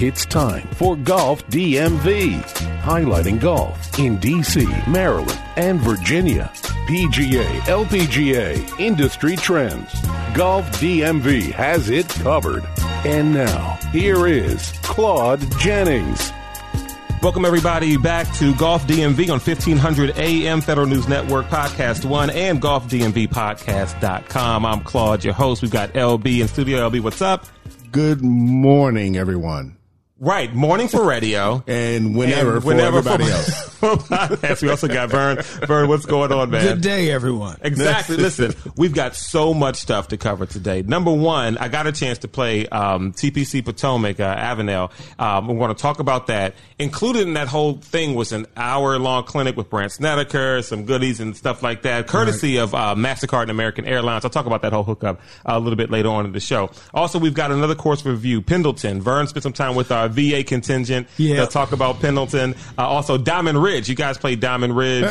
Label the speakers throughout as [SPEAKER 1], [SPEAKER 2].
[SPEAKER 1] It's time for Golf DMV, highlighting golf in DC, Maryland, and Virginia. PGA, LPGA, industry trends. Golf DMV has it covered. And now, here is Claude Jennings.
[SPEAKER 2] Welcome, everybody, back to Golf DMV on 1500 AM Federal News Network, Podcast One, and GolfDMVPodcast.com. I'm Claude, your host. We've got LB in studio. LB, what's up?
[SPEAKER 3] Good morning, everyone.
[SPEAKER 2] Right, morning for radio.
[SPEAKER 3] And whenever
[SPEAKER 2] And
[SPEAKER 3] for everybody
[SPEAKER 2] for-
[SPEAKER 3] else.
[SPEAKER 2] for podcasts. We also got Vern. Vern, what's going on, man?
[SPEAKER 4] Good day, everyone.
[SPEAKER 2] Exactly. Listen, we've got so much stuff to cover today. Number one, I got a chance to play um, TPC Potomac uh, Avenel. Um, we're going to talk about that. Included in that whole thing was an hour long clinic with Brant Snedeker, some goodies and stuff like that, courtesy of uh, Mastercard and American Airlines. I'll talk about that whole hookup uh, a little bit later on in the show. Also, we've got another course review. Pendleton. Vern spent some time with our VA contingent.
[SPEAKER 4] Yeah.
[SPEAKER 2] They'll talk about Pendleton. Uh, also, Diamond Ridge. You guys played Diamond Ridge.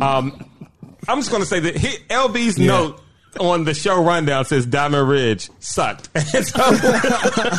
[SPEAKER 2] Um, I'm just going to say that he, LB's note on the show rundown says Diamond Ridge sucked. And so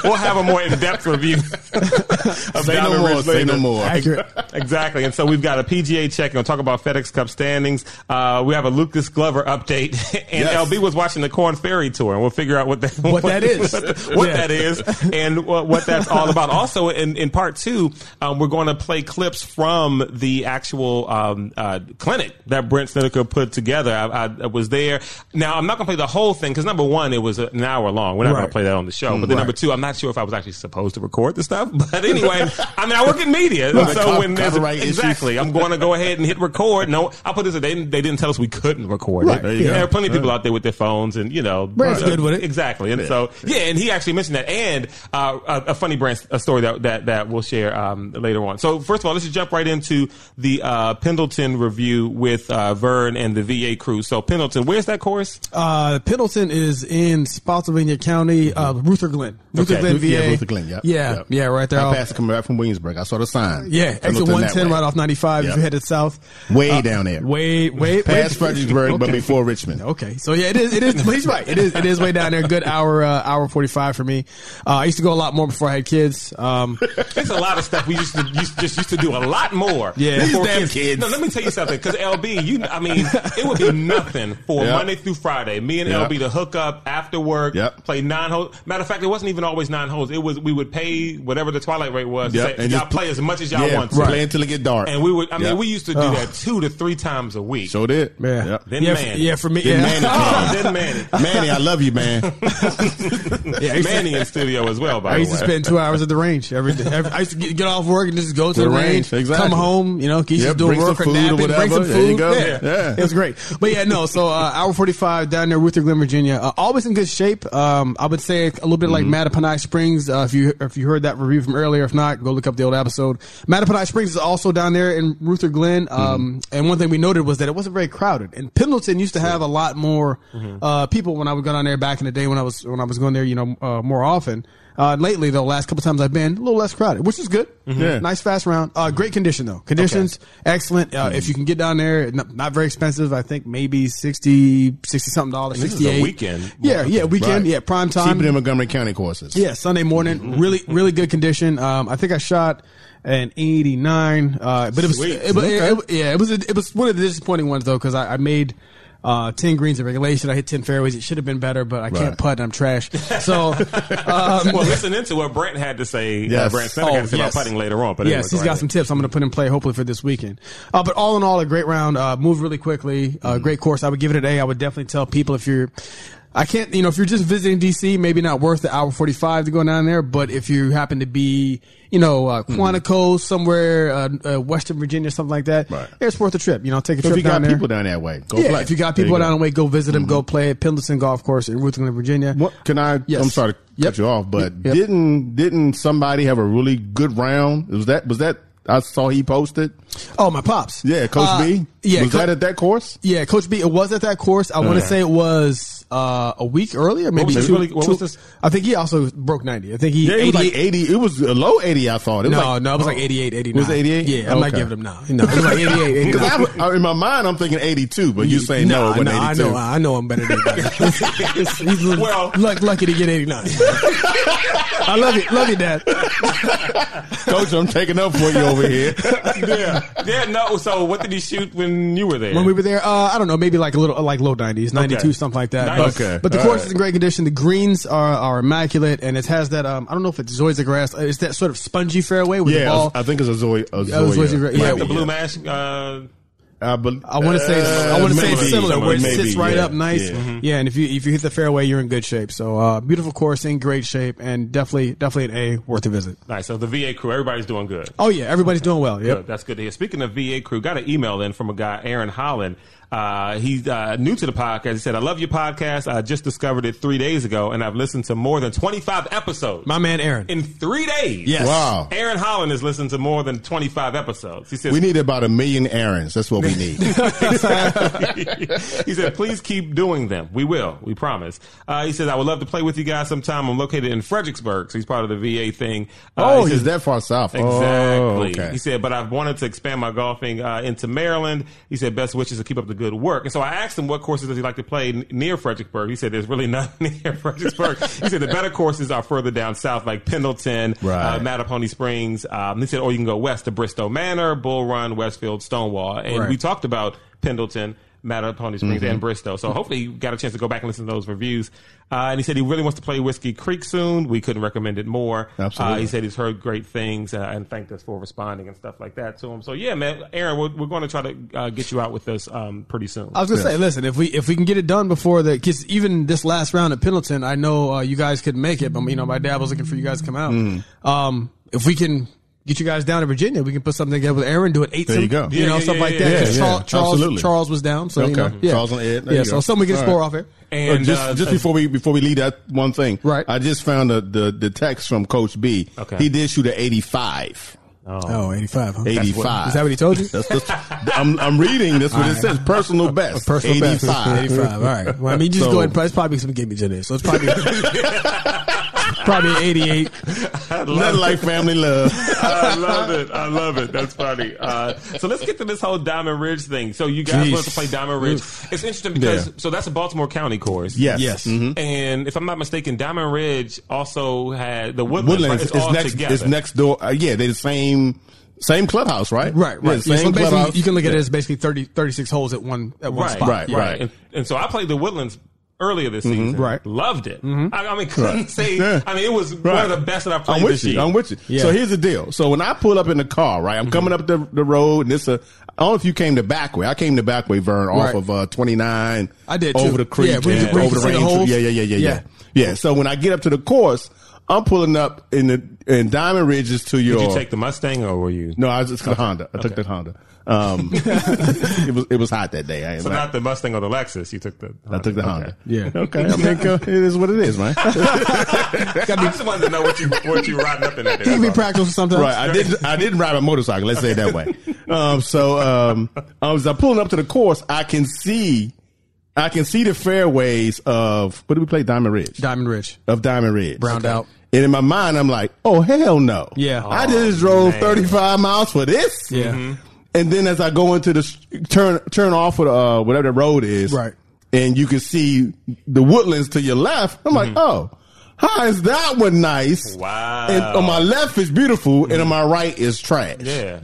[SPEAKER 2] we'll have a more in depth review of
[SPEAKER 3] Say
[SPEAKER 2] Diamond
[SPEAKER 3] no more,
[SPEAKER 2] Ridge
[SPEAKER 3] say
[SPEAKER 2] later.
[SPEAKER 3] no more.
[SPEAKER 4] Accurate.
[SPEAKER 2] Exactly. And so we've got a PGA check and we'll talk about FedEx Cup standings. Uh, we have a Lucas Glover update. And
[SPEAKER 3] Yes.
[SPEAKER 2] LB was watching the Corn Ferry tour and we'll figure out what that,
[SPEAKER 4] What that is.
[SPEAKER 2] What, the- what
[SPEAKER 4] Yeah.
[SPEAKER 2] that is and what, what that's all about. Also, in, in part two, um, we're going to play clips from the actual um, uh, clinic that Brent Snedeker put together. I, I, I was there. Now, I'm not going to play the whole thing because number one, it was an hour long. We're not going
[SPEAKER 4] Right.
[SPEAKER 2] to play that on the show. But then number two, I'm not sure if I was actually supposed to record the stuff. But anyway, I mean, I work in media.
[SPEAKER 3] Right.
[SPEAKER 2] So
[SPEAKER 3] Cop-
[SPEAKER 2] when there's
[SPEAKER 3] copyright issues.
[SPEAKER 2] exactly, I'm going to go ahead and hit record. No, I put this. They didn't, they didn't tell us we couldn't record it.
[SPEAKER 3] Right. There you
[SPEAKER 2] there
[SPEAKER 3] go.
[SPEAKER 2] are plenty of people out there with their phones, and you know,
[SPEAKER 4] Brand's good with it.
[SPEAKER 2] Exactly. And so, yeah, and he actually mentioned that, and uh, a, a funny brand a story that that, that we'll share um, later on. So, first of all, let's just jump right into the uh, Pendleton review with uh, Vern and the VA crew. So, Pendleton, where's that course?
[SPEAKER 4] Uh, Pendleton is in Spotsylvania County, uh, Ruther Glen. Ruther
[SPEAKER 2] Okay.
[SPEAKER 4] Glen, VA.
[SPEAKER 3] Yeah, Luther Glen, yep.
[SPEAKER 4] Yeah,
[SPEAKER 3] Yep.
[SPEAKER 4] yeah, right there.
[SPEAKER 3] I
[SPEAKER 4] off-
[SPEAKER 3] passed coming back from Williamsburg. I saw the sign.
[SPEAKER 4] yeah,
[SPEAKER 3] I
[SPEAKER 4] exit
[SPEAKER 3] looked in
[SPEAKER 4] one
[SPEAKER 3] that
[SPEAKER 4] ten
[SPEAKER 3] way.
[SPEAKER 4] right off ninety five.
[SPEAKER 3] Yep.
[SPEAKER 4] If you headed south,
[SPEAKER 3] Way down there.
[SPEAKER 4] way, way
[SPEAKER 3] Past
[SPEAKER 4] way-
[SPEAKER 3] Fredericksburg, but
[SPEAKER 4] Okay.
[SPEAKER 3] before Richmond.
[SPEAKER 4] Okay, so yeah, it is. It is. But he's right. It is. It is way down there. Good hour, uh, hour forty five for me. Uh, I used to go a lot more before I had kids. Um,
[SPEAKER 2] There's a lot of stuff we used to used, just used to do a lot more.
[SPEAKER 4] Yeah.
[SPEAKER 2] before
[SPEAKER 4] These damn
[SPEAKER 3] kids.
[SPEAKER 2] No, let me tell you something. Because LB, you, I mean, it would be nothing for
[SPEAKER 3] Yep.
[SPEAKER 2] Monday through Friday. Me and
[SPEAKER 3] Yep.
[SPEAKER 2] LB to hook up after work,
[SPEAKER 3] Yep.
[SPEAKER 2] play nine holes. Matter of fact, it wasn't even always nine holes. It was we would pay whatever the twilight rate was.
[SPEAKER 3] Yep.
[SPEAKER 2] And say,
[SPEAKER 3] And
[SPEAKER 2] y'all
[SPEAKER 3] just-
[SPEAKER 2] play as much as y'all
[SPEAKER 3] yeah,
[SPEAKER 2] want to.
[SPEAKER 3] Play until it get dark.
[SPEAKER 2] And we would. I mean,
[SPEAKER 3] Yep.
[SPEAKER 2] we used to do that two to three times a week.
[SPEAKER 3] So did.
[SPEAKER 4] yeah,
[SPEAKER 3] Yep.
[SPEAKER 2] Then
[SPEAKER 4] yeah,
[SPEAKER 2] man.
[SPEAKER 4] For, yeah, for me,
[SPEAKER 3] Then Manny
[SPEAKER 4] yeah,
[SPEAKER 2] then Manny,
[SPEAKER 3] came. Manny, I love you, man.
[SPEAKER 4] yeah I used to-
[SPEAKER 2] Manny in studio as well. By
[SPEAKER 4] I
[SPEAKER 2] the way,
[SPEAKER 4] used to spend two hours at the range every day. Every, I used to get, get off work and just go to the,
[SPEAKER 3] the
[SPEAKER 4] range,
[SPEAKER 3] range, exactly.
[SPEAKER 4] come home, you know, Keisha's
[SPEAKER 3] Yep,
[SPEAKER 4] doing
[SPEAKER 3] bring
[SPEAKER 4] work
[SPEAKER 3] some
[SPEAKER 4] or
[SPEAKER 3] food or
[SPEAKER 4] napping, bring
[SPEAKER 3] whatever.
[SPEAKER 4] some
[SPEAKER 3] There you
[SPEAKER 4] food.
[SPEAKER 3] go.
[SPEAKER 4] Yeah.
[SPEAKER 3] Yeah.
[SPEAKER 4] it was great. But yeah, no, so uh, hour 45 down there, Ruther Glen, Virginia, uh, always in good shape. Um, I would say a little bit
[SPEAKER 3] Mm-hmm.
[SPEAKER 4] like Mattapani Springs. Uh, if you if you heard that review from earlier, if not, go look up the old episode. Mattapani Springs is also down there in Ruther Glen. Um,
[SPEAKER 3] Mm-hmm.
[SPEAKER 4] And one thing we noted was that it wasn't very crowded. And Pendleton used to have a lot more
[SPEAKER 3] Mm-hmm.
[SPEAKER 4] uh, people when I would go down there back in the day when I was when I was going there, you know, uh, more often. Uh, lately, though, last couple times I've been a little less crowded, which is good.
[SPEAKER 3] Yeah.
[SPEAKER 4] Nice fast round. Uh, great condition though. Conditions excellent. Uh, If you can get down there, not, not very expensive. I think maybe 60 60 something dollars.
[SPEAKER 2] this is a
[SPEAKER 4] 68.
[SPEAKER 2] weekend.
[SPEAKER 4] Yeah, yeah, weekend.
[SPEAKER 3] Right.
[SPEAKER 4] Yeah, prime time.
[SPEAKER 3] Cheaper than Montgomery County courses.
[SPEAKER 4] Yeah, Sunday
[SPEAKER 2] Mm-hmm.
[SPEAKER 4] morning, really, really good condition. Um, I think I shot an 89, uh, but it was,
[SPEAKER 2] Sweet.
[SPEAKER 4] it, but it- it- yeah, it was, a, it was one of the disappointing ones though, cause I, I made, uh, 10 greens in regulation. I hit 10 fairways. It should have been better, but I can't
[SPEAKER 3] Right.
[SPEAKER 4] putt and I'm trash. So, um,
[SPEAKER 2] well, listen into what Brent had to say. Uh,
[SPEAKER 3] Yes.
[SPEAKER 2] Brent Snedeker had to
[SPEAKER 4] Oh,
[SPEAKER 2] say
[SPEAKER 4] yes.
[SPEAKER 2] about putting later on. But anyway,
[SPEAKER 4] yes, he's
[SPEAKER 2] go
[SPEAKER 4] got
[SPEAKER 2] ahead.
[SPEAKER 4] some tips. I'm going to put in play hopefully for this weekend. Uh, but all in all, a great round. Uh, moved really quickly. Uh,
[SPEAKER 3] Mm-hmm.
[SPEAKER 4] Great course. I would give it an A. I would definitely tell people if you're. I can't, you know, if you're just visiting DC, maybe not worth the hour 45 to go down there. But if you happen to be, you know, uh,
[SPEAKER 3] Mm-hmm.
[SPEAKER 4] Quantico, somewhere, uh, uh, Western Virginia, something like that,
[SPEAKER 3] Right.
[SPEAKER 4] it's worth a trip. You know, take a
[SPEAKER 3] So
[SPEAKER 4] trip
[SPEAKER 3] if you
[SPEAKER 4] down
[SPEAKER 3] got
[SPEAKER 4] there.
[SPEAKER 3] people down that way, go
[SPEAKER 4] yeah,
[SPEAKER 3] play.
[SPEAKER 4] if you got
[SPEAKER 3] There
[SPEAKER 4] people
[SPEAKER 3] go. Mm-hmm.
[SPEAKER 4] down the way, go visit them. Go play at Pendleton Golf Course in Ruthven, Virginia.
[SPEAKER 3] What can I?
[SPEAKER 4] Yes.
[SPEAKER 3] I'm sorry to
[SPEAKER 4] Yep.
[SPEAKER 3] cut you off, but
[SPEAKER 4] Yep.
[SPEAKER 3] didn't didn't somebody have a really good round? Was that was that I saw he posted?
[SPEAKER 4] Oh, my pops.
[SPEAKER 3] Yeah, Coach
[SPEAKER 4] Uh,
[SPEAKER 3] B.
[SPEAKER 4] Yeah,
[SPEAKER 3] was
[SPEAKER 4] Co-
[SPEAKER 3] that at that course?
[SPEAKER 4] yeah, Coach B. It was at that course. I want to say it was uh, a week earlier, maybe
[SPEAKER 2] was this
[SPEAKER 4] two.
[SPEAKER 2] really- what
[SPEAKER 4] two-
[SPEAKER 2] was this?
[SPEAKER 4] I think he also broke ninety. I think he.
[SPEAKER 3] Yeah, it was like
[SPEAKER 4] 88
[SPEAKER 3] eighty. It was a low eighty. I thought. It was
[SPEAKER 4] no,
[SPEAKER 3] like, oh.
[SPEAKER 4] no, it was like 88, 89.
[SPEAKER 3] Was it 88?
[SPEAKER 4] Yeah, I'm not
[SPEAKER 3] Okay.
[SPEAKER 4] giving him now. No, it was like 88, 89.
[SPEAKER 3] Because in my mind, I'm thinking 82, but you're saying no,
[SPEAKER 4] Nah,
[SPEAKER 3] it wasn't
[SPEAKER 4] nah, I
[SPEAKER 3] 82.
[SPEAKER 4] know, I know, I'm better than that. He's
[SPEAKER 2] Well-
[SPEAKER 4] well, luck, lucky to get 89. I love you, love you, Dad.
[SPEAKER 3] Coach, I'm taking up for you over here.
[SPEAKER 2] yeah, yeah. No. So what did he shoot when you were there?
[SPEAKER 4] When we were there, uh, I don't know, maybe like a little, like low 90s, 92,
[SPEAKER 2] Okay.
[SPEAKER 4] something like that.
[SPEAKER 2] Nice.
[SPEAKER 4] But,
[SPEAKER 3] Okay.
[SPEAKER 4] but the
[SPEAKER 3] All
[SPEAKER 4] course
[SPEAKER 3] right.
[SPEAKER 4] is in great condition. The greens are, are immaculate, and it has that. Um, I don't know if it's Zoysia grass. It's that sort of spongy fairway with the
[SPEAKER 3] Yeah,
[SPEAKER 4] ball.
[SPEAKER 3] I think it's Azoy. Azoy,
[SPEAKER 4] Yeah, it was Azoy- yeah.
[SPEAKER 2] Like the blue mask. Uh,
[SPEAKER 3] I, bel-
[SPEAKER 4] I want to say it's,
[SPEAKER 3] Uh,
[SPEAKER 4] I want to say it's
[SPEAKER 2] maybe,
[SPEAKER 4] similar, where it
[SPEAKER 2] maybe,
[SPEAKER 4] sits right
[SPEAKER 3] yeah,
[SPEAKER 4] up nice.
[SPEAKER 3] yeah.
[SPEAKER 4] Yeah. and if you if you hit the fairway, you're in good shape. So uh, beautiful course, in great shape, and definitely definitely an A worth a visit.
[SPEAKER 2] nice. So the VA crew, everybody's doing good.
[SPEAKER 4] Oh yeah, everybody's doing well. Yep.
[SPEAKER 2] Good. That's good to hear. Speaking of VA crew, got an email in from a guy, Aaron Holland. Uh, he's uh, new to the podcast. He said, I love your podcast. I just discovered it three days ago, and I've listened to more than 25 episodes.
[SPEAKER 4] My man Aaron.
[SPEAKER 2] in three days.
[SPEAKER 4] Yes.
[SPEAKER 3] Wow.
[SPEAKER 2] Aaron Holland has listened to more than 25 episodes. He says,
[SPEAKER 3] We need about a million errands. That's what we need.
[SPEAKER 2] he said, please keep doing them. We will. We promise. Uh, he says, I would love to play with you guys sometime. I'm located in Fredericksburg, so he's part of the VA thing. Uh,
[SPEAKER 3] oh,
[SPEAKER 2] he
[SPEAKER 3] he's
[SPEAKER 2] says-
[SPEAKER 3] that far south.
[SPEAKER 2] Exactly.
[SPEAKER 3] Oh, okay.
[SPEAKER 2] He said, but I've wanted to expand my golfing uh, into Maryland. He said, best wishes to keep up the good work. And so I asked him what courses does he like to play n- near Fredericksburg. He said, there's really none near Fredericksburg. he said, the better courses are further down south, like Pendleton,
[SPEAKER 3] Right.
[SPEAKER 2] uh, Mattapony Springs. Um, he said, or you can go west to Bristow Manor, Bull Run, Westfield, Stonewall. And
[SPEAKER 4] Right.
[SPEAKER 2] we talked about Pendleton. Mattapony
[SPEAKER 3] Mm-hmm.
[SPEAKER 2] Springs and Bristow. So hopefully you got a chance to go back and listen to those reviews. Uh, and he said he really wants to play Whiskey Creek soon. We couldn't recommend it more. Uh,
[SPEAKER 3] Absolutely.
[SPEAKER 2] he said he's heard great things uh, and thanked us for responding and stuff like that to him. So yeah, man, Aaron, we're, we're going to try to uh, get you out with us um, pretty soon.
[SPEAKER 4] I was gonna say, listen, if we if we can get it done before the, cause even this last round at Pendleton, I know uh, you guys couldn't make it, but you know my dad was looking for you guys to come out.
[SPEAKER 3] Mm.
[SPEAKER 4] Um, if we can get you guys down to Virginia, we can put something together with Aaron, do it eight.
[SPEAKER 3] There you go.
[SPEAKER 4] You
[SPEAKER 2] Yeah,
[SPEAKER 4] know,
[SPEAKER 2] yeah,
[SPEAKER 4] stuff
[SPEAKER 2] yeah,
[SPEAKER 4] like
[SPEAKER 2] yeah,
[SPEAKER 4] that. 'cause
[SPEAKER 3] yeah,
[SPEAKER 4] Char-
[SPEAKER 3] yeah.
[SPEAKER 4] Charles,
[SPEAKER 3] Absolutely.
[SPEAKER 4] Charles was down, so you
[SPEAKER 3] Okay.
[SPEAKER 4] know, yeah.
[SPEAKER 3] Charles and Ed, there
[SPEAKER 4] yeah,
[SPEAKER 3] you
[SPEAKER 4] so
[SPEAKER 3] go.
[SPEAKER 4] something we can
[SPEAKER 3] All
[SPEAKER 4] explore
[SPEAKER 3] right.
[SPEAKER 4] off air.
[SPEAKER 2] and
[SPEAKER 3] Uh, just
[SPEAKER 2] uh,
[SPEAKER 3] just before we before we leave that one thing,
[SPEAKER 4] Right.
[SPEAKER 3] I just found the the, the text from Coach B.
[SPEAKER 2] Okay.
[SPEAKER 3] He did shoot an eighty five.
[SPEAKER 4] Oh, 85, huh?
[SPEAKER 3] Eighty five.
[SPEAKER 4] Is that what he told you?
[SPEAKER 3] That's, that's, I'm, I'm reading. That's what it says. Personal best.
[SPEAKER 4] Personal best.
[SPEAKER 3] 85.
[SPEAKER 4] 85. All right. Well, I mean, you just
[SPEAKER 3] So-
[SPEAKER 4] go ahead and press probably some gimmicks in there. So it's probably probably
[SPEAKER 2] I'd
[SPEAKER 4] 88.
[SPEAKER 2] love
[SPEAKER 3] Nothing
[SPEAKER 2] it.
[SPEAKER 3] like family love.
[SPEAKER 2] I love it. I love it. That's funny. Uh, so let's get to this whole Diamond Ridge thing. So you guys
[SPEAKER 4] Jeez.
[SPEAKER 2] want to play Diamond Ridge? It's interesting because
[SPEAKER 3] Yeah.
[SPEAKER 2] so that's a Baltimore County course.
[SPEAKER 3] Yes. Mm-hmm.
[SPEAKER 4] Yes.
[SPEAKER 2] Mm. And if I'm not mistaken, Diamond Ridge also had the Woodlands.
[SPEAKER 3] Woodlands
[SPEAKER 2] right?
[SPEAKER 3] is
[SPEAKER 2] It's all
[SPEAKER 3] next.
[SPEAKER 2] together.
[SPEAKER 3] It's next door. Uh, yeah, they're the same same clubhouse, right?
[SPEAKER 4] Right,
[SPEAKER 3] Yeah,
[SPEAKER 4] right.
[SPEAKER 3] same
[SPEAKER 4] so
[SPEAKER 3] clubhouse.
[SPEAKER 4] basically, you can look at it as basically 30, 36 holes at one at one
[SPEAKER 2] right,
[SPEAKER 4] spot.
[SPEAKER 3] Right,
[SPEAKER 2] Right,
[SPEAKER 3] right.
[SPEAKER 2] right. And, and so I played the Woodlands earlier this season.
[SPEAKER 4] Right.
[SPEAKER 2] Loved it. I, I mean, couldn't say,
[SPEAKER 3] Yeah.
[SPEAKER 2] I mean, it was
[SPEAKER 3] Right.
[SPEAKER 2] one of the best that I've played
[SPEAKER 3] I'm with
[SPEAKER 2] this
[SPEAKER 3] you.
[SPEAKER 2] year.
[SPEAKER 3] I'm with you.
[SPEAKER 4] Yeah.
[SPEAKER 3] So here's the deal. So when I pull up in the car, right, I'm coming up the, the road, and it's a. I don't know if you came the back way. I came the back way, Vern, off
[SPEAKER 4] Right.
[SPEAKER 3] of uh, 29.
[SPEAKER 4] I did,
[SPEAKER 3] over
[SPEAKER 4] too.
[SPEAKER 3] the creek,
[SPEAKER 4] Yeah, where you-
[SPEAKER 3] and
[SPEAKER 4] where you
[SPEAKER 3] over
[SPEAKER 4] can see the
[SPEAKER 3] range.
[SPEAKER 4] holes.
[SPEAKER 3] yeah, yeah, yeah, yeah,
[SPEAKER 4] Yeah.
[SPEAKER 3] yeah, yeah. So when I get up to the course, I'm pulling up in the in Diamond Ridges to your.
[SPEAKER 2] Did you take the Mustang or were you?
[SPEAKER 3] no, I was just the Honda. I took the Honda. Um, it was it was hot that day. I ain't
[SPEAKER 2] So
[SPEAKER 3] lying.
[SPEAKER 2] not the Mustang or the Lexus. You took the. uh,
[SPEAKER 3] I took
[SPEAKER 2] Okay.
[SPEAKER 3] the Honda.
[SPEAKER 4] Yeah.
[SPEAKER 3] Okay. I think uh, it is what it is, man.
[SPEAKER 2] I just wanted to know what you what you riding up in that.
[SPEAKER 4] You can be practical sometimes.
[SPEAKER 3] right. I didn't. I didn't ride a motorcycle. Let's say it that way. Um, so um, as I'm pulling up to the course, I can see, I can see the fairways of what did we play? Diamond Ridge.
[SPEAKER 4] Diamond Ridge.
[SPEAKER 3] of Diamond Ridge.
[SPEAKER 4] Browned out.
[SPEAKER 3] And in my mind, I'm like, oh hell no.
[SPEAKER 4] Yeah.
[SPEAKER 3] I just drove
[SPEAKER 2] Oh, man. Mm-hmm.
[SPEAKER 3] 35 miles for this.
[SPEAKER 4] Yeah. Mhm.
[SPEAKER 3] And then as I go into the s- turn turn off of the, uh, whatever the road is,
[SPEAKER 4] Right.
[SPEAKER 3] And you can see the woodlands to your left. I'm
[SPEAKER 2] Mm-hmm.
[SPEAKER 3] like, oh. How is that one nice?
[SPEAKER 2] Wow. Mm-hmm.
[SPEAKER 3] And on my left is beautiful, and on my right is trash.
[SPEAKER 2] Yeah.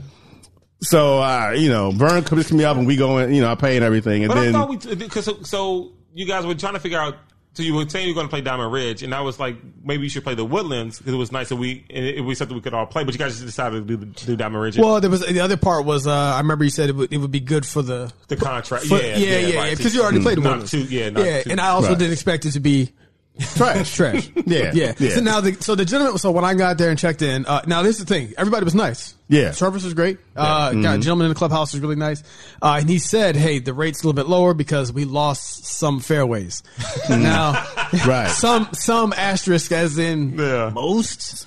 [SPEAKER 3] So, uh, you know, Vern picks me up, and we go in, you know, I pay and everything. And
[SPEAKER 2] But
[SPEAKER 3] then,
[SPEAKER 2] I thought we because so, so you guys were trying to figure out. So you were saying you were going to play Diamond Ridge, and I was like, maybe you should play the Woodlands because it was nice that we and it, it was something we could all play. But you guys just decided to do, do Diamond Ridge.
[SPEAKER 4] Well, there was the other part was uh, I remember you said it would, it would be good for the
[SPEAKER 2] the contract,
[SPEAKER 4] for-
[SPEAKER 2] yeah,
[SPEAKER 4] yeah, yeah,
[SPEAKER 2] right. Mm-hmm.
[SPEAKER 4] because you already played the
[SPEAKER 2] Not
[SPEAKER 4] one.
[SPEAKER 2] too- yeah, not
[SPEAKER 4] yeah,
[SPEAKER 2] too-
[SPEAKER 4] and I also
[SPEAKER 3] Right.
[SPEAKER 4] didn't expect it to be
[SPEAKER 3] trash.
[SPEAKER 4] trash.
[SPEAKER 3] Yeah,
[SPEAKER 4] yeah.
[SPEAKER 3] yeah.
[SPEAKER 4] So now, the, so the gentleman. So when I got there and checked in, uh, now this is the thing. Everybody was nice.
[SPEAKER 3] Yeah.
[SPEAKER 4] service was great. Uh, got a gentleman in the clubhouse was really nice, uh, and he said, "Hey, the rate's a little bit lower because we lost some fairways." now,
[SPEAKER 3] Right.
[SPEAKER 4] some some asterisk as in
[SPEAKER 2] Yeah.
[SPEAKER 4] most.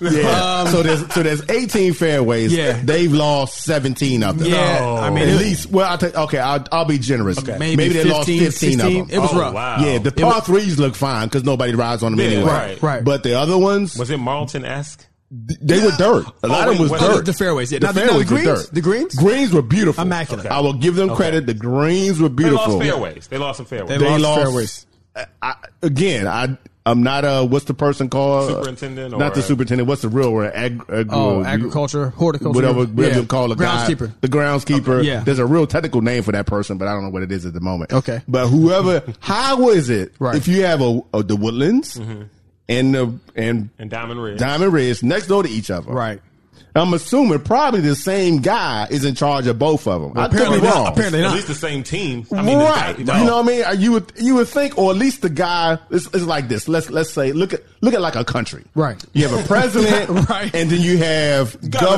[SPEAKER 3] Yeah. so there's so there's 18 fairways.
[SPEAKER 4] Um, Yeah.
[SPEAKER 3] They've lost 17 of them.
[SPEAKER 4] Yeah, I mean,
[SPEAKER 3] at
[SPEAKER 4] it-
[SPEAKER 3] least. Well, I take. Okay, I'll, I'll be generous.
[SPEAKER 4] Maybe 15, 16. It was
[SPEAKER 2] Oh,
[SPEAKER 4] rough.
[SPEAKER 2] wow.
[SPEAKER 3] Yeah, the
[SPEAKER 4] It wa-
[SPEAKER 3] par threes look fine because nobody rides on them
[SPEAKER 2] Yeah,
[SPEAKER 3] anyway.
[SPEAKER 2] right,
[SPEAKER 4] right.
[SPEAKER 3] But the other ones,
[SPEAKER 2] Was it Marlton esque?
[SPEAKER 3] th- they were dirt. A
[SPEAKER 2] wait,
[SPEAKER 3] lot of them was
[SPEAKER 2] wait.
[SPEAKER 3] dirt.
[SPEAKER 2] Oh,
[SPEAKER 4] the fairways, yeah.
[SPEAKER 3] The
[SPEAKER 4] Now, the- now,
[SPEAKER 3] fairways
[SPEAKER 4] the
[SPEAKER 3] were
[SPEAKER 4] greens?
[SPEAKER 3] dirt.
[SPEAKER 4] The greens?
[SPEAKER 3] greens were beautiful.
[SPEAKER 4] Immaculate.
[SPEAKER 3] I will give them credit. The greens were
[SPEAKER 2] They
[SPEAKER 3] beautiful.
[SPEAKER 2] lost fairways. They lost some fairways.
[SPEAKER 4] They
[SPEAKER 3] They
[SPEAKER 4] lost
[SPEAKER 3] lost-
[SPEAKER 4] fairways.
[SPEAKER 3] I, again, I I'm not a what's the person called
[SPEAKER 2] Superintendent
[SPEAKER 3] not
[SPEAKER 2] or-
[SPEAKER 3] the superintendent. What's the real word? Ag, agro-
[SPEAKER 4] Oh, agriculture, horticulture,
[SPEAKER 3] whatever, whatever
[SPEAKER 4] yeah.
[SPEAKER 3] you call a guy,
[SPEAKER 4] groundskeeper.
[SPEAKER 3] the groundskeeper.
[SPEAKER 4] Okay. Yeah.
[SPEAKER 3] There's a real technical name for that person, but I don't know what it is at the moment.
[SPEAKER 4] Okay.
[SPEAKER 3] but whoever, how is it
[SPEAKER 4] Right.
[SPEAKER 3] if you have a, a the Woodlands and the and
[SPEAKER 2] Mm-hmm. And Diamond Ridge.
[SPEAKER 3] Diamond Ridge next door to each other,
[SPEAKER 4] Right.
[SPEAKER 3] I'm assuming probably the same guy is in charge of both of them. I could be
[SPEAKER 4] apparently not.
[SPEAKER 3] wrong.
[SPEAKER 4] Apparently
[SPEAKER 2] At
[SPEAKER 4] not.
[SPEAKER 2] least the same team. I mean, the
[SPEAKER 3] right.
[SPEAKER 2] guy-
[SPEAKER 3] You know what I mean? Uh, You would you would think, or at least the guy it's, it's like this. Let's let's say look at look at like a country.
[SPEAKER 4] Right.
[SPEAKER 3] You have a president,
[SPEAKER 4] Right.
[SPEAKER 3] and then you have
[SPEAKER 2] Governors,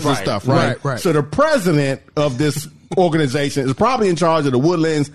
[SPEAKER 3] governors,
[SPEAKER 2] right.
[SPEAKER 3] and stuff, right?
[SPEAKER 4] Right, right.
[SPEAKER 3] So the president of this organization is probably in charge of the Woodlands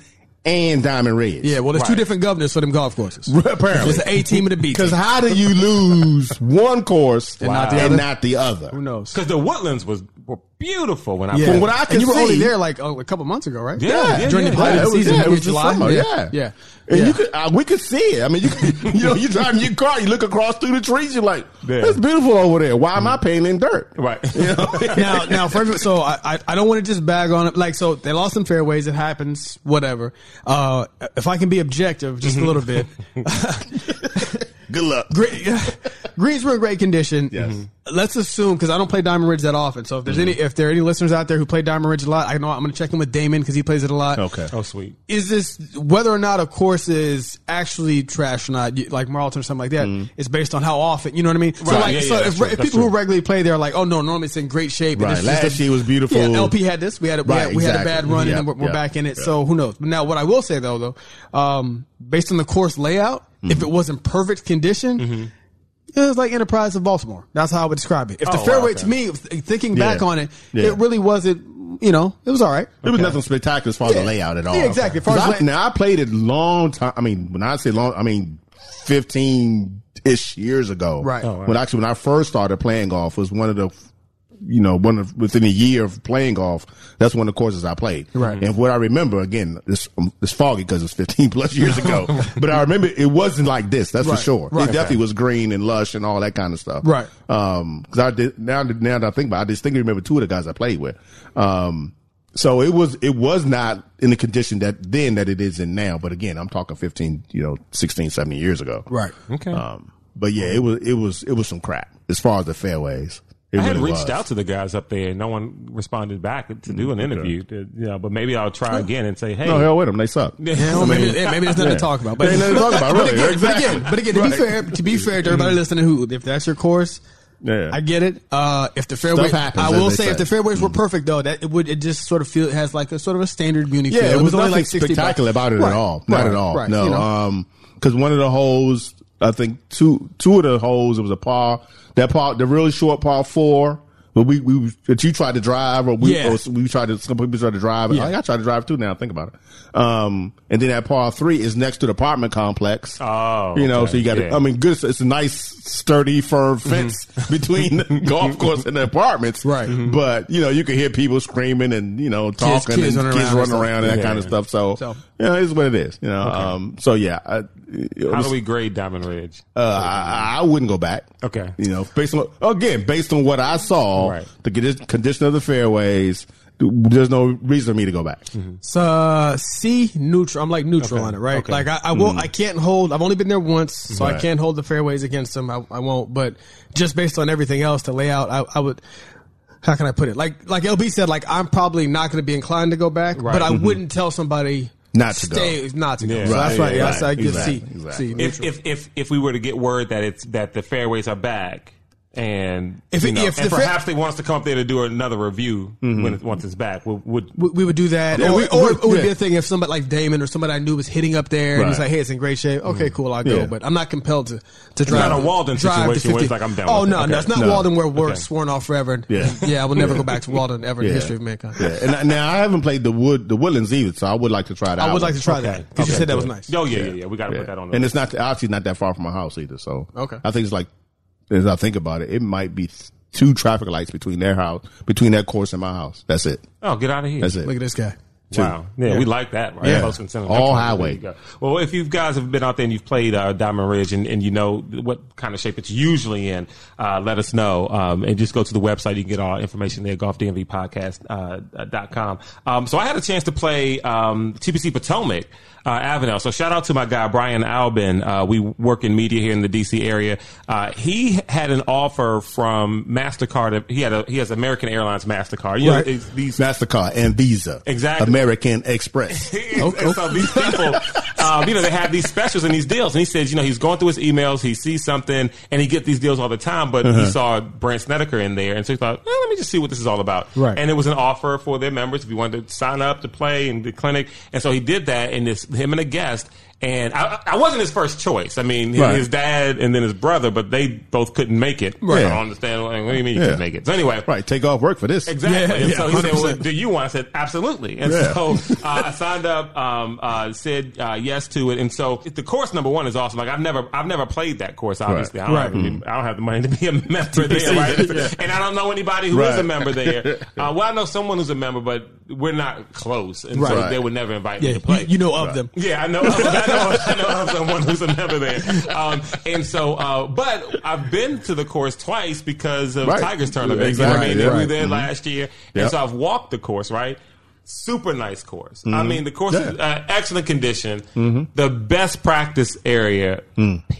[SPEAKER 3] and Diamond Ridge.
[SPEAKER 4] Yeah, well, there's two
[SPEAKER 2] Right.
[SPEAKER 4] different governors for them golf courses.
[SPEAKER 3] Apparently.
[SPEAKER 4] There's the A team and the B team.
[SPEAKER 3] Because how do you lose one course and,
[SPEAKER 4] not
[SPEAKER 3] not,
[SPEAKER 4] the
[SPEAKER 3] the
[SPEAKER 4] other?
[SPEAKER 3] other?
[SPEAKER 4] Who knows?
[SPEAKER 2] Because the Woodlands was were beautiful when I
[SPEAKER 4] Yeah.
[SPEAKER 3] From what I
[SPEAKER 4] And
[SPEAKER 3] can
[SPEAKER 4] you were only
[SPEAKER 3] see-
[SPEAKER 4] there like oh, a, a couple months ago, right?
[SPEAKER 2] Yeah, yeah,
[SPEAKER 4] during
[SPEAKER 2] yeah,
[SPEAKER 4] the
[SPEAKER 2] yeah.
[SPEAKER 4] height
[SPEAKER 3] it
[SPEAKER 4] of the
[SPEAKER 3] was,
[SPEAKER 4] season,
[SPEAKER 3] yeah, it
[SPEAKER 4] maybe
[SPEAKER 3] was the
[SPEAKER 4] July.
[SPEAKER 3] summer,
[SPEAKER 4] yeah,
[SPEAKER 3] yeah,
[SPEAKER 4] yeah.
[SPEAKER 3] And
[SPEAKER 4] Yeah.
[SPEAKER 3] you could, uh, we could see it. I mean, you could, you know, you driving your car, you look across through the trees, you're like,
[SPEAKER 2] Yeah.
[SPEAKER 3] "It's beautiful over there. Why am I painting in dirt?"
[SPEAKER 2] Right.
[SPEAKER 3] You know?
[SPEAKER 4] now, now, for every, so I, I, I don't want to just bag on it. Like, so they lost some fairways. It happens. Whatever. Uh, if I can be objective just a little bit,
[SPEAKER 3] Good luck.
[SPEAKER 4] Gre- greens were in great condition.
[SPEAKER 3] Yes. Mhm.
[SPEAKER 4] Let's assume because I don't play Diamond Ridge that often. So if there's any, if there are any listeners out there who play Diamond Ridge a lot, I know I'm going to check in with Damon because he plays it a lot.
[SPEAKER 3] Okay.
[SPEAKER 2] Oh, sweet.
[SPEAKER 4] Is this whether or not a course is actually trash or not, you- like Marlton or something like that?
[SPEAKER 3] Mm.
[SPEAKER 4] It's based on how often. You know what I mean? So
[SPEAKER 2] Right.
[SPEAKER 4] like,
[SPEAKER 2] Yeah,
[SPEAKER 4] so
[SPEAKER 2] yeah,
[SPEAKER 4] if,
[SPEAKER 2] that's true,
[SPEAKER 4] if
[SPEAKER 2] that's
[SPEAKER 4] people who
[SPEAKER 2] true.
[SPEAKER 4] regularly play, they're like, oh no, normally it's in great shape.
[SPEAKER 3] Right.
[SPEAKER 4] And it's just
[SPEAKER 3] Last
[SPEAKER 4] a-
[SPEAKER 3] year was beautiful.
[SPEAKER 4] Yeah, LP had this. We had a, we,
[SPEAKER 3] Right,
[SPEAKER 4] had, we had a
[SPEAKER 3] exactly.
[SPEAKER 4] bad run
[SPEAKER 3] Yeah,
[SPEAKER 4] and then we're, we're
[SPEAKER 3] yeah,
[SPEAKER 4] back in it.
[SPEAKER 3] yeah.
[SPEAKER 4] So who knows? Now, what I will say though, though, um, based on the course layout,
[SPEAKER 3] Mm-hmm.
[SPEAKER 4] if it was in perfect condition, it was like Enterprise of Baltimore. That's how I would describe it. If the
[SPEAKER 2] Oh, wow,
[SPEAKER 4] fairway,
[SPEAKER 2] okay.
[SPEAKER 4] to me, th- thinking
[SPEAKER 3] Yeah.
[SPEAKER 4] back on it,
[SPEAKER 3] Yeah.
[SPEAKER 4] it really wasn't. You know, it was all right.
[SPEAKER 3] It was nothing spectacular as far as
[SPEAKER 4] Yeah.
[SPEAKER 3] the layout at all.
[SPEAKER 4] Yeah, exactly. As far
[SPEAKER 3] 'Cause
[SPEAKER 4] as
[SPEAKER 3] I-
[SPEAKER 4] la-
[SPEAKER 3] now I played it long time. I mean, when I say long, I mean fifteen ish years ago.
[SPEAKER 4] Right. Oh, wow.
[SPEAKER 3] When actually, when I first started playing golf, was one of the, you know, one of within a year of playing golf. That's one of the courses I played.
[SPEAKER 4] Right.
[SPEAKER 3] And what I remember again, it's um, it's foggy because it's fifteen plus years ago. but I remember it wasn't like this. That's
[SPEAKER 4] Right.
[SPEAKER 3] for sure.
[SPEAKER 4] Right.
[SPEAKER 3] It definitely was green and lush and all that kind of stuff.
[SPEAKER 4] Right.
[SPEAKER 3] Um, cause I did, now, now that I think about it, I distinctly remember two of the guys I played with. Um, so it was, it was not in the condition that then that it is in now. But again, I'm talking 15, you know, 16, 17 years ago.
[SPEAKER 4] Right.
[SPEAKER 2] Okay.
[SPEAKER 3] Um, but yeah, it was, it was, it was some crap as far as the fairways. It
[SPEAKER 2] I had
[SPEAKER 3] really
[SPEAKER 2] reached
[SPEAKER 3] was. Mm-hmm.
[SPEAKER 2] out to the guys up there, and no one responded back to do an interview. To, you know, but maybe I'll try again and say, "Hey,
[SPEAKER 3] No, hell with them. They suck.
[SPEAKER 4] Yeah, well,
[SPEAKER 3] I mean-
[SPEAKER 4] maybe, eh, maybe there's nothing
[SPEAKER 3] Yeah.
[SPEAKER 4] to talk about.
[SPEAKER 3] There ain't nothing to talk about,
[SPEAKER 4] but
[SPEAKER 3] right,
[SPEAKER 4] again,
[SPEAKER 3] exactly. Mm.
[SPEAKER 4] but again, but again, to be fair, to be fair to everybody listening, who if that's your course,
[SPEAKER 3] Yeah.
[SPEAKER 4] I get it. Uh, if the fairway,
[SPEAKER 3] happens,
[SPEAKER 4] I
[SPEAKER 3] as
[SPEAKER 4] will
[SPEAKER 3] they
[SPEAKER 4] say, if
[SPEAKER 3] say. Mm.
[SPEAKER 4] the fairways were perfect though, that it would it just sort of feel it has like a sort of a standard Muni feel.
[SPEAKER 3] Yeah, it was
[SPEAKER 4] only
[SPEAKER 3] nothing
[SPEAKER 4] like 60 bucks.
[SPEAKER 3] spectacular about it
[SPEAKER 4] Right,
[SPEAKER 3] at all. Not
[SPEAKER 4] right,
[SPEAKER 3] at all.
[SPEAKER 4] right,
[SPEAKER 3] no,
[SPEAKER 4] you know.
[SPEAKER 3] um, because one of the holes, I think two two of the holes, it was a par. That par, the really short par four. But we, we that you tried to drive or we
[SPEAKER 4] Yeah.
[SPEAKER 3] or we tried to some people tried to drive. Oh,
[SPEAKER 4] Yeah.
[SPEAKER 3] I, I tried to drive too. Now I think about it. Um, and then that par three is next to the apartment complex.
[SPEAKER 2] Oh,
[SPEAKER 3] you know,
[SPEAKER 2] okay,
[SPEAKER 3] so you got to.
[SPEAKER 2] yeah.
[SPEAKER 3] I mean, good. It's a nice sturdy firm fence between the golf course and the apartments.
[SPEAKER 4] Mm-hmm.
[SPEAKER 3] Mm-hmm.
[SPEAKER 4] Right. Mhm.
[SPEAKER 3] But you know, you can hear people screaming and you know talking
[SPEAKER 4] kids
[SPEAKER 3] and
[SPEAKER 4] running
[SPEAKER 3] kids
[SPEAKER 4] around and
[SPEAKER 3] running
[SPEAKER 4] stuff.
[SPEAKER 3] around and that
[SPEAKER 2] Yeah.
[SPEAKER 3] kind of stuff. So,
[SPEAKER 4] So-
[SPEAKER 3] you know, it's what it is. You know, um, so yeah, I,
[SPEAKER 2] how do we grade Diamond Ridge?"
[SPEAKER 3] uh, I, I wouldn't go back.
[SPEAKER 2] Okay.
[SPEAKER 3] you know, based on again, based on what I saw,
[SPEAKER 2] Right.
[SPEAKER 3] the condi- condition of the fairways, th- there's no reason for me to go back.
[SPEAKER 4] So uh, C neutral. I'm like neutral on it, right?
[SPEAKER 2] okay.
[SPEAKER 4] Like I, I won't. I can't hold. I've only been there once, so I
[SPEAKER 3] Hmm. Right.
[SPEAKER 4] can't hold the fairways against them. I, I won't. But just based on everything else, the layout, I, I would. How can I put it? Like like LB said, like I'm probably not going to be inclined to go back,
[SPEAKER 2] Right.
[SPEAKER 4] but I wouldn't tell somebody
[SPEAKER 3] Not to go.
[SPEAKER 4] stay, Not to go.
[SPEAKER 2] Yeah.
[SPEAKER 4] So that's
[SPEAKER 3] Right,
[SPEAKER 4] right. Yeah,
[SPEAKER 3] right.
[SPEAKER 4] so I give
[SPEAKER 3] Exactly,
[SPEAKER 4] C.
[SPEAKER 3] exactly.
[SPEAKER 4] C
[SPEAKER 2] if,
[SPEAKER 4] neutral.
[SPEAKER 2] if if if we were to get word that it's that the fairways are back And
[SPEAKER 4] If
[SPEAKER 2] you
[SPEAKER 4] it-
[SPEAKER 2] know,
[SPEAKER 4] if
[SPEAKER 2] and
[SPEAKER 4] the fi-
[SPEAKER 2] perhaps they want us to come up there to do another review when it, once it's back. Would, would
[SPEAKER 4] we, we would do that,
[SPEAKER 3] Yeah,
[SPEAKER 4] or,
[SPEAKER 3] we-
[SPEAKER 4] or
[SPEAKER 3] we-
[SPEAKER 4] it would be
[SPEAKER 3] yeah.
[SPEAKER 4] a thing if somebody like Damon or somebody I knew was hitting up there and he's
[SPEAKER 3] Right.
[SPEAKER 4] like, "Hey, it's in great shape. Okay, cool, I'll go."
[SPEAKER 3] Yeah.
[SPEAKER 4] But I'm not compelled to to drive.
[SPEAKER 2] Mm-hmm. not a Walden
[SPEAKER 4] drive to
[SPEAKER 2] situation where it's
[SPEAKER 4] 50.
[SPEAKER 2] like, I'm down
[SPEAKER 4] Oh
[SPEAKER 2] with
[SPEAKER 4] no,
[SPEAKER 2] it.
[SPEAKER 4] no,
[SPEAKER 2] Okay.
[SPEAKER 4] it's not
[SPEAKER 3] No.
[SPEAKER 4] Walden where we're
[SPEAKER 2] Okay.
[SPEAKER 4] sworn off forever. And,
[SPEAKER 3] Yeah.
[SPEAKER 4] yeah, I will never go back to Walden ever in the history of mankind.
[SPEAKER 3] Yeah, and I- now I haven't played the wood, the woodlands either, so I would like to try that.
[SPEAKER 4] I would like to try that because you said that was nice.
[SPEAKER 2] Oh yeah, yeah, yeah. We got to put that on. The
[SPEAKER 3] and it's not obviously not that far from my house either. So
[SPEAKER 4] Okay.
[SPEAKER 3] I think it's like as I think about it, it might be th- two traffic lights between their house, between that course and my house. That's it.
[SPEAKER 2] oh, get out of here.
[SPEAKER 3] That's it.
[SPEAKER 4] Look at this guy.
[SPEAKER 2] Wow. Yeah, we like that, right?
[SPEAKER 3] Yeah.
[SPEAKER 2] Close and centered.
[SPEAKER 3] All
[SPEAKER 2] That's-
[SPEAKER 3] highway.
[SPEAKER 2] there you go. Well, if you guys have been out there and you've played uh, Diamond Ridge and, and you know what kind of shape it's usually in, uh, let us know. Um, and just go to the website. You can get all our information there, uh, golfdmvpodcast.com. Um, so I had a chance to play um, TPC Potomac uh, Avenel. So shout out to my guy, Brian Albin. Uh, we work in media here in the D.C. area. Uh, he had an offer from MasterCard. He had a, he has American Airlines MasterCard. You know,
[SPEAKER 4] Right.
[SPEAKER 2] it's these
[SPEAKER 3] Mastercard and Visa,
[SPEAKER 2] Exactly.
[SPEAKER 3] American Express.
[SPEAKER 2] and so these people, um, you know, they have these specials and these deals. And he says, you know, he's going through his emails, he sees something, and he get these deals all the time. But
[SPEAKER 3] Uh-huh.
[SPEAKER 2] he saw Brent Snedeker in there, and so he thought, eh, let me just see what this is all about.
[SPEAKER 4] Right.
[SPEAKER 2] And it was an offer for their members if you wanted to sign up to play in the clinic. And so he did that, and this him and a guest. And I, I wasn't his first choice. I mean, his,
[SPEAKER 3] Right.
[SPEAKER 2] his dad and then his brother, but they both couldn't make it.
[SPEAKER 3] Right.
[SPEAKER 2] I don't understand. Like, what do you mean you
[SPEAKER 3] Yeah.
[SPEAKER 2] couldn't make it? So anyway,
[SPEAKER 3] right, take off work for this.
[SPEAKER 2] Exactly.
[SPEAKER 4] Yeah,
[SPEAKER 2] and
[SPEAKER 4] yeah,
[SPEAKER 2] so he said, well,
[SPEAKER 4] 100%.
[SPEAKER 2] do you want? I said, absolutely. And
[SPEAKER 3] Yeah.
[SPEAKER 2] so uh, I signed up, um, uh, said uh, yes to it. And so the course number one is awesome. Like I've never, I've never played that course. Obviously, I, don't
[SPEAKER 4] Right.
[SPEAKER 2] have, the- I don't have the money to be a member there, right? And I don't know anybody who is
[SPEAKER 3] Right.
[SPEAKER 2] a member there. Uh, well, I know someone who's a member, but we're not close, and so
[SPEAKER 3] Right.
[SPEAKER 2] they would never invite me
[SPEAKER 4] Yeah,
[SPEAKER 2] to play.
[SPEAKER 4] you, you know of them.
[SPEAKER 2] Yeah, I know. I know, I know of someone who's a member there. Um, and so, uh, but I've been to the course twice because of
[SPEAKER 3] Right.
[SPEAKER 2] Tiger's tournament.
[SPEAKER 3] Exactly,
[SPEAKER 2] You know what I mean? We
[SPEAKER 3] right.
[SPEAKER 2] were there
[SPEAKER 3] Mhm.
[SPEAKER 2] last year.
[SPEAKER 3] Yep.
[SPEAKER 2] And so I've walked the course, right? Super nice course. I mean, the course is
[SPEAKER 3] Mm-hmm. Yeah. Mm-hmm.
[SPEAKER 2] uh, excellent condition. The best practice area,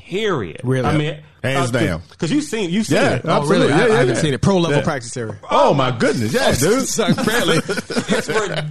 [SPEAKER 2] period.
[SPEAKER 4] Really?
[SPEAKER 2] I mean,
[SPEAKER 3] Mm. Hands down.
[SPEAKER 2] Because you've seen, you've seen
[SPEAKER 3] Yeah.
[SPEAKER 2] it.
[SPEAKER 4] Oh, really?
[SPEAKER 3] Absolutely.
[SPEAKER 4] I,
[SPEAKER 3] Yeah,
[SPEAKER 4] I
[SPEAKER 3] yeah,
[SPEAKER 4] haven't
[SPEAKER 3] yeah.
[SPEAKER 4] seen it. Pro level
[SPEAKER 3] Yeah.
[SPEAKER 4] practice area.
[SPEAKER 3] Oh my goodness, yeah, dude.
[SPEAKER 4] It's apparently.
[SPEAKER 2] it's ridiculous.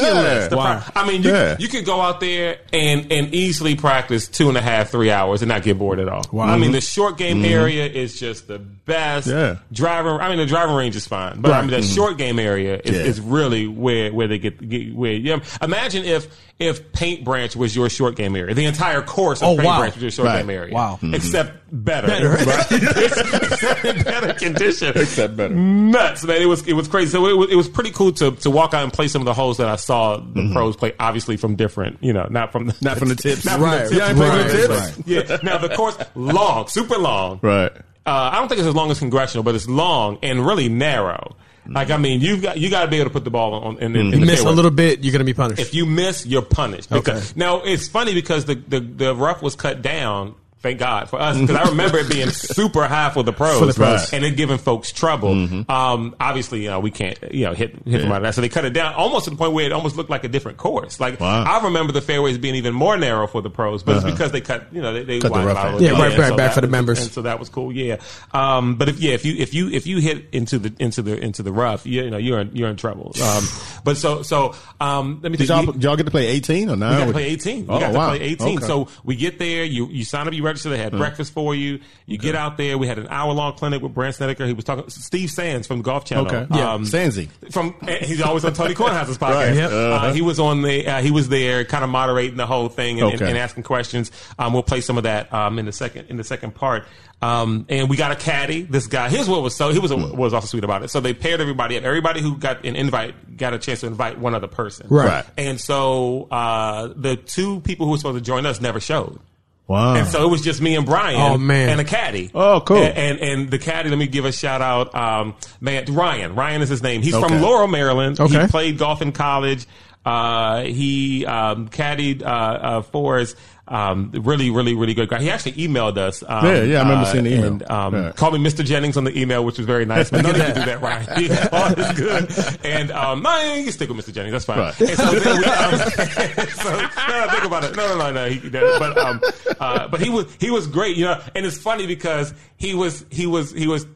[SPEAKER 3] Yeah.
[SPEAKER 2] The
[SPEAKER 4] Wow.
[SPEAKER 2] pro- I mean, you,
[SPEAKER 3] Yeah.
[SPEAKER 2] you could go out there and, and easily practice two and a half, three hours and not get bored at all.
[SPEAKER 4] Wow.
[SPEAKER 2] I mean, the short game area is just the best.
[SPEAKER 3] Mm-hmm. Yeah. Mm-hmm.
[SPEAKER 2] Driving, I mean, the driving range is fine, but I mean, the short game area is,
[SPEAKER 3] Yeah.
[SPEAKER 2] is really where where they get, get where. Yeah, imagine if if Paint Branch was your short game area, the entire course of
[SPEAKER 4] Oh,
[SPEAKER 2] Paint
[SPEAKER 4] wow.
[SPEAKER 2] Branch was your short
[SPEAKER 3] Right. Mm-hmm.
[SPEAKER 2] game area.
[SPEAKER 4] Wow. Mhm.
[SPEAKER 2] except better,
[SPEAKER 4] Better.
[SPEAKER 2] except in better condition,
[SPEAKER 3] Except better.
[SPEAKER 2] nuts, man. It was it was crazy. So it was, it was pretty cool to to walk out and play some of the holes that I saw the pros play. Obviously from different, you know, not from the,
[SPEAKER 3] Not from the tips.
[SPEAKER 2] not from
[SPEAKER 4] Right,
[SPEAKER 2] the tips.
[SPEAKER 4] yeah, I ain't playing
[SPEAKER 2] Right,
[SPEAKER 4] the
[SPEAKER 2] right. Yeah. Now the course long, super long.
[SPEAKER 3] Right.
[SPEAKER 2] Uh, I don't think it's as long as congressional, but it's long and really narrow. Like I mean, you've got you got to be able to put the ball on in, in, in the
[SPEAKER 4] Miss a
[SPEAKER 2] fairway.
[SPEAKER 4] little bit, you're gonna be punished.
[SPEAKER 2] If you miss, you're punished. Because now it's funny because the, the the rough was cut down. Thank God for us because I remember it being super high for the pros,
[SPEAKER 4] For the pros.
[SPEAKER 2] and it giving folks trouble. Um, obviously, you know, we can't you know hit hit them out of that, so they cut it down almost to the point where it almost looked like a different course. Like
[SPEAKER 3] Wow.
[SPEAKER 2] I remember the fairways being even more narrow for the pros, but it's because they cut you know they, they
[SPEAKER 3] Cut the
[SPEAKER 2] widened
[SPEAKER 3] rough
[SPEAKER 2] out a
[SPEAKER 3] out.
[SPEAKER 2] little
[SPEAKER 4] Yeah,
[SPEAKER 2] bit.
[SPEAKER 4] right
[SPEAKER 2] And
[SPEAKER 4] back- back
[SPEAKER 2] that
[SPEAKER 4] for the
[SPEAKER 2] was-
[SPEAKER 4] members.
[SPEAKER 2] and so that was cool. Yeah, um, but if yeah, if you if you if you hit into the into the into the rough, you, you know you're in, you're in trouble. Um, but so so um, let me
[SPEAKER 3] Did
[SPEAKER 2] think.
[SPEAKER 3] y'all,
[SPEAKER 2] You-
[SPEAKER 3] did y'all get to play 18 or
[SPEAKER 2] we
[SPEAKER 3] nine?
[SPEAKER 2] got to play 18. We
[SPEAKER 3] Oh,
[SPEAKER 2] got to
[SPEAKER 3] wow.
[SPEAKER 2] play 18.
[SPEAKER 3] Okay. Mm.
[SPEAKER 2] So we get there, you you sign up, you register, they had breakfast for you. You get out there. We had an hour long clinic with Brand Snedeker. He was talking Steve Sands from Golf Channel. Um,
[SPEAKER 3] Okay. Yeah. Sandsy.
[SPEAKER 2] From eh, he's always on Tony Kornhouse's podcast.
[SPEAKER 3] Right. Yep.
[SPEAKER 2] uh, he was on the uh, he was there, kind of moderating the whole thing and, and-
[SPEAKER 3] Okay.
[SPEAKER 2] and asking questions. Um, we'll play some of that um, in the second in the second part. Um, and we got a caddy. This guy, here's what was so he was what was also sweet about it. So they paired everybody up. Everybody who got an invite got a chance to invite one other person.
[SPEAKER 4] Right.
[SPEAKER 3] Right.
[SPEAKER 2] And so uh, the two people who were supposed to join us never showed.
[SPEAKER 3] Wow.
[SPEAKER 2] And so it was just me and Brian
[SPEAKER 4] Oh, man.
[SPEAKER 2] and a caddy.
[SPEAKER 3] Oh, cool.
[SPEAKER 2] And, and and the caddy, let me give a shout out. Um, man, Ryan. Ryan is his name. He's
[SPEAKER 3] Okay.
[SPEAKER 2] from Laurel, Maryland. He
[SPEAKER 4] Okay.
[SPEAKER 2] played golf in college. Uh, he um, caddied uh, uh, for us. Um, really, really, really good guy. He actually emailed us. Um,
[SPEAKER 3] Yeah, yeah, I remember
[SPEAKER 2] uh,
[SPEAKER 3] seeing the email.
[SPEAKER 2] And, um,
[SPEAKER 3] Yeah.
[SPEAKER 2] Called me Mr. Jennings on the email, which was very nice. But none of you do that, Ryan. All is good. And um, no, you can stick with Mr. Jennings. That's fine.
[SPEAKER 3] Right.
[SPEAKER 2] And so then we, um, so, no, no, think about it. No, no, no, no. He, no but um, uh, but he was he was great. You know, and it's funny because he was he was he was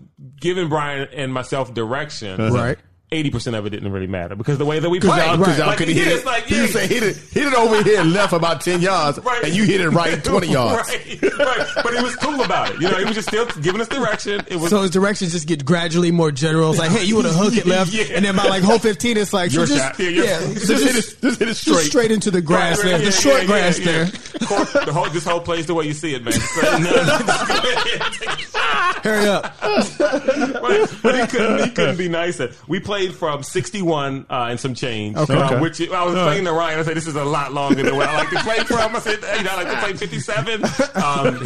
[SPEAKER 2] giving Brian and myself direction.
[SPEAKER 4] Right.
[SPEAKER 2] eighty percent of it didn't really matter because the way that we played,
[SPEAKER 3] Uh-huh.
[SPEAKER 2] right.
[SPEAKER 3] Because y'all, 'cause y'all
[SPEAKER 2] like,
[SPEAKER 3] couldn't
[SPEAKER 2] yeah,
[SPEAKER 3] hit
[SPEAKER 2] it's
[SPEAKER 3] it.
[SPEAKER 2] like,
[SPEAKER 3] he
[SPEAKER 2] yeah.
[SPEAKER 3] used to hit it, hit it over here and left about 10 yards,
[SPEAKER 2] Right.
[SPEAKER 3] and you hit it right 20 yards.
[SPEAKER 2] right, right. But he was cool about it. You know, he was just still giving us direction. It was
[SPEAKER 4] So his directions just get gradually more general. It's like, hey, you would have hooked it left,
[SPEAKER 2] Yeah.
[SPEAKER 4] and then by like hole fifteen, it's like
[SPEAKER 2] Your
[SPEAKER 4] so just,
[SPEAKER 2] shot. Yeah, your-
[SPEAKER 4] so
[SPEAKER 3] Just hit it, just hit it straight.
[SPEAKER 4] just straight into the grass
[SPEAKER 2] Right,
[SPEAKER 4] there,
[SPEAKER 2] right,
[SPEAKER 4] the
[SPEAKER 2] yeah,
[SPEAKER 4] short
[SPEAKER 2] yeah,
[SPEAKER 4] grass
[SPEAKER 2] yeah,
[SPEAKER 4] there.
[SPEAKER 2] yeah. Cor- the whole this whole plays the way you see it, man. So, no, just-
[SPEAKER 4] Hurry up!
[SPEAKER 2] Right. But he couldn't, he couldn't be nicer. We played from 61 uh, and some change.
[SPEAKER 4] Okay.
[SPEAKER 2] uh,
[SPEAKER 4] Okay.
[SPEAKER 2] Which I was playing to Ryan. I said, this is a lot longer than what I like to play from. I said, you know, I like to play 57. Um,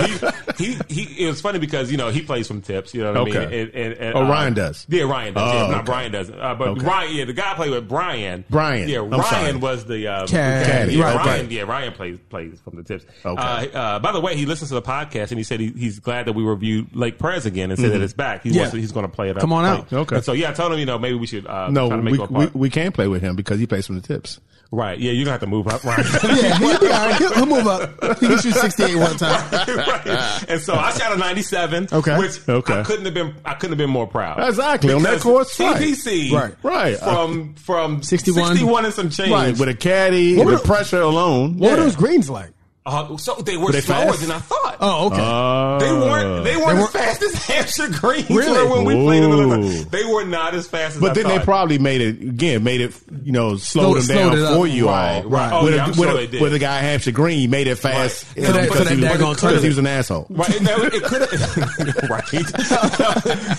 [SPEAKER 2] he, he, he, it was funny because, you know, he plays from tips, you know what I mean?
[SPEAKER 3] Okay.
[SPEAKER 2] And, and, and, uh,
[SPEAKER 3] Oh, Ryan does.
[SPEAKER 2] Yeah, Ryan does.
[SPEAKER 3] Oh,
[SPEAKER 2] yeah, Not
[SPEAKER 3] okay.
[SPEAKER 2] Brian doesn't. Uh, but
[SPEAKER 3] Okay.
[SPEAKER 2] Ryan, yeah, the guy I played with, Brian.
[SPEAKER 3] Brian.
[SPEAKER 2] Yeah,
[SPEAKER 3] I'm
[SPEAKER 2] Ryan
[SPEAKER 3] sorry.
[SPEAKER 2] was the um,
[SPEAKER 4] Caddy.
[SPEAKER 3] Caddy,
[SPEAKER 2] Yeah,
[SPEAKER 3] okay.
[SPEAKER 2] Ryan, yeah, Ryan plays, plays from the tips.
[SPEAKER 3] Okay.
[SPEAKER 2] Uh, uh, by the way, he listens to the podcast and he said he, he's glad that we reviewed Lake Perez again and said
[SPEAKER 3] Mm-hmm.
[SPEAKER 2] that it's back. He
[SPEAKER 4] Yeah.
[SPEAKER 2] wants to- he's going to play it up.
[SPEAKER 4] Come on out.
[SPEAKER 2] Play-
[SPEAKER 3] Okay.
[SPEAKER 2] And so yeah, I told him you know maybe we should uh,
[SPEAKER 3] No,
[SPEAKER 2] try to make
[SPEAKER 3] we,
[SPEAKER 2] it
[SPEAKER 3] we, we can play with him because he plays from the tips.
[SPEAKER 2] right. Yeah, you're gonna have to move up. Right.
[SPEAKER 4] Yeah, he'll be all right. He'll, he'll move up. He can shoot sixty eight one time.
[SPEAKER 2] Right. And so I shot a 97,
[SPEAKER 4] Okay.
[SPEAKER 2] which I
[SPEAKER 3] Okay.
[SPEAKER 2] couldn't have been I couldn't have been more proud.
[SPEAKER 3] Exactly, on that
[SPEAKER 2] Because
[SPEAKER 3] course, right.
[SPEAKER 2] TPC,
[SPEAKER 4] Right.
[SPEAKER 3] Right. Uh,
[SPEAKER 2] from from
[SPEAKER 4] 61.
[SPEAKER 2] 61 and some change.
[SPEAKER 3] Right, with a caddy,
[SPEAKER 4] What were
[SPEAKER 3] with
[SPEAKER 4] the-
[SPEAKER 3] pressure alone.
[SPEAKER 4] What were
[SPEAKER 3] Yeah.
[SPEAKER 4] those greens like?
[SPEAKER 2] Uh, so they were
[SPEAKER 3] they
[SPEAKER 2] slower
[SPEAKER 3] fast?
[SPEAKER 2] than I thought.
[SPEAKER 4] Oh, okay.
[SPEAKER 3] Oh.
[SPEAKER 2] They weren't. They weren't,
[SPEAKER 4] They
[SPEAKER 2] as
[SPEAKER 4] weren't-
[SPEAKER 2] fast as Hampshire Greens
[SPEAKER 4] Really?
[SPEAKER 2] were when we played them.
[SPEAKER 3] Ooh.
[SPEAKER 2] They were not as fast as. I
[SPEAKER 3] But then they
[SPEAKER 2] thought.
[SPEAKER 3] probably made it again, made it you know slowed
[SPEAKER 4] Slowed-
[SPEAKER 3] them
[SPEAKER 4] slowed
[SPEAKER 3] down
[SPEAKER 4] it up.
[SPEAKER 3] for you
[SPEAKER 2] Right,
[SPEAKER 3] all.
[SPEAKER 2] right. Oh,
[SPEAKER 3] with,
[SPEAKER 2] yeah,
[SPEAKER 3] a,
[SPEAKER 2] I'm
[SPEAKER 3] with,
[SPEAKER 2] sure
[SPEAKER 3] a-
[SPEAKER 2] they did.
[SPEAKER 3] with a guy Hampshire Green made it fast
[SPEAKER 2] Right.
[SPEAKER 3] uh,
[SPEAKER 2] For that-
[SPEAKER 4] for that
[SPEAKER 3] he, was,
[SPEAKER 4] daggone
[SPEAKER 3] because he
[SPEAKER 4] tournament.
[SPEAKER 3] was an asshole.
[SPEAKER 2] Right, and that, it could have right.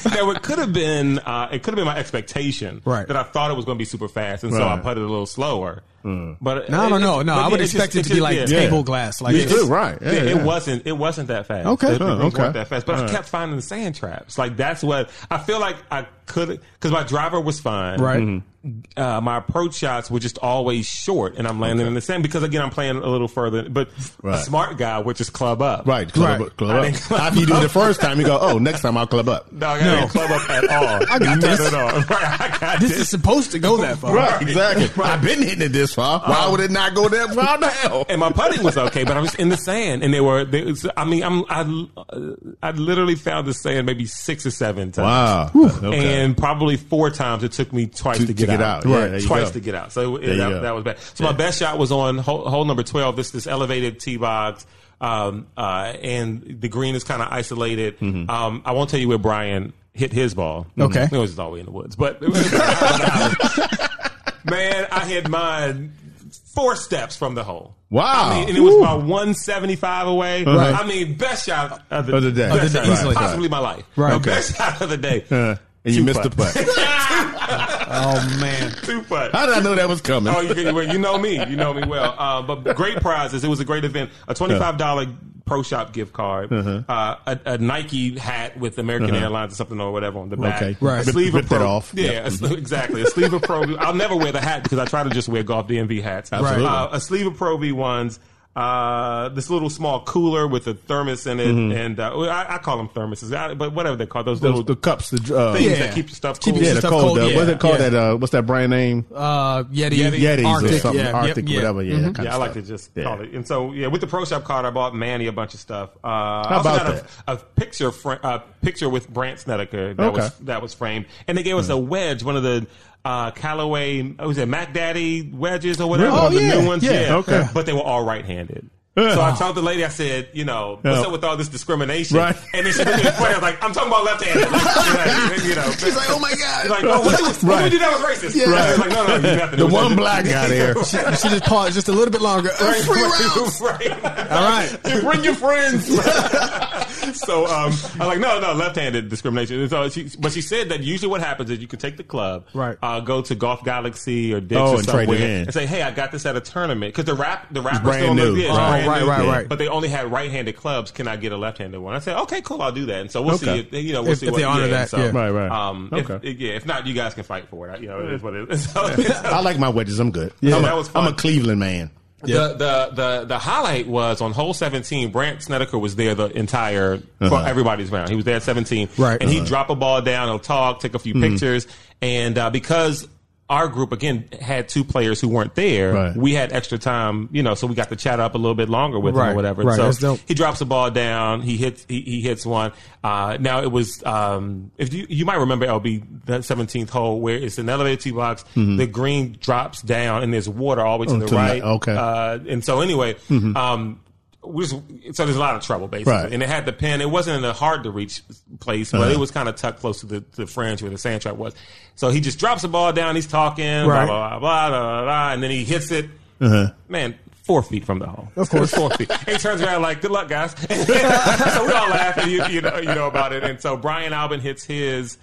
[SPEAKER 2] Now, it could have been uh, it could have been my expectation
[SPEAKER 4] Right.
[SPEAKER 2] that I thought it was going to be super fast, and so I
[SPEAKER 3] Right.
[SPEAKER 2] putted a little slower. But
[SPEAKER 4] Mm. No,
[SPEAKER 2] it-
[SPEAKER 4] no, no,
[SPEAKER 2] it-
[SPEAKER 4] no.
[SPEAKER 2] but
[SPEAKER 4] I would
[SPEAKER 2] yeah, just-
[SPEAKER 4] expect it to
[SPEAKER 2] just-
[SPEAKER 4] be like
[SPEAKER 2] yeah.
[SPEAKER 4] table glass. Like
[SPEAKER 3] Me
[SPEAKER 4] it's-
[SPEAKER 3] too, right? Yeah,
[SPEAKER 2] Yeah, it
[SPEAKER 3] yeah.
[SPEAKER 2] wasn't. It wasn't that fast.
[SPEAKER 4] Okay.
[SPEAKER 2] The- the
[SPEAKER 4] Huh,
[SPEAKER 2] things
[SPEAKER 3] okay.
[SPEAKER 2] weren't that fast. But I
[SPEAKER 3] All
[SPEAKER 2] kept finding the sand traps. Like that's what I feel like I could because my driver was fine.
[SPEAKER 4] Right. Mhm.
[SPEAKER 2] Uh, my approach shots were just always short, and I'm landing in the sand because again I'm playing a little further. But a
[SPEAKER 3] Right.
[SPEAKER 2] smart guy would just club up.
[SPEAKER 3] Right, club
[SPEAKER 4] Right.
[SPEAKER 3] up. Club up.
[SPEAKER 2] didn't club
[SPEAKER 3] After you do it the first time, you go, oh, next time I'll club up.
[SPEAKER 2] Dog, I didn't club up at all. I
[SPEAKER 4] got
[SPEAKER 2] Not at
[SPEAKER 4] this.
[SPEAKER 2] all. Right, I got
[SPEAKER 4] This is supposed to go that far.
[SPEAKER 3] Right, exactly. I've been hitting it this far.
[SPEAKER 2] Uh-huh.
[SPEAKER 3] Why would it not go that far now?
[SPEAKER 2] and my putting was okay, but I was in the sand, and they were. They, was- I mean, I'm I, uh, I literally found the sand maybe six or seven times.
[SPEAKER 3] Wow. Okay.
[SPEAKER 2] And probably four times it took me twice to,
[SPEAKER 3] To-
[SPEAKER 2] get,
[SPEAKER 3] to get
[SPEAKER 2] out.
[SPEAKER 3] out. Yeah, there you
[SPEAKER 2] twice
[SPEAKER 3] go.
[SPEAKER 2] to get out. So it-
[SPEAKER 3] There you
[SPEAKER 2] that,
[SPEAKER 3] go.
[SPEAKER 2] that was bad. So my best shot was on hole, hole number twelve. This this elevated tee box, um, uh, and the green is kind of isolated.
[SPEAKER 3] Mm-hmm.
[SPEAKER 2] Um, I won't tell you where Brian hit his ball.
[SPEAKER 4] Okay.
[SPEAKER 2] it was just all the way in the woods, but man, I hit mine four steps from the hole.
[SPEAKER 3] Wow.
[SPEAKER 2] I mean, and it was about 175 away.
[SPEAKER 3] Right.
[SPEAKER 2] I mean, best shot of the,
[SPEAKER 3] Of the day.
[SPEAKER 2] best
[SPEAKER 3] Of the
[SPEAKER 2] shot
[SPEAKER 3] day.
[SPEAKER 2] Possibly
[SPEAKER 3] Right.
[SPEAKER 2] my life.
[SPEAKER 4] Right.
[SPEAKER 2] The Best shot of the day.
[SPEAKER 3] Uh, and you
[SPEAKER 2] Two
[SPEAKER 3] missed
[SPEAKER 2] putt.
[SPEAKER 3] the putt.
[SPEAKER 4] Oh man.
[SPEAKER 2] Two putt.
[SPEAKER 3] How did I know that was coming?
[SPEAKER 2] Oh, you, you, well, you know me. You know me well. Uh, but great prizes. It was a great event. A twenty-five dollar pro shop gift card,
[SPEAKER 3] Uh-huh.
[SPEAKER 2] uh a, a Nike hat with American Airlines or something or whatever on the back.
[SPEAKER 3] Okay.
[SPEAKER 4] Right.
[SPEAKER 2] A sleeve of
[SPEAKER 3] Rip that
[SPEAKER 2] pro.
[SPEAKER 3] off.
[SPEAKER 2] Yeah, a sl- exactly. A sleeve of pro. I'll never wear the hat because I try to just wear golf DMV hats.
[SPEAKER 3] Absolutely.
[SPEAKER 2] Uh, a sleeve of pro V ones. Uh, this little small cooler with a thermos in it, and uh, well, I, I call them thermoses, I, but whatever they call those,
[SPEAKER 3] Mm-hmm. Those,
[SPEAKER 2] little
[SPEAKER 3] the cups, the uh,
[SPEAKER 2] things
[SPEAKER 4] yeah.
[SPEAKER 2] that keep your stuff
[SPEAKER 4] Keep
[SPEAKER 2] cool.
[SPEAKER 4] your
[SPEAKER 3] yeah, the
[SPEAKER 4] Stuff
[SPEAKER 3] cold.
[SPEAKER 4] cold,
[SPEAKER 3] uh,
[SPEAKER 4] yeah,
[SPEAKER 3] what's it called?
[SPEAKER 4] yeah.
[SPEAKER 3] That uh, what's that brand name?
[SPEAKER 4] Uh, Yeti,
[SPEAKER 3] Yetis
[SPEAKER 4] Arctic,
[SPEAKER 3] or something,
[SPEAKER 4] yeah,
[SPEAKER 3] Arctic,
[SPEAKER 4] yep, yeah.
[SPEAKER 3] whatever. Yeah, that kind
[SPEAKER 2] Yeah,
[SPEAKER 3] of
[SPEAKER 2] I like to
[SPEAKER 3] stuff.
[SPEAKER 2] just
[SPEAKER 3] Yeah.
[SPEAKER 2] call it. And so, yeah, with the pro shop card, I bought Manny a bunch of stuff. Uh, I also
[SPEAKER 3] about
[SPEAKER 2] got
[SPEAKER 3] that?
[SPEAKER 2] A, a picture, fr- a picture with Brant Snedeker that
[SPEAKER 3] Okay. Hmm.
[SPEAKER 2] was that was framed, and they gave us a wedge, one of the uh, Callaway, what was it Mac Daddy wedges or whatever,
[SPEAKER 3] Really?
[SPEAKER 2] one of
[SPEAKER 3] Oh,
[SPEAKER 2] the
[SPEAKER 3] yeah.
[SPEAKER 2] new ones.
[SPEAKER 3] Yeah, okay.
[SPEAKER 2] But they were all right-handed.
[SPEAKER 3] Yeah.
[SPEAKER 2] So I told the lady, I said, you know, what's
[SPEAKER 3] Yeah.
[SPEAKER 2] up with all this discrimination?
[SPEAKER 3] Right.
[SPEAKER 2] And then she looked at me and pointed, I was like, I'm talking about left-handed. Like, you know,
[SPEAKER 4] He's like, oh my god.
[SPEAKER 2] She's like, oh, what, what,
[SPEAKER 3] Right.
[SPEAKER 2] we did that was racist.
[SPEAKER 4] Right.
[SPEAKER 2] I was like, no, no, you nothing. It
[SPEAKER 3] The
[SPEAKER 2] was
[SPEAKER 3] one
[SPEAKER 2] nothing.
[SPEAKER 3] black guy there.
[SPEAKER 4] she, she just paused just a little bit longer. Uh, free rounds.
[SPEAKER 2] Right.
[SPEAKER 4] All right.
[SPEAKER 2] bring your friends. so um, I'm like, no, no, left-handed discrimination. And so she, but she said that usually what happens is you can take the club,
[SPEAKER 4] Right.
[SPEAKER 2] Uh, go to Golf Galaxy or Dick's
[SPEAKER 3] Oh,
[SPEAKER 2] or
[SPEAKER 3] and trade
[SPEAKER 2] somewhere,
[SPEAKER 3] it in.
[SPEAKER 2] and say, hey, I got this at a tournament because the rap, the rapper
[SPEAKER 3] brand
[SPEAKER 2] still
[SPEAKER 3] new.
[SPEAKER 2] Yeah, it's
[SPEAKER 3] Oh,
[SPEAKER 2] brand
[SPEAKER 4] right,
[SPEAKER 2] new.
[SPEAKER 4] right, right.
[SPEAKER 2] But they only had right-handed clubs. Can I get a left-handed one? I said, okay, cool, I'll do that. And so we'll see
[SPEAKER 3] Okay.
[SPEAKER 2] if you know we'll
[SPEAKER 4] If-
[SPEAKER 2] see
[SPEAKER 4] if
[SPEAKER 2] what,
[SPEAKER 4] they honor
[SPEAKER 2] yeah,
[SPEAKER 4] that,
[SPEAKER 2] so,
[SPEAKER 4] yeah.
[SPEAKER 3] Right, right.
[SPEAKER 2] Um, if-
[SPEAKER 3] Okay.
[SPEAKER 2] yeah. If not, you guys can fight for it. You know, it is what it is. So-
[SPEAKER 3] I like my wedges. I'm good.
[SPEAKER 2] Yeah.
[SPEAKER 3] I'm, a,
[SPEAKER 2] That was fun.
[SPEAKER 3] I'm a Cleveland man.
[SPEAKER 2] The, the the the highlight was on hole 17. Brant Snedeker was there the entire for everybody's round. He was there at 17,
[SPEAKER 4] Right.
[SPEAKER 2] And he'd drop a ball down. He'll talk, take a few pictures, and uh, because. our group again had two players who weren't there.
[SPEAKER 3] Right.
[SPEAKER 2] We had extra time, you know, so we got to chat up a little bit longer with him
[SPEAKER 4] Right,
[SPEAKER 2] or whatever.
[SPEAKER 4] right,
[SPEAKER 2] So
[SPEAKER 4] that's dope.
[SPEAKER 2] he drops the ball down. He hits. He, he hits one. Uh, now it was. Um, if you you might remember LB that seventeenth hole where it's an elevated tee box. The green drops down and there's water always to
[SPEAKER 3] Oh,
[SPEAKER 2] the
[SPEAKER 3] to the
[SPEAKER 2] right.
[SPEAKER 3] left, okay.
[SPEAKER 2] Uh, and so anyway, um, we just, so there's a lot of trouble basically.
[SPEAKER 3] Right.
[SPEAKER 2] And it had the pin. It wasn't in a hard to reach place, but it was kind of tucked close to the, the fringe where the sand trap was. So he just drops the ball down. He's talking,
[SPEAKER 4] Right.
[SPEAKER 2] blah, blah, blah, blah, blah, blah, and then he hits it. Man, four feet from the hole. Of course. four feet. And he turns around like, good luck, guys. so we all laugh, and you, you, know, you know about it. And so Brian Albin hits his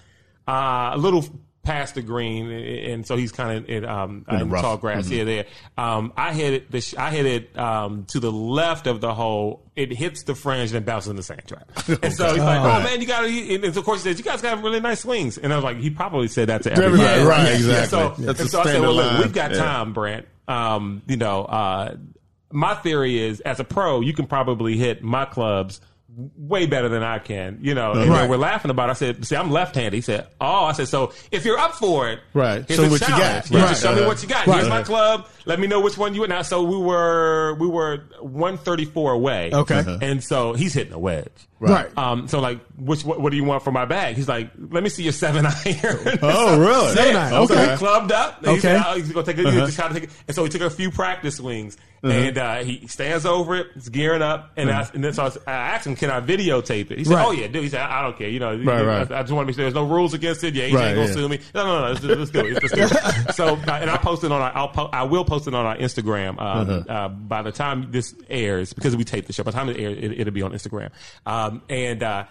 [SPEAKER 2] uh, a little past the green, and so he's kind of in, um, in,
[SPEAKER 3] the rough.
[SPEAKER 2] tall grass here there. Um, I hit it. The sh- I hit it um, to the left of the hole. It hits the fringe and bounces in the sand trap. And so he's like, "Oh man, you got to!" And and of course, he says, "You guys got really nice swings." And I was like, "He probably said that to everybody,
[SPEAKER 3] everybody, right,
[SPEAKER 2] Yeah.
[SPEAKER 3] exactly.
[SPEAKER 2] So,
[SPEAKER 3] That's
[SPEAKER 2] and
[SPEAKER 3] a
[SPEAKER 2] so I said,
[SPEAKER 3] standard
[SPEAKER 2] "Well, look,
[SPEAKER 3] line.
[SPEAKER 2] we've got
[SPEAKER 3] Yeah.
[SPEAKER 2] time, Brant. Um, you know, uh, my theory is, as a pro, you can probably hit my clubs." Way better than I can, you know. And
[SPEAKER 4] Right.
[SPEAKER 2] they we're laughing about. It. I said, "See, I'm left-handed." He said, "Oh," I said, "So if you're up for it,
[SPEAKER 3] Right.
[SPEAKER 2] Here's
[SPEAKER 3] Show
[SPEAKER 2] a
[SPEAKER 3] what you
[SPEAKER 2] challenge.
[SPEAKER 3] got.
[SPEAKER 2] Yeah,
[SPEAKER 3] Right.
[SPEAKER 2] just show me
[SPEAKER 3] Uh-huh.
[SPEAKER 2] what you got.
[SPEAKER 4] Right.
[SPEAKER 2] Here's my club. Let me know which one you went. Now, so we were we were 134 away.
[SPEAKER 4] Okay. Uh-huh.
[SPEAKER 2] and so he's hitting a wedge.
[SPEAKER 4] Right.
[SPEAKER 2] Um. So like, which what, what do you want for my bag? He's like, let me see your seven iron.
[SPEAKER 3] Oh, really?
[SPEAKER 4] Seven iron.
[SPEAKER 2] So
[SPEAKER 4] Okay.
[SPEAKER 2] he clubbed up. And He
[SPEAKER 4] Okay. Uh-huh.
[SPEAKER 2] said, oh, he's gonna take it. Just try to take it. And so he took a few practice swings, and uh, he stands over it. He's gearing up, and, I, and then so I, was- I asked him, "Can I videotape it?" He said,
[SPEAKER 4] Uh-huh. Right.
[SPEAKER 2] "Oh yeah, dude." He said, "I I don't care. You know,
[SPEAKER 3] Right, right.
[SPEAKER 2] I, I just want to make sure there's no rules against it. Yeah, he ain't
[SPEAKER 3] Right,
[SPEAKER 2] gonna
[SPEAKER 3] yeah.
[SPEAKER 2] sue me. No, no, no. Let's, just- let's do it. Let's do it. so, uh, and I posted on our, I'll po- I will post it on our Instagram. Um, uh, by the time this airs, because we tape the show, by the time it airs, it, it'll be on Instagram. Um, and uh,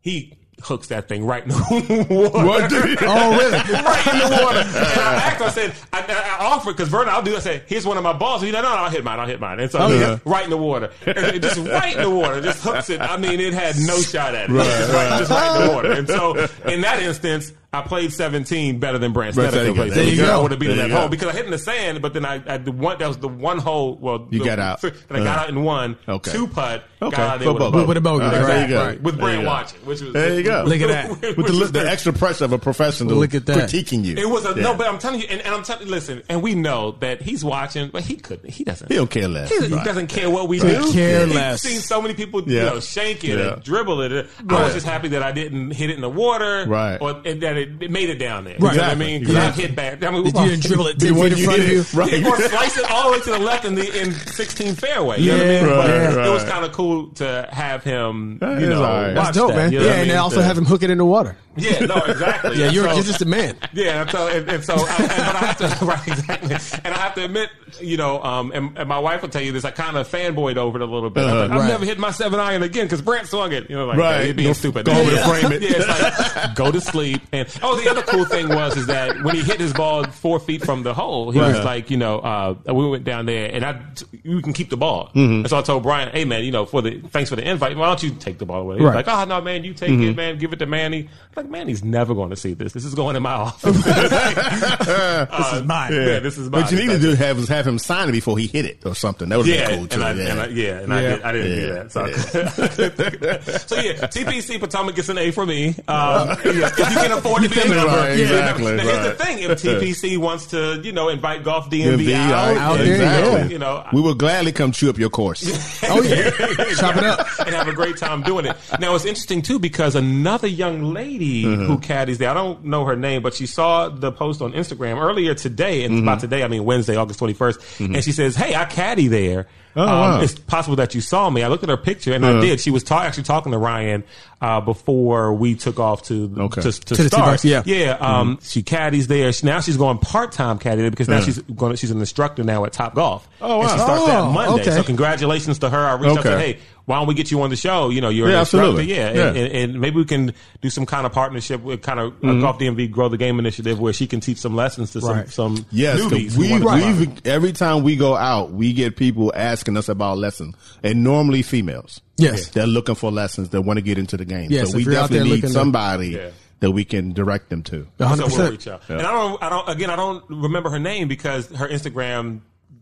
[SPEAKER 2] he hooks that thing right in the water.
[SPEAKER 3] What did he-
[SPEAKER 4] Oh, really?
[SPEAKER 2] right in the water. And I asked, I said, I, I I offered because Vernon, I'll do. it. I said, here's one of my balls. He's like, no, no, I'll hit mine. I'll hit mine. And so he
[SPEAKER 3] Oh, yeah.
[SPEAKER 2] just right in the water, And it just right in the water, just hooks it. I mean, it had no shot at it. Right, just, right, just right in the water. And so in that instance. I played 17 better than Brant
[SPEAKER 3] Brant
[SPEAKER 2] Snedeker
[SPEAKER 3] Snedeker.
[SPEAKER 2] played.
[SPEAKER 3] There you
[SPEAKER 2] 17. I
[SPEAKER 3] go.
[SPEAKER 2] would have beaten
[SPEAKER 3] There
[SPEAKER 2] that
[SPEAKER 3] you
[SPEAKER 2] hole
[SPEAKER 3] go.
[SPEAKER 2] because I hit in the sand, but then I, I the one that was the one hole. Well,
[SPEAKER 3] You
[SPEAKER 2] the,
[SPEAKER 3] got out. Uh-huh.
[SPEAKER 2] That I got out in one.
[SPEAKER 3] Okay.
[SPEAKER 2] Two putt.
[SPEAKER 3] Okay.
[SPEAKER 2] Got out there
[SPEAKER 3] For
[SPEAKER 2] with a
[SPEAKER 3] both.
[SPEAKER 2] bogey.
[SPEAKER 4] With a bogey,
[SPEAKER 2] Exactly.
[SPEAKER 4] right,
[SPEAKER 3] right.
[SPEAKER 2] With
[SPEAKER 3] There you
[SPEAKER 2] Brant
[SPEAKER 3] go.
[SPEAKER 2] watching, which was
[SPEAKER 3] There you go.
[SPEAKER 4] Look at that.
[SPEAKER 3] With the, li- the extra pressure of a professional
[SPEAKER 4] Look at that.
[SPEAKER 3] critiquing you.
[SPEAKER 2] It was a
[SPEAKER 3] Yeah.
[SPEAKER 2] no, but I'm telling you, and, and I'm telling. Listen, and we know that he's watching, but he could, he doesn't.
[SPEAKER 3] He don't care less.
[SPEAKER 2] He,
[SPEAKER 3] Right.
[SPEAKER 2] doesn't care what we
[SPEAKER 4] Could
[SPEAKER 2] do.
[SPEAKER 4] care
[SPEAKER 2] He's
[SPEAKER 4] less.
[SPEAKER 2] seen so many people, you
[SPEAKER 3] Yeah.
[SPEAKER 2] know, shake it
[SPEAKER 3] Yeah.
[SPEAKER 2] and dribble it. I was
[SPEAKER 3] Right.
[SPEAKER 2] just happy that I didn't hit it in the water,
[SPEAKER 3] Right.
[SPEAKER 2] Or and that it, it made it down there.
[SPEAKER 4] Right.
[SPEAKER 2] You know what I
[SPEAKER 3] Exactly.
[SPEAKER 2] mean, because I
[SPEAKER 3] Exactly.
[SPEAKER 2] hit back. I mean,
[SPEAKER 4] Did you didn't dribble it
[SPEAKER 3] The
[SPEAKER 4] ten
[SPEAKER 3] one
[SPEAKER 4] feet in
[SPEAKER 3] you
[SPEAKER 4] front of
[SPEAKER 3] hit
[SPEAKER 4] you?
[SPEAKER 3] it, right.
[SPEAKER 2] or slice it all the way to the left in the in 16 fairway. You know what I mean?
[SPEAKER 4] Yeah,
[SPEAKER 2] But
[SPEAKER 4] right,
[SPEAKER 2] it was
[SPEAKER 3] right.
[SPEAKER 2] kind of cool to have him,
[SPEAKER 3] That
[SPEAKER 2] you
[SPEAKER 3] is
[SPEAKER 2] know,
[SPEAKER 3] all
[SPEAKER 2] watch
[SPEAKER 3] right.
[SPEAKER 4] That's dope,
[SPEAKER 2] that,
[SPEAKER 4] man.
[SPEAKER 2] you
[SPEAKER 4] Yeah,
[SPEAKER 2] know what I
[SPEAKER 4] and
[SPEAKER 2] mean?
[SPEAKER 4] then also have him hook it in the water.
[SPEAKER 2] Yeah, no, exactly.
[SPEAKER 4] Yeah, you're,
[SPEAKER 2] So-
[SPEAKER 4] you're just a man.
[SPEAKER 2] Yeah, and so and, and so, I, and, but I have to right exactly, and I have to admit, you know, um, and, and my wife will tell you this. I kind of fanboyed over it a little bit. I'm like,
[SPEAKER 3] Uh-huh.
[SPEAKER 2] I've
[SPEAKER 4] Right.
[SPEAKER 2] never hit my seven iron again because Brant swung it. You know, like
[SPEAKER 3] Right.
[SPEAKER 2] right. you're being
[SPEAKER 3] Go-
[SPEAKER 2] stupid.
[SPEAKER 3] go over
[SPEAKER 2] yeah.
[SPEAKER 3] to frame it.
[SPEAKER 2] Yeah, it's like go to sleep. And oh, the other cool thing was is that when he hit his ball four feet from the hole, he was
[SPEAKER 3] Right.
[SPEAKER 2] like, you know, uh, we went down there and I, you can keep the ball.
[SPEAKER 3] Mm-hmm.
[SPEAKER 2] And so I told Brian, hey man, you know, for the thanks for the invite. Why don't you take the ball away? He was
[SPEAKER 4] Right.
[SPEAKER 2] like, oh no, man, you take
[SPEAKER 3] Mm-hmm.
[SPEAKER 2] it, man. Give it to Manny. I'm like, Manny's never going to see this. This is going in my office.
[SPEAKER 3] this
[SPEAKER 2] is mine. Yeah, this is mine.
[SPEAKER 3] But you need to do have have him sign it before he hit it or something. That would have
[SPEAKER 2] Yeah,
[SPEAKER 3] been cool too.
[SPEAKER 2] and I,
[SPEAKER 3] yeah.
[SPEAKER 2] And I, yeah, and I,
[SPEAKER 4] Yeah.
[SPEAKER 2] did, I didn't do
[SPEAKER 3] Yeah.
[SPEAKER 2] that. So, yeah. so yeah, TPC Potomac gets an A for me. Um, yeah, if you can afford to be a
[SPEAKER 3] Right,
[SPEAKER 2] member, Yeah.
[SPEAKER 3] exactly,
[SPEAKER 2] Now, here's
[SPEAKER 3] right.
[SPEAKER 2] the thing: if TPC wants to, you know, invite golf DMV,
[SPEAKER 3] DMV,
[SPEAKER 2] out,
[SPEAKER 3] out
[SPEAKER 2] and,
[SPEAKER 4] there, yeah.
[SPEAKER 2] you know,
[SPEAKER 3] we will gladly come chew up your course.
[SPEAKER 4] Oh yeah, chop it up.
[SPEAKER 2] and have a great time doing it. Now it's interesting too because another young lady who caddies there, I don't know her name, but she saw the post on Instagram earlier today, and by today I mean Wednesday, August twenty and she says, "Hey, I caddy there. Um,
[SPEAKER 3] Oh, wow.
[SPEAKER 2] It's possible that you saw me. I looked at her picture, and I
[SPEAKER 3] Uh-huh.
[SPEAKER 2] did. She was ta- actually talking to Ryan uh, before we took off to
[SPEAKER 3] Okay.
[SPEAKER 2] to, to,
[SPEAKER 4] To the
[SPEAKER 2] start.
[SPEAKER 4] T-Box, yeah.
[SPEAKER 2] yeah. Um, She caddies there. She, now she's going part time caddy there because now she's going. She's an instructor now at Top Golf. And
[SPEAKER 3] Oh, wow.
[SPEAKER 2] she starts that
[SPEAKER 4] Oh,
[SPEAKER 2] Monday.
[SPEAKER 4] okay.
[SPEAKER 2] So congratulations to her. I reached out and said,
[SPEAKER 3] Okay.
[SPEAKER 2] "Hey, why don't we get you on the show? You know, you're an
[SPEAKER 3] Yeah,
[SPEAKER 2] instructor.
[SPEAKER 3] absolutely.
[SPEAKER 2] Yeah, And,
[SPEAKER 3] Yeah. Mm-hmm.
[SPEAKER 2] and, and maybe we can do some kind of partnership with kind of uh, a Golf DMV Grow the Game initiative where she can teach some lessons to some
[SPEAKER 4] Right.
[SPEAKER 2] some
[SPEAKER 3] Yes, 'cause
[SPEAKER 2] newbies. who
[SPEAKER 3] we
[SPEAKER 2] wanna try.
[SPEAKER 3] we every time we go out, we get people asking us about lessons, and normally females.
[SPEAKER 4] Yes.
[SPEAKER 3] they're looking for lessons. They want to get into the game.
[SPEAKER 4] Yes,
[SPEAKER 3] so we
[SPEAKER 4] if you're out there
[SPEAKER 3] definitely need
[SPEAKER 4] looking to-
[SPEAKER 3] somebody
[SPEAKER 2] Yeah.
[SPEAKER 3] that we can direct them to.
[SPEAKER 4] A hundred
[SPEAKER 2] So we'll
[SPEAKER 4] percent.
[SPEAKER 2] reach out. And I don't, I don't. Again, I don't remember her name because her Instagram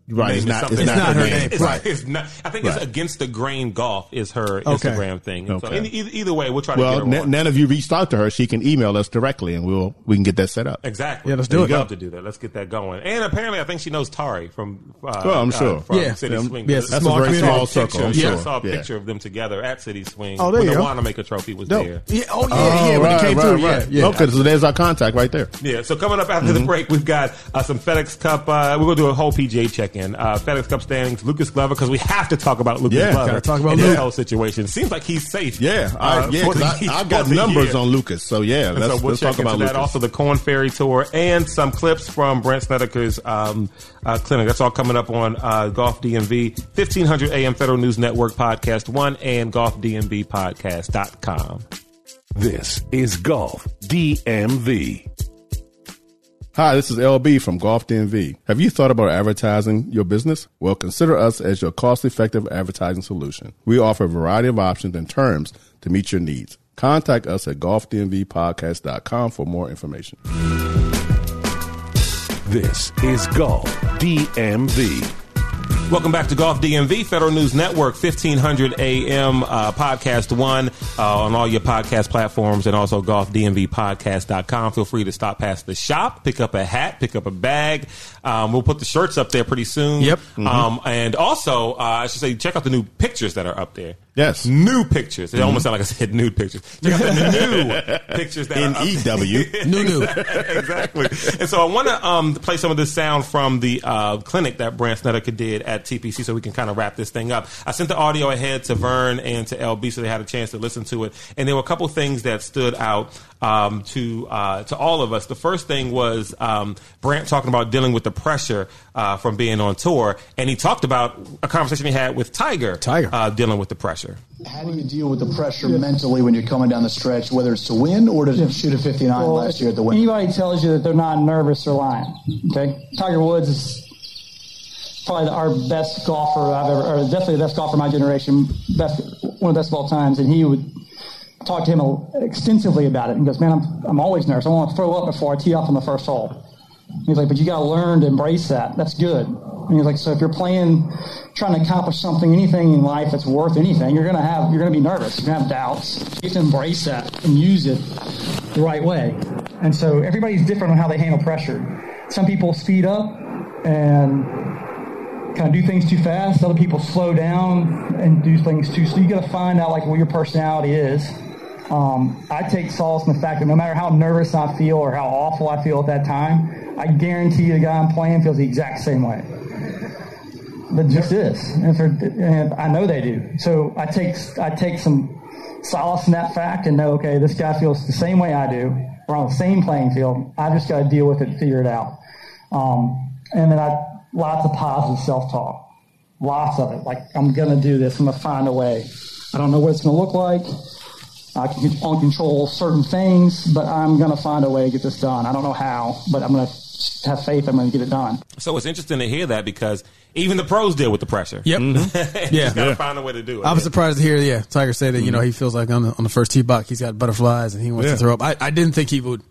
[SPEAKER 3] Right, it's
[SPEAKER 2] name
[SPEAKER 3] not-
[SPEAKER 2] is something
[SPEAKER 3] it's
[SPEAKER 2] that's
[SPEAKER 3] not her name.
[SPEAKER 2] It's,
[SPEAKER 3] Right.
[SPEAKER 2] it's not, I think it's
[SPEAKER 3] Right.
[SPEAKER 2] against the grain golf is her Instagram thing. And So
[SPEAKER 3] Okay.
[SPEAKER 2] any, either, either way, we'll try to
[SPEAKER 3] Well,
[SPEAKER 2] get her
[SPEAKER 3] n-
[SPEAKER 2] on.
[SPEAKER 3] none of you reached out to her. She can email us directly, and we'll we can get that set up.
[SPEAKER 2] Exactly.
[SPEAKER 4] Yeah, let's
[SPEAKER 2] They
[SPEAKER 4] do it.
[SPEAKER 2] Love to do that. Let's get that going. And apparently, I think she knows Tari from. Uh,
[SPEAKER 3] Well, Oh, I'm sure.
[SPEAKER 2] Uh, from
[SPEAKER 4] Yeah.
[SPEAKER 2] City
[SPEAKER 4] Yeah,
[SPEAKER 2] Swing.
[SPEAKER 4] yes,
[SPEAKER 2] I
[SPEAKER 4] that's a
[SPEAKER 2] saw
[SPEAKER 4] very
[SPEAKER 2] picture-
[SPEAKER 4] small
[SPEAKER 3] circle, I'm
[SPEAKER 2] yeah, I
[SPEAKER 3] sure.
[SPEAKER 2] saw a
[SPEAKER 3] Yeah.
[SPEAKER 2] picture of them together at City Swing.
[SPEAKER 4] Oh, there
[SPEAKER 2] when the
[SPEAKER 4] you go.
[SPEAKER 2] Wanamaker Trophy was there.
[SPEAKER 4] Yeah. Oh yeah. yeah. When
[SPEAKER 3] right,
[SPEAKER 4] it came
[SPEAKER 3] right,
[SPEAKER 4] through.
[SPEAKER 3] right.
[SPEAKER 4] Yeah. Yeah.
[SPEAKER 3] Okay, so there's our contact right there.
[SPEAKER 2] Yeah, so coming up after
[SPEAKER 4] Mm-hmm.
[SPEAKER 2] the break, we've got uh, some FedEx Cup. Uh, we're going to do a whole PGA check in. Uh, FedEx Cup standings, Lucas Glover, because we have to talk about Lucas
[SPEAKER 3] Yeah,
[SPEAKER 2] Glover.
[SPEAKER 3] gotta
[SPEAKER 4] talk about
[SPEAKER 2] and
[SPEAKER 4] Luke.
[SPEAKER 2] this whole situation. Seems like he's safe.
[SPEAKER 3] Yeah, I,
[SPEAKER 2] uh,
[SPEAKER 3] yeah.
[SPEAKER 2] for
[SPEAKER 3] 'cause
[SPEAKER 2] the-
[SPEAKER 3] I, I got
[SPEAKER 2] for the
[SPEAKER 3] numbers
[SPEAKER 2] year.
[SPEAKER 3] on Lucas, so yeah.
[SPEAKER 2] And
[SPEAKER 3] Let's,
[SPEAKER 2] so we'll
[SPEAKER 3] let's
[SPEAKER 2] check
[SPEAKER 3] talk about
[SPEAKER 2] into that.
[SPEAKER 3] Lucas.
[SPEAKER 2] Also, the Corn Ferry tour and some clips from Brent Snedeker's um, uh, clinic. That's all coming up on uh, Golf DMV, 1500 AM Federal News Network Podcast 1 and golfdmvpodcast.com.
[SPEAKER 1] This is Golf DMV.
[SPEAKER 3] Hi, this is LB from Golf DMV. Have you thought about advertising your business? Well, consider us as your cost effective advertising solution. We offer a variety of options and terms to meet your needs. Contact us at golfdmvpodcast.com for more information.
[SPEAKER 1] This is Golf DMV.
[SPEAKER 2] Welcome back to Golf DMV, Federal News Network, 1500 AM, uh, Podcast One, uh, on all your podcast platforms, and also golfdmvpodcast.com. Feel free to stop past the shop, pick up a hat, pick up a bag. Um, we'll put the shirts up there pretty soon.
[SPEAKER 4] Yep.
[SPEAKER 2] Um, and also, uh, I should say, check out the new pictures that are up there.
[SPEAKER 3] Yes.
[SPEAKER 2] New pictures. It almost sounded like I said nude pictures. Check out the new pictures that are up there.
[SPEAKER 3] EW.
[SPEAKER 4] New new.
[SPEAKER 2] exactly. And so I want to um, play some of this sound from the uh, clinic that Brand Snedeker did at TPC so we can kind of wrap this thing up. I sent the audio ahead to Vern and to LB so they had a chance to listen to it. And there were a couple things that stood out um, to uh, to all of us. The first thing was um, Brant talking about dealing with the pressure uh, from being on tour. And he talked about a conversation he had with Tiger,
[SPEAKER 4] Tiger.
[SPEAKER 2] Uh, dealing with the pressure.
[SPEAKER 5] How do you deal with the pressure mentally when you're coming down the stretch, whether it's to win or to shoot a 59
[SPEAKER 6] Well,
[SPEAKER 5] last year at the win?
[SPEAKER 6] Anybody tells you that they're not nervous or lying. Okay, Tiger Woods is probably the, our best golfer I've ever, or definitely the best golfer of my generation, best one of the best of all times, and he would talk to him a- extensively about it. And he goes, "Man, I'm, I'm always nervous. I want to throw up before I tee off on the first hole." And he's like, "But you got to learn to embrace that. That's good." And he's like, "So if you're playing, trying to accomplish something, anything in life that's worth anything, you're gonna have, you're gonna be nervous. You're gonna have doubts. You have to embrace that and use it." the right way. And so everybody's different on how they handle pressure. Some people speed up and kind of do things too fast. Other people slow down and do things too. So you got to find out like what your personality is. Um, I take solace in the fact that no matter how nervous I feel or how awful I feel at that time, I guarantee the guy I'm playing feels the exact same way. That just is, and, if they're- and I know they do. So I take I take some solace in that fact and know, okay, this guy feels the same way I do. We're on the same playing field. I just got to deal with it, figure it out. Um, and then I lots of positive self talk, lots of it. Like I'm gonna do this. I'm gonna find a way. I don't know what it's gonna look like. I can con- control certain things, but I'm gonna find a way to get this done. I don't know how, but I'm gonna have faith. I'm gonna get it done.
[SPEAKER 2] So it's interesting to hear that because even the pros deal with the pressure.
[SPEAKER 4] Yep.
[SPEAKER 2] Just got to
[SPEAKER 4] Yeah.
[SPEAKER 2] find a way to do it.
[SPEAKER 4] I was surprised to hear, yeah, Tiger say that. You know, he feels like on the, on the first tee box, he's got butterflies and he wants
[SPEAKER 3] Mm-hmm. Yeah.
[SPEAKER 4] to throw up. I, I didn't think he would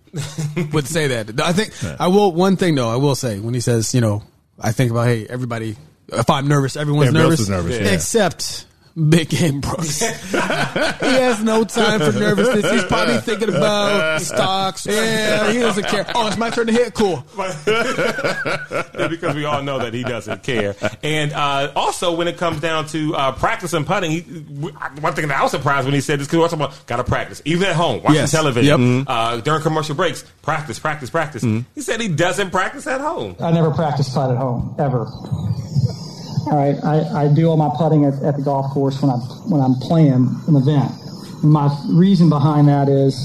[SPEAKER 4] would say that. I think I will. One thing though, I will say when he says, you know, I think about, hey, everybody. If I'm nervous, everyone's
[SPEAKER 3] Everybody else
[SPEAKER 4] nervous,
[SPEAKER 3] is nervous, yeah.
[SPEAKER 4] except Big Game Brooks. he has no time for nervousness. He's probably thinking about stocks. Yeah, he doesn't care. Oh, it's my turn to hit. Cool.
[SPEAKER 2] Yeah, because we all know that he doesn't care. And uh, also, when it comes down to uh, practice and putting, he, one thing that I was surprised when he said this because we're talking about got to practice, even at home, watching
[SPEAKER 4] Yes. Yep.
[SPEAKER 2] television
[SPEAKER 4] Mhm.
[SPEAKER 2] uh, during commercial breaks, practice, practice, practice. He said he doesn't practice at home.
[SPEAKER 6] I never practice putt at home ever. All right, I, I do all my putting at, at the golf course when I when I'm playing an event. My reason behind that is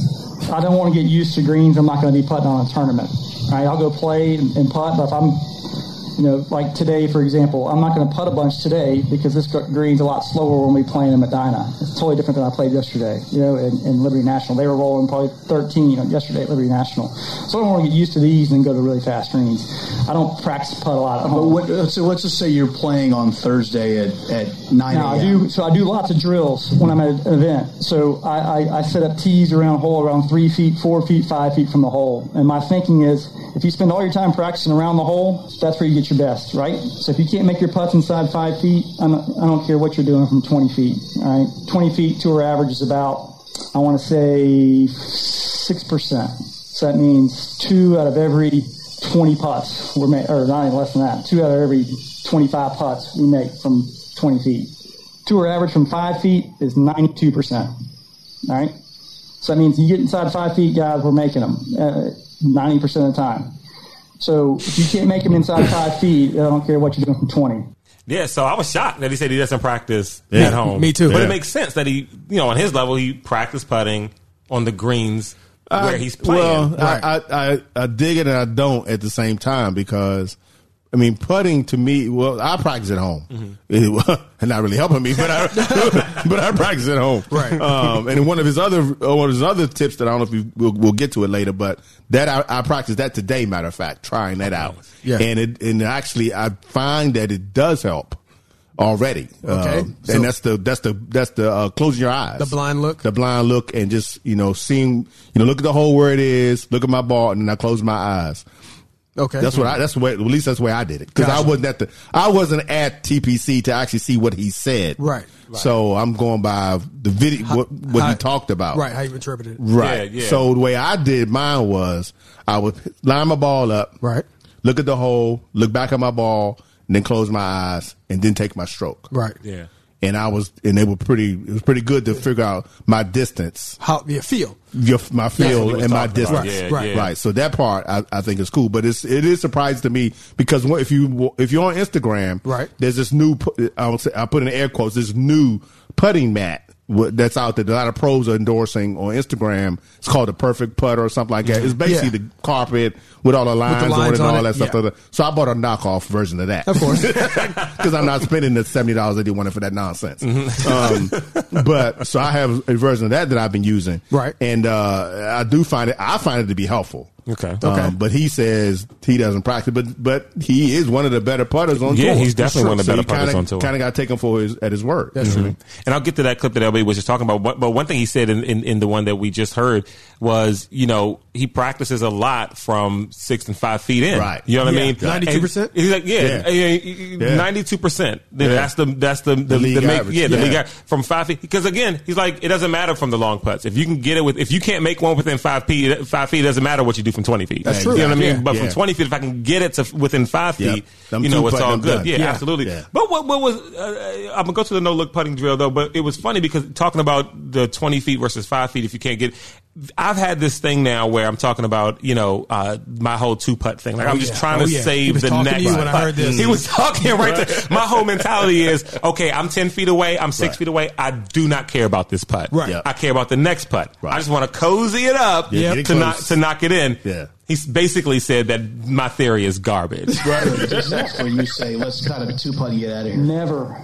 [SPEAKER 6] I don't want to get used to greens. I'm not going to be putting on a tournament. All right, I'll go play and, and putt, but if I'm you know like today for example, I'm not going to putt a bunch today because this gr- green's a lot slower when we playing in Medina. It's totally different than I played yesterday. You know, in, in Liberty National, they were rolling probably 13 yesterday at Liberty National. So I don't want to get used to these and then go to really fast greens. I don't practice putt a lot
[SPEAKER 5] But
[SPEAKER 6] at home.
[SPEAKER 5] what, so let's just say you're playing on Thursday at, at 9
[SPEAKER 6] Now I
[SPEAKER 5] a.m.
[SPEAKER 6] do so I do lots of drills when I'm at an event. So I, I, I set up tees around hole around three feet, four feet, five feet from the hole. And my thinking is if you spend all your time practicing around the hole, that's where you get your best, right? So if you can't make your putts inside five feet, I'm, I don't care what you're doing from 20 feet. All right, 20 feet tour average is about I want to say six percent. So that means two out of every 20 putts were made, or not even less than that. Two out of every 25 putts we make from 20 feet. Tour average from five feet is 92 percent. All right. So that means you get inside five feet, guys. We're making them uh, 90 percent of the time. So if you can't make them inside five feet, I don't care what you're doing from 20.
[SPEAKER 2] Yeah, so I was shocked that he said he doesn't practice
[SPEAKER 3] Yeah.
[SPEAKER 2] at home.
[SPEAKER 4] Me too.
[SPEAKER 2] But
[SPEAKER 3] Yeah.
[SPEAKER 2] it makes sense that he, you know, on his level, he practiced putting on the greens where
[SPEAKER 3] I-
[SPEAKER 2] he's playing.
[SPEAKER 3] Uh, Well, I, I, I, I dig it and I don't at the same time because. I mean, putting to me. Well, I practice at home,
[SPEAKER 4] Mm-hmm.
[SPEAKER 3] It- and not really helping me, but I, but I practice at home.
[SPEAKER 4] Right.
[SPEAKER 3] Um, and one of his other uh, one of his other tips that I don't know if we, we'll, we'll get to it later, but that I, I practice that today. Matter of fact, trying that out.
[SPEAKER 4] Yeah.
[SPEAKER 3] And it and actually, I find that it does help already.
[SPEAKER 4] Okay.
[SPEAKER 3] Um,
[SPEAKER 4] So-
[SPEAKER 3] and that's the that's the that's the uh, closing your eyes,
[SPEAKER 4] The blind look?
[SPEAKER 3] the blind look and just you know seeing you know look at the hole where it is look at my ball and then i close my eyes
[SPEAKER 4] Okay.
[SPEAKER 3] that's what i that's the way at least that's the way i did it because i
[SPEAKER 4] Gotcha.
[SPEAKER 3] wasn't at the i wasn't at tpc to actually see what he said
[SPEAKER 4] Right, right.
[SPEAKER 3] so i'm going by the video what, what
[SPEAKER 4] How-
[SPEAKER 3] he talked about
[SPEAKER 4] Right. How you interpreted it.
[SPEAKER 3] right
[SPEAKER 2] Yeah, yeah.
[SPEAKER 3] so the way i did mine was i would line my ball up
[SPEAKER 4] Right.
[SPEAKER 3] look at the hole look back at my ball and then close my eyes and then take my stroke
[SPEAKER 4] Right.
[SPEAKER 2] yeah.
[SPEAKER 3] and i was and they were pretty it was pretty good to figure out my distance
[SPEAKER 4] How you feel.
[SPEAKER 3] your my
[SPEAKER 2] what he
[SPEAKER 3] field
[SPEAKER 2] was
[SPEAKER 3] and my
[SPEAKER 2] talking about.
[SPEAKER 3] distance.
[SPEAKER 2] Yeah, Right.
[SPEAKER 3] right.
[SPEAKER 2] yeah.
[SPEAKER 3] So that part I, I think is cool, but it's it is surprising to me because what- if you if you're on Instagram,
[SPEAKER 4] Right.
[SPEAKER 3] There's this new pu- I would say I put in air quotes this new putting mat wh- that's out there. that A lot of pros are endorsing on Instagram. It's called the perfect putter or something like that. It's basically
[SPEAKER 4] Yeah.
[SPEAKER 3] the carpet with all the lines, on it
[SPEAKER 4] lines
[SPEAKER 3] and
[SPEAKER 4] on
[SPEAKER 3] all that
[SPEAKER 4] it,
[SPEAKER 3] stuff.
[SPEAKER 4] yeah.
[SPEAKER 3] So I bought a knockoff version of that,
[SPEAKER 4] Of course.
[SPEAKER 3] because I'm not spending the seventy dollars that they wanted for that nonsense. Um, but so I have a version of that that I've been using,
[SPEAKER 4] Right.
[SPEAKER 3] And uh, I do find it. I find it to be helpful.
[SPEAKER 2] Okay.
[SPEAKER 3] Um,
[SPEAKER 2] Okay.
[SPEAKER 3] but he says he doesn't practice, but but he is one of the better putters on
[SPEAKER 2] Yeah,
[SPEAKER 3] tour.
[SPEAKER 2] he's definitely one of the better putters on tour.
[SPEAKER 3] Kind of got to take him for his at his word. Mm-hmm.
[SPEAKER 2] Mhm. And I'll get to that clip that LB was just talking about. But- But one thing he said in, in, in the one that we just heard was, you know, he practices a lot from six and five feet in.
[SPEAKER 3] Right.
[SPEAKER 2] You know what
[SPEAKER 4] Yeah.
[SPEAKER 2] I mean?
[SPEAKER 4] 92%?
[SPEAKER 2] And He's like, yeah,
[SPEAKER 3] Yeah. Yeah.
[SPEAKER 2] ninety-two percent.
[SPEAKER 3] Yeah.
[SPEAKER 2] That's the that's the the,
[SPEAKER 3] league
[SPEAKER 2] the make,
[SPEAKER 3] average.
[SPEAKER 2] Yeah, the
[SPEAKER 3] Yeah.
[SPEAKER 2] league average from five feet. Because again, he's like, it doesn't matter from the long putts. If you can get it with, if you can't make one within five feet, five feet it doesn't matter what you do from twenty feet.
[SPEAKER 3] That's
[SPEAKER 2] You
[SPEAKER 3] true.
[SPEAKER 2] know what I mean?
[SPEAKER 3] Yeah.
[SPEAKER 2] But from
[SPEAKER 3] Yeah.
[SPEAKER 2] twenty feet, if I can get it to within five
[SPEAKER 3] Yep.
[SPEAKER 2] feet,
[SPEAKER 3] Them
[SPEAKER 2] you know,
[SPEAKER 3] two
[SPEAKER 2] it's all
[SPEAKER 3] putting them
[SPEAKER 2] good.
[SPEAKER 3] done.
[SPEAKER 2] Yeah,
[SPEAKER 3] Yeah.
[SPEAKER 2] absolutely.
[SPEAKER 3] Yeah.
[SPEAKER 2] But what what was uh, I'm gonna go to the no look putting drill though. But it was funny because talking about the 20 feet versus five feet. If you can't get, I've had this thing now where I'm talking about you know uh, my whole two putt thing. Like I'm just
[SPEAKER 4] yeah.
[SPEAKER 2] trying
[SPEAKER 4] Oh,
[SPEAKER 2] to
[SPEAKER 4] yeah. He
[SPEAKER 2] save
[SPEAKER 4] was
[SPEAKER 2] the
[SPEAKER 4] talking to
[SPEAKER 2] next.
[SPEAKER 4] you when I
[SPEAKER 2] putt.
[SPEAKER 4] heard this.
[SPEAKER 2] He was talking right there. My whole mentality is okay. I'm 10 feet away. I'm six
[SPEAKER 3] Right.
[SPEAKER 2] feet away. I do not care about this putt.
[SPEAKER 4] Right.
[SPEAKER 3] Yep.
[SPEAKER 2] I care about the next putt.
[SPEAKER 3] Right.
[SPEAKER 2] I just want to cozy it up
[SPEAKER 3] Yeah, get it
[SPEAKER 2] to not
[SPEAKER 3] close.
[SPEAKER 2] to knock it in.
[SPEAKER 3] Yeah.
[SPEAKER 2] He's basically said that my theory is garbage.
[SPEAKER 5] That's where you say, let's try to two putt and get out of here.
[SPEAKER 6] Never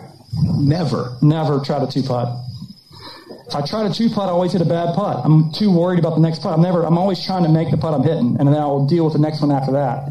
[SPEAKER 5] Never.
[SPEAKER 6] Never try to two putt. If I try to two putt, I always hit a bad putt. I'm too worried about the next putt. I'm never. I'm always trying to make the putt I'm hitting, and then I'll deal with the next one after that.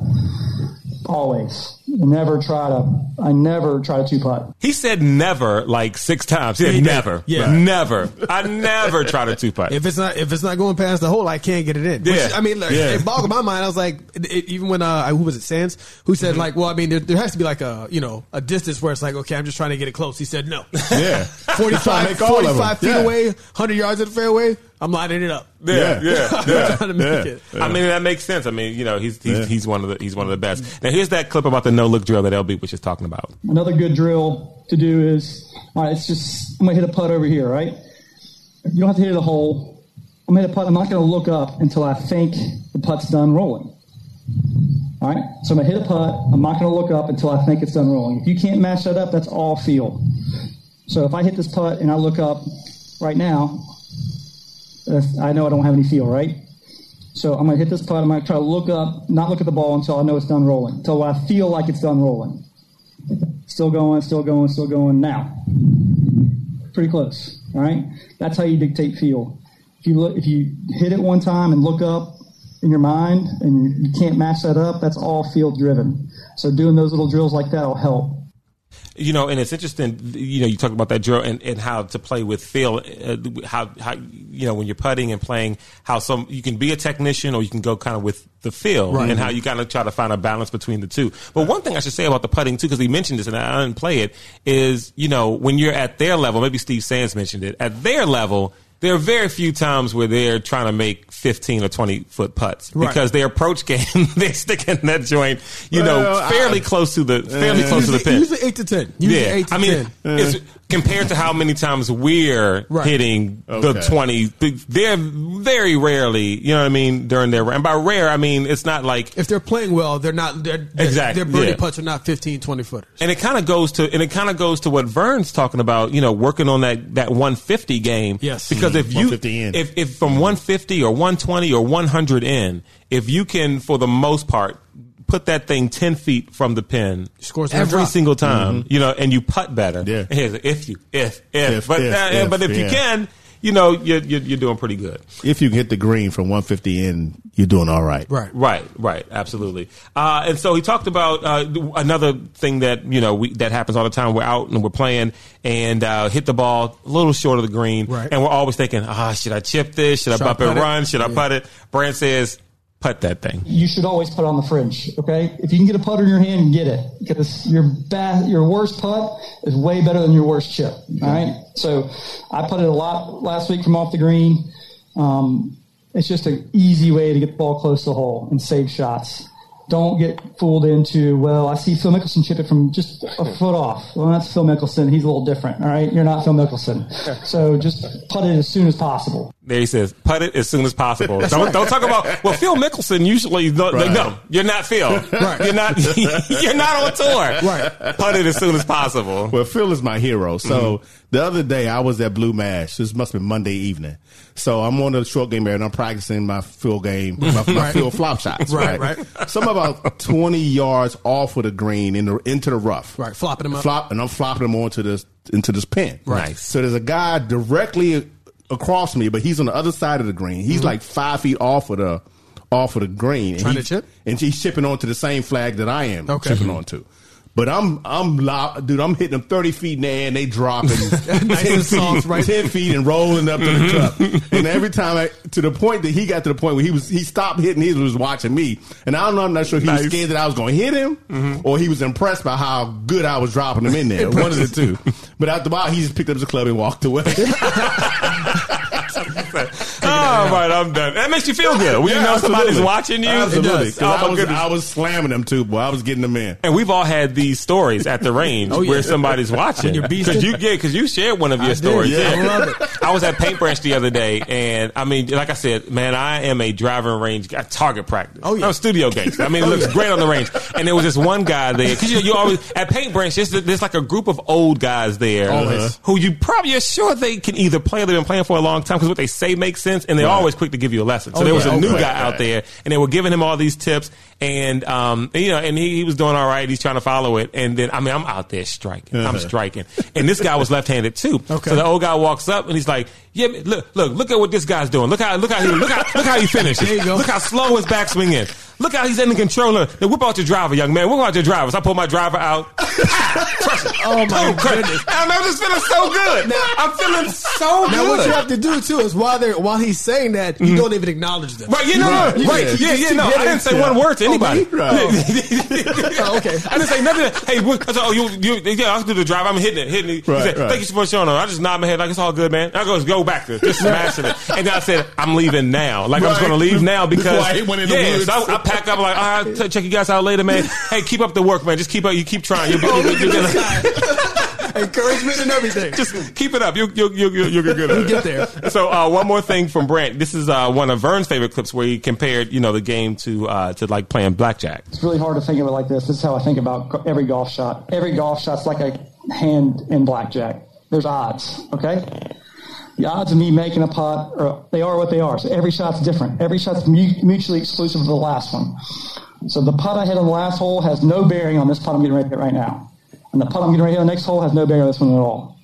[SPEAKER 6] Always. Never try to. I never try to two putt.
[SPEAKER 2] He said never like six times. Yeah,
[SPEAKER 4] he did.
[SPEAKER 2] never.
[SPEAKER 4] Yeah.
[SPEAKER 2] Right. Never. I never try to two putt.
[SPEAKER 4] If it's not if it's not going past the hole, I can't get it in. Which,
[SPEAKER 2] Yeah.
[SPEAKER 4] I mean, like,
[SPEAKER 2] Yeah.
[SPEAKER 4] it boggled my mind. I was like, it, it- even when uh, who was it, Sands, who said
[SPEAKER 2] Mm-hmm.
[SPEAKER 4] like, well, I mean, there, there has to be like a you know a distance where it's like, okay, I'm just trying to get it close. He said no.
[SPEAKER 3] Yeah,
[SPEAKER 4] 45,
[SPEAKER 3] Make all of them.
[SPEAKER 4] 45 feet
[SPEAKER 3] Yeah.
[SPEAKER 4] away, 100 yards at the fairway, I'm lining it up.
[SPEAKER 2] Yeah, yeah, yeah.
[SPEAKER 4] I'm trying to make
[SPEAKER 3] Yeah.
[SPEAKER 4] it.
[SPEAKER 2] I mean that makes sense. I mean, you know, he's he's,
[SPEAKER 3] Yeah.
[SPEAKER 2] he's one of the he's one of the best. Now here's that clip about the no look drill that LB was just talking about.
[SPEAKER 6] Another good drill to do is all right. It's just I'm gonna hit a putt over here, right? You don't have to hit the hole. I'm gonna hit a putt. I'm not gonna look up until I think the putt's done rolling. All right, so I'm gonna hit a putt. I'm not gonna look up until I think it's done rolling. If you can't match that up, that's all feel. So if I hit this putt and I look up right now, that's, I know I don't have any feel, right? So I'm gonna hit this putt. I'm gonna try to look up, not look at the ball until I know it's done rolling, until I feel like it's done rolling. Still going, still going, still going. Now, pretty close. All right, that's how you dictate feel. If you look, if you hit it one time and look up, in your mind and you, you can't match that up, that's all field driven. So doing those little drills like that will help.
[SPEAKER 2] you know, and it's interesting. You know, you talk about that drill and, and how to play with feel. Uh, how how you know when you're putting and playing, how some you can be a technician or you can go kind of with the feel, and how you kind of try to find a balance between the two. But one thing I should say about the putting too, because he mentioned this and I didn't play it, is you know when you're at their level, maybe Steve Sands mentioned it at their level. There are very few times where they're trying to make 15 or 20 foot putts
[SPEAKER 4] Right.
[SPEAKER 2] because their approach game, they're sticking that joint, you
[SPEAKER 3] Well,
[SPEAKER 2] know,
[SPEAKER 3] I-
[SPEAKER 2] fairly close to the, fairly close to the pin.
[SPEAKER 4] Usually eight to ten. Usually eight to
[SPEAKER 2] I mean,
[SPEAKER 4] ten. Uh-huh.
[SPEAKER 2] it's compared to how many times we're
[SPEAKER 4] Right.
[SPEAKER 2] hitting the
[SPEAKER 3] Okay.
[SPEAKER 2] twenty, they're very rarely. You know what I mean? During their and by rare, I mean it's not like.
[SPEAKER 4] If they're playing well, they're not. They're, they're-
[SPEAKER 2] Exactly,
[SPEAKER 4] Their birdie
[SPEAKER 2] yeah.
[SPEAKER 4] putts are not 15, 20 footers.
[SPEAKER 2] And it kind of goes to and it kind of goes to what Vern's talking about. You know, working on that that one fifty game.
[SPEAKER 4] Yes.
[SPEAKER 2] because if you
[SPEAKER 3] 150 Mm-hmm. in.
[SPEAKER 2] if if from one fifty or one twenty or one hundred in, if you can for the most part put that thing ten feet from the pin,
[SPEAKER 4] Scores on a
[SPEAKER 2] every
[SPEAKER 4] drop.
[SPEAKER 2] single time. You know, and you putt better.
[SPEAKER 3] Mm-hmm. Yeah.
[SPEAKER 2] And here's if you if if,
[SPEAKER 3] If,
[SPEAKER 2] but
[SPEAKER 3] if,
[SPEAKER 2] uh,
[SPEAKER 3] if,
[SPEAKER 2] but if you
[SPEAKER 3] yeah.
[SPEAKER 2] can, you know, you're, you're you're doing pretty good.
[SPEAKER 3] If you can hit the green from 150 in, you're doing all right.
[SPEAKER 4] Right.
[SPEAKER 2] Right, right, absolutely. Uh, and so he talked about uh, another thing that you know we, that happens all the time. We're out and we're playing and uh, hit the ball a little short of the green,
[SPEAKER 4] Right.
[SPEAKER 2] and we're always thinking, ah, should I chip this? Should,
[SPEAKER 4] Should I
[SPEAKER 2] I bump
[SPEAKER 4] putt
[SPEAKER 2] and
[SPEAKER 4] it?
[SPEAKER 2] run? Should I putt it? Brand says, putt that thing.
[SPEAKER 6] you should always put on the fringe. Okay, if you can get a putter in your hand, get it because your ba- your worst putt is way better than your worst chip. All right, so I put it a lot last week from off the green. Um, it's just an easy way to get the ball close to the hole and save shots. Don't get fooled into well. I see Phil Mickelson chip it from just a foot off. Well, that's Phil Mickelson. He's a little different. All right, you're not Phil Mickelson, so just put it as soon as possible.
[SPEAKER 2] There he says, putt it as soon as possible. Don't, don't talk about well, Phil Mickelson usually no, like, no you're not Phil,
[SPEAKER 4] Right.
[SPEAKER 2] you're not you're not on tour.
[SPEAKER 4] Right.
[SPEAKER 2] Putt it as soon as possible.
[SPEAKER 3] Well, Phil is my hero. So
[SPEAKER 4] Mm-hmm.
[SPEAKER 3] the other day I was at Blue Mash. This must have been Monday evening. So I'm on a short game there and I'm practicing my Phil game, my, my Phil flop shots.
[SPEAKER 4] Right,
[SPEAKER 3] Right,
[SPEAKER 4] right.
[SPEAKER 3] So I'm about 20 yards off of the green in the, into the rough.
[SPEAKER 4] Right, flopping them up.
[SPEAKER 3] Flop, and I'm flopping them onto this, into this pin.
[SPEAKER 2] Right. Nice.
[SPEAKER 3] So there's a guy directly across me, but he's on the other side of the green. He's like five feet off of the, off of the green. And
[SPEAKER 4] Mm-hmm. Trying
[SPEAKER 3] he-
[SPEAKER 4] to chip?
[SPEAKER 3] And he's chipping onto the same flag that I am
[SPEAKER 4] Okay.
[SPEAKER 3] chipping onto. But I'm I'm loud, dude. I'm hitting them thirty feet in the air, and they dropping
[SPEAKER 4] Nice
[SPEAKER 3] ten
[SPEAKER 4] and soft,
[SPEAKER 3] feet,
[SPEAKER 4] right?
[SPEAKER 3] ten feet, and rolling up to the
[SPEAKER 2] Mm-hmm.
[SPEAKER 3] cup. And every time, I, to the point that he got to the point where he was he stopped hitting, he was watching me. And I don't know, I'm not sure if he
[SPEAKER 2] Nice. Mm-hmm.
[SPEAKER 3] was scared that I was going to hit him, or he was impressed by how good I was dropping him in there. One of the two. But after a while, he just picked up his club and walked away.
[SPEAKER 2] All right, I'm done. That makes you feel good. When you
[SPEAKER 3] Yeah,
[SPEAKER 2] know somebody's
[SPEAKER 3] absolutely.
[SPEAKER 2] watching you.
[SPEAKER 3] absolutely.
[SPEAKER 2] It does.
[SPEAKER 3] 'Cause
[SPEAKER 2] Oh,
[SPEAKER 3] I
[SPEAKER 2] my
[SPEAKER 3] was
[SPEAKER 2] goodness.
[SPEAKER 3] I was slamming them too, boy. I was getting them in.
[SPEAKER 2] And we've all had these stories at the range
[SPEAKER 4] Oh, yeah.
[SPEAKER 2] where somebody's watching.
[SPEAKER 4] you're beasting.
[SPEAKER 2] Because you, yeah, 'cause you shared one of your
[SPEAKER 4] did.
[SPEAKER 2] stories.
[SPEAKER 4] Yeah.
[SPEAKER 2] yeah.
[SPEAKER 4] I love it.
[SPEAKER 2] I was at Paintbrush the other day, and I mean, like I said, man, I am a driving range guy, target practice.
[SPEAKER 4] Oh, yeah. Oh,
[SPEAKER 2] I'm a studio gangster. I mean, it looks great on the range. And there was this one guy there. Because you, know, you always, at Paintbrush, there's, there's like a group of old guys there Uh-huh.
[SPEAKER 3] Always.
[SPEAKER 2] who you probably are sure they can either play or they've been playing for a long time because what they say makes sense, and they're always quick to give you a lesson. So there was
[SPEAKER 4] Oh, yeah.
[SPEAKER 2] a new
[SPEAKER 3] Okay.
[SPEAKER 2] guy out there, and they were giving him all these tips, and um, you know, and he, he was doing all right. He's trying to follow it, and then I mean, I'm out there striking, I'm striking, and this guy was left-handed too.
[SPEAKER 4] Uh-huh. Okay.
[SPEAKER 2] So the old guy walks up, and he's like, "Yeah, look, look, look at what this guy's doing. Look how, look how he, look how, look how he finished.
[SPEAKER 4] There you go.
[SPEAKER 2] Look how slow his backswing is. Look how he's in the controller. Now whip out your driver, young man. Whip out your driver. So I pull my driver out. Crush it.
[SPEAKER 4] Oh, my
[SPEAKER 2] Boom, crush it.
[SPEAKER 4] goodness.
[SPEAKER 2] And I'm just feeling so good. I'm feeling so
[SPEAKER 4] Now,
[SPEAKER 2] good. Mm-hmm.
[SPEAKER 4] what you have to do too is while they're while he's saying that, you don't even acknowledge them.
[SPEAKER 2] Right, you know, right,
[SPEAKER 4] Right, yeah.
[SPEAKER 2] yeah, yeah,
[SPEAKER 4] You
[SPEAKER 2] no,
[SPEAKER 4] get
[SPEAKER 2] I
[SPEAKER 4] it.
[SPEAKER 2] didn't say
[SPEAKER 4] Yeah.
[SPEAKER 2] one word to
[SPEAKER 4] Oh,
[SPEAKER 2] anybody.
[SPEAKER 4] me? Right. Oh, okay.
[SPEAKER 2] I didn't say nothing. Hey, what, I said, oh, you, you, yeah, I'll do the drive. I'm hitting it, hitting it.
[SPEAKER 3] Right,
[SPEAKER 2] he said,
[SPEAKER 3] right.
[SPEAKER 2] thank you for showing up. I just nod my head like it's all good, man. I go, go back to just smashing it. And then I said, I'm leaving now. Like I was
[SPEAKER 3] Right.
[SPEAKER 2] going to leave now
[SPEAKER 3] Before
[SPEAKER 2] because
[SPEAKER 3] I went in the
[SPEAKER 2] yeah,
[SPEAKER 3] woods.
[SPEAKER 2] so I, I pack up like, all right, t- check you guys out later, man. Hey, keep up the work, man. Just keep up. Oh, You keep trying. You'll be,
[SPEAKER 4] Oh,
[SPEAKER 2] you'll be- you'll be-
[SPEAKER 4] Encouragement and everything.
[SPEAKER 2] just keep it up. You'll you'll you'll, you'll, you'll get good. At it.
[SPEAKER 4] get there.
[SPEAKER 2] So uh, one more thing from Brent. This is uh, one of Vern's favorite clips where he compared you know the game to uh, to like playing blackjack.
[SPEAKER 6] it's really hard to think of it like this. This is how I think about go- every golf shot. Every golf shot's like a hand in blackjack. There's odds, okay? The odds of me making a putt, are, they are what they are. So every shot's different. Every shot's mu- mutually exclusive of the last one. So the putt I hit on the last hole has no bearing on this putt I'm getting ready to hit right now. And the putt I'm getting ready to hit on the next hole has no bearing on this one at all.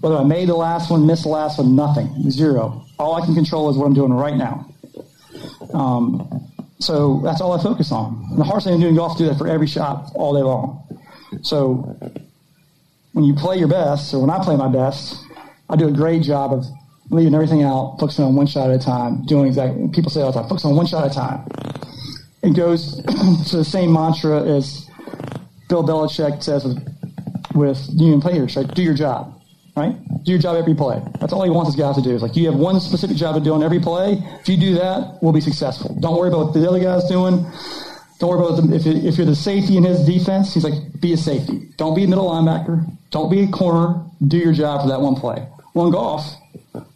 [SPEAKER 6] Whether I made the last one, missed the last one, nothing, zero. All I can control is what I'm doing right now. Um, So that's all I focus on. And the hardest thing to do in golf is do that for every shot all day long. So when you play your best, or when I play my best, I do a great job of leaving everything out, focusing on one shot at a time, doing exactly, people say all the time, focus on one shot at a time. It goes to the same mantra as Bill Belichick says with, with union players, right? Do your job, right? Do your job every play. That's all he wants his guys to do. Is like you have one specific job to do on every play. If you do that, we'll be successful. Don't worry about what the other guy's doing. Don't worry about the, if, you- if you're the safety in his defense. He's like, be a safety. Don't be a middle linebacker. Don't be a corner. Do your job for that one play. Well, in golf,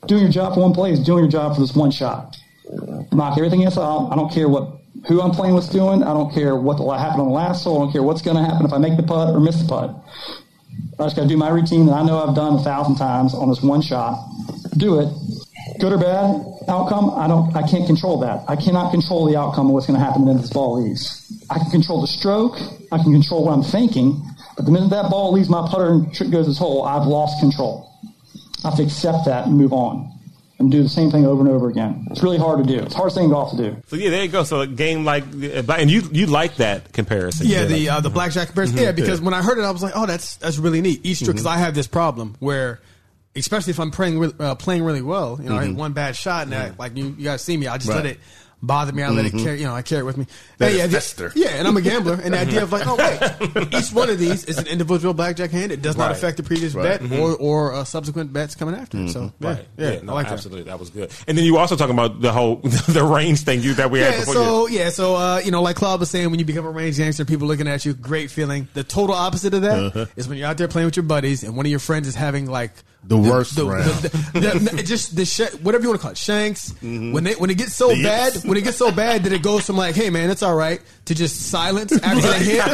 [SPEAKER 6] doing your job for one play is doing your job for this one shot. Knock everything else out. I don't care what who I'm playing what's doing. I don't care what happened on the last hole. I don't care what's going to happen if I make the putt or miss the putt. I just got to do my routine that I know I've done a thousand times on this one shot. Do it, good or bad outcome. I don't. I can't control that. I cannot control the outcome of what's going to happen when this ball leaves. I can control the stroke. I can control what I'm thinking. But the minute that ball leaves my putter and trick goes this hole, I've lost control. I have to accept that and move on, and do the same thing over and over again. It's really hard to do. It's the hardest thing in golf to do.
[SPEAKER 2] So yeah, there you go. So a game like uh, and you you like that Mm-hmm. comparison.
[SPEAKER 4] Yeah,
[SPEAKER 2] You
[SPEAKER 4] the
[SPEAKER 2] like-
[SPEAKER 4] uh, the blackjack comparison. Yeah, because when I heard it, I was like, oh, that's that's really neat. Each
[SPEAKER 2] Mm-hmm.
[SPEAKER 4] because I have this problem where, especially if I'm playing really, uh, playing really well, you know,
[SPEAKER 2] Mm-hmm.
[SPEAKER 4] I had one bad shot and I, like you, you guys see me, I just let
[SPEAKER 3] Right.
[SPEAKER 4] it bother me. I let
[SPEAKER 2] Mm-hmm.
[SPEAKER 4] it carry, you know, I carry it with me.
[SPEAKER 3] Let
[SPEAKER 4] Hey,
[SPEAKER 3] it
[SPEAKER 4] yeah, the-
[SPEAKER 3] fester.
[SPEAKER 4] yeah, and I'm a gambler, and the idea of like, oh wait, each one of these is an individual blackjack hand. It does not
[SPEAKER 2] Right. Mm-hmm.
[SPEAKER 4] affect the previous
[SPEAKER 3] Right.
[SPEAKER 4] bet or or uh, subsequent bets coming after. it. So yeah,
[SPEAKER 2] Right.
[SPEAKER 4] uh, yeah,
[SPEAKER 2] Yeah, no,
[SPEAKER 4] I like that.
[SPEAKER 2] absolutely. That. was good. And then you were also talking about the whole the range thing you that we had
[SPEAKER 4] Yeah,
[SPEAKER 2] before.
[SPEAKER 4] so yeah, so uh, you know, like Claude was saying, when you become a range gangster, people looking at you, great feeling. The total opposite of that is when you're out there playing with your buddies, and one of your friends is having like
[SPEAKER 3] The worst round.
[SPEAKER 4] the- the- the- just the sh- whatever you want to call it, shanks. When they when it gets so
[SPEAKER 3] The yips.
[SPEAKER 4] bad, when it gets so bad that it goes from like, hey man, it's all right, to just silence after they hit.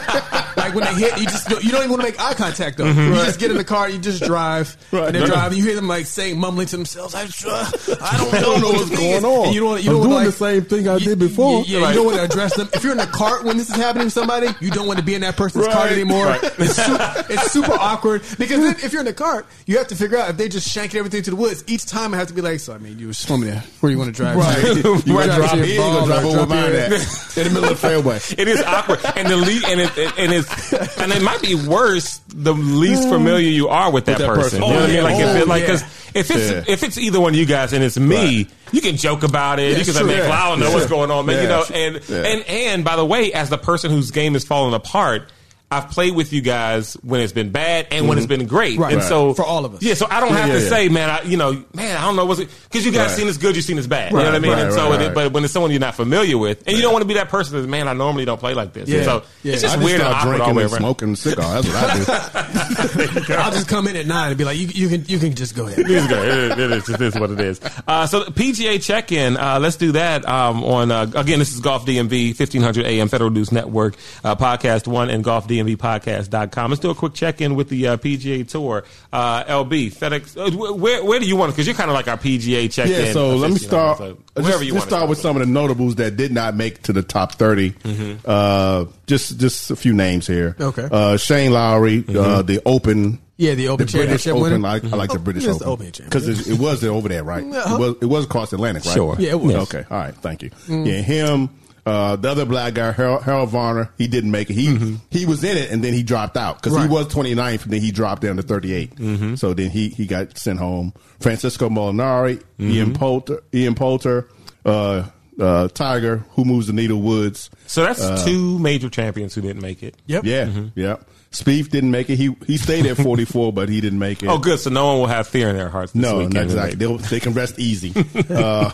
[SPEAKER 4] like when they hit, you just you don't even want to make eye contact though. You just get in the car, you just drive, and they're driving. You hear them like saying mumbling to themselves, I, I don't, I don't know what's
[SPEAKER 3] going on.
[SPEAKER 4] And you don't, you
[SPEAKER 3] I'm
[SPEAKER 4] don't
[SPEAKER 3] doing
[SPEAKER 4] like,
[SPEAKER 3] the same thing I
[SPEAKER 4] you-
[SPEAKER 3] did before.
[SPEAKER 4] you- yeah, you don't want to address them. If you're in a cart when this is happening to somebody, you don't want to be in that person's cart
[SPEAKER 3] Right.
[SPEAKER 4] anymore.
[SPEAKER 2] Right.
[SPEAKER 4] It's, su- it's super awkward because then if you're in a cart, you have to figure out if they just shanking everything to the woods. Each time I have to be like, so I mean, you were just telling me that. Where you want to drive?
[SPEAKER 3] Right.
[SPEAKER 4] to?
[SPEAKER 3] You gonna drop
[SPEAKER 4] to your
[SPEAKER 3] here, you gonna
[SPEAKER 4] ball
[SPEAKER 3] drop
[SPEAKER 4] or
[SPEAKER 3] over mine
[SPEAKER 4] here.
[SPEAKER 3] at in the middle of the fairway.
[SPEAKER 2] It is awkward, and the lead, and it, it- and it's, and it might be worse the least familiar you are with that,
[SPEAKER 3] Mm. that
[SPEAKER 2] person.
[SPEAKER 3] person.
[SPEAKER 2] You know what I mean? Like if it,
[SPEAKER 3] Oh, yeah.
[SPEAKER 4] Oh,
[SPEAKER 2] like 'cause if it's
[SPEAKER 3] Yeah.
[SPEAKER 2] if it's either one of you guys and it's me,
[SPEAKER 3] Right.
[SPEAKER 2] you can joke about it. you
[SPEAKER 4] it's
[SPEAKER 2] can say,
[SPEAKER 4] true.
[SPEAKER 2] "Man,
[SPEAKER 4] Yeah.
[SPEAKER 2] well, I don't know
[SPEAKER 3] Yeah.
[SPEAKER 2] what's going on." Man, you
[SPEAKER 3] Yeah.
[SPEAKER 2] know, and
[SPEAKER 3] Yeah.
[SPEAKER 2] and and by the way, as the person whose game is falling apart. I've played with you guys when it's been bad and when it's
[SPEAKER 3] Mm-hmm.
[SPEAKER 2] been great,
[SPEAKER 4] Right.
[SPEAKER 2] and
[SPEAKER 4] Right.
[SPEAKER 2] so
[SPEAKER 4] For all of us.
[SPEAKER 2] yeah. So I don't
[SPEAKER 3] Yeah,
[SPEAKER 2] have
[SPEAKER 3] yeah,
[SPEAKER 2] to
[SPEAKER 3] yeah.
[SPEAKER 2] say, man, I, you know, man, I don't know what's because you guys
[SPEAKER 3] Right.
[SPEAKER 2] seen this good, you seen this bad, you know what I
[SPEAKER 3] Right,
[SPEAKER 2] mean.
[SPEAKER 3] right,
[SPEAKER 2] and so,
[SPEAKER 3] right,
[SPEAKER 2] it-
[SPEAKER 3] right.
[SPEAKER 2] but when it's someone you're not familiar with, and you don't want to be that person that's man, I normally don't play like this.
[SPEAKER 4] Yeah.
[SPEAKER 2] So
[SPEAKER 4] Yeah.
[SPEAKER 2] it's
[SPEAKER 3] I
[SPEAKER 2] just
[SPEAKER 3] just
[SPEAKER 2] weird and awkward
[SPEAKER 3] start
[SPEAKER 2] all the
[SPEAKER 3] drinking
[SPEAKER 2] way
[SPEAKER 3] and
[SPEAKER 2] around.
[SPEAKER 3] smoking cigars. That's what I do.
[SPEAKER 4] I'll just come in at nine and be like, you, you can you can just go ahead.
[SPEAKER 2] It is good. It is- it is. It is what it is. Uh, so the PGA check in. Uh, let's do that um, on uh, again. This is Golf DMV, fifteen hundred AM Federal News Network uh, podcast one and Golf DMV podcast.com. Let's do a quick check in with the uh, PGA Tour. Uh, LB FedEx. Uh, wh- where where do you want? Because you're kind of like our PGA check in.
[SPEAKER 3] Yeah, so let me start.
[SPEAKER 2] wherever
[SPEAKER 3] just,
[SPEAKER 2] you
[SPEAKER 3] just
[SPEAKER 2] want.
[SPEAKER 3] start with some of the notables that did not make to the top 30
[SPEAKER 2] Mm-hmm.
[SPEAKER 3] Uh, just just a few names here.
[SPEAKER 4] Okay.
[SPEAKER 3] uh, Shane Lowry,
[SPEAKER 2] Mm-hmm.
[SPEAKER 3] uh, the Open.
[SPEAKER 4] Yeah, the Open
[SPEAKER 3] British
[SPEAKER 4] Championship
[SPEAKER 3] Open.
[SPEAKER 4] winner.
[SPEAKER 3] I, I like
[SPEAKER 4] Oh,
[SPEAKER 3] the British
[SPEAKER 4] yes, the
[SPEAKER 3] Open
[SPEAKER 4] Open Championship.
[SPEAKER 3] because it, it was over there, right?
[SPEAKER 4] Uh-huh.
[SPEAKER 3] It was it was across Atlantic, right?
[SPEAKER 2] Sure.
[SPEAKER 4] Yeah, it was.
[SPEAKER 3] Okay, all right, thank you. Yeah, him. Uh, the other black guy, Harold, Harold Varner, he didn't make it. He he was in it and then he dropped out because
[SPEAKER 4] Mm-hmm. Right. Mm-hmm.
[SPEAKER 3] he was 29th and then he dropped down to 38. So then he he got sent home. Francisco Molinari,
[SPEAKER 4] Mm-hmm.
[SPEAKER 3] Ian Poulter, Ian Poulter, uh, uh, Tiger, who moves the needle, Woods.
[SPEAKER 2] So that's
[SPEAKER 3] uh,
[SPEAKER 2] two major champions who didn't make it.
[SPEAKER 4] Yep. Mm-hmm.
[SPEAKER 3] Yeah, yeah. Spieth didn't make it. He he stayed at 44, but he didn't make it.
[SPEAKER 2] Oh, good. So no one will have fear in their hearts. This
[SPEAKER 3] No,
[SPEAKER 2] weekend,
[SPEAKER 3] not exactly.
[SPEAKER 2] Right?
[SPEAKER 3] They'll, they can rest easy. uh,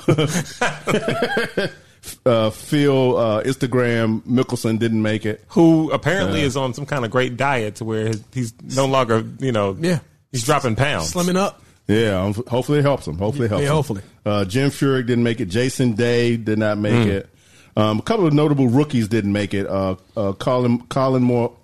[SPEAKER 3] uh, Phil uh, Instagram Mickelson didn't make it.
[SPEAKER 2] Who apparently is on some kind of great diet to where his- he's no longer, you know,
[SPEAKER 4] Yeah.
[SPEAKER 2] he's dropping pounds.
[SPEAKER 4] Slimming up.
[SPEAKER 3] Yeah, um, hopefully it helps him. Hopefully it helps.
[SPEAKER 4] Yeah,
[SPEAKER 3] him.
[SPEAKER 4] hopefully.
[SPEAKER 3] Uh, Jim Furyk didn't make it. Jason Day did not make it. Um, a couple of notable rookies didn't make it. Uh, uh, Colin Colin Mor-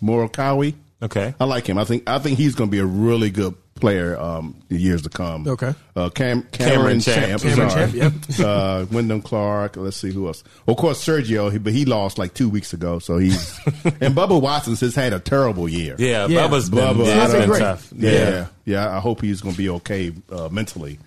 [SPEAKER 3] Morikawa.
[SPEAKER 2] Okay.
[SPEAKER 3] I like him. I think I think he's going to be a really good player um, the years to come.
[SPEAKER 4] Okay.
[SPEAKER 3] Uh, Cam,
[SPEAKER 2] Cameron
[SPEAKER 3] Cameron,
[SPEAKER 2] Champ.
[SPEAKER 3] Champ.
[SPEAKER 4] Cameron
[SPEAKER 3] sorry.
[SPEAKER 4] Champ,
[SPEAKER 3] uh, Wyndham Clark. Let's see who else. Of course, Sergio, he, but he lost like two weeks ago. So he's and Bubba Watson's has had a terrible year.
[SPEAKER 2] Yeah,
[SPEAKER 4] Yeah.
[SPEAKER 2] Bubba's been,
[SPEAKER 3] Bubba,
[SPEAKER 2] Bubba,
[SPEAKER 3] I
[SPEAKER 2] has
[SPEAKER 3] don't-
[SPEAKER 2] been tough.
[SPEAKER 3] Yeah. yeah, I hope he's going to be okay uh, mentally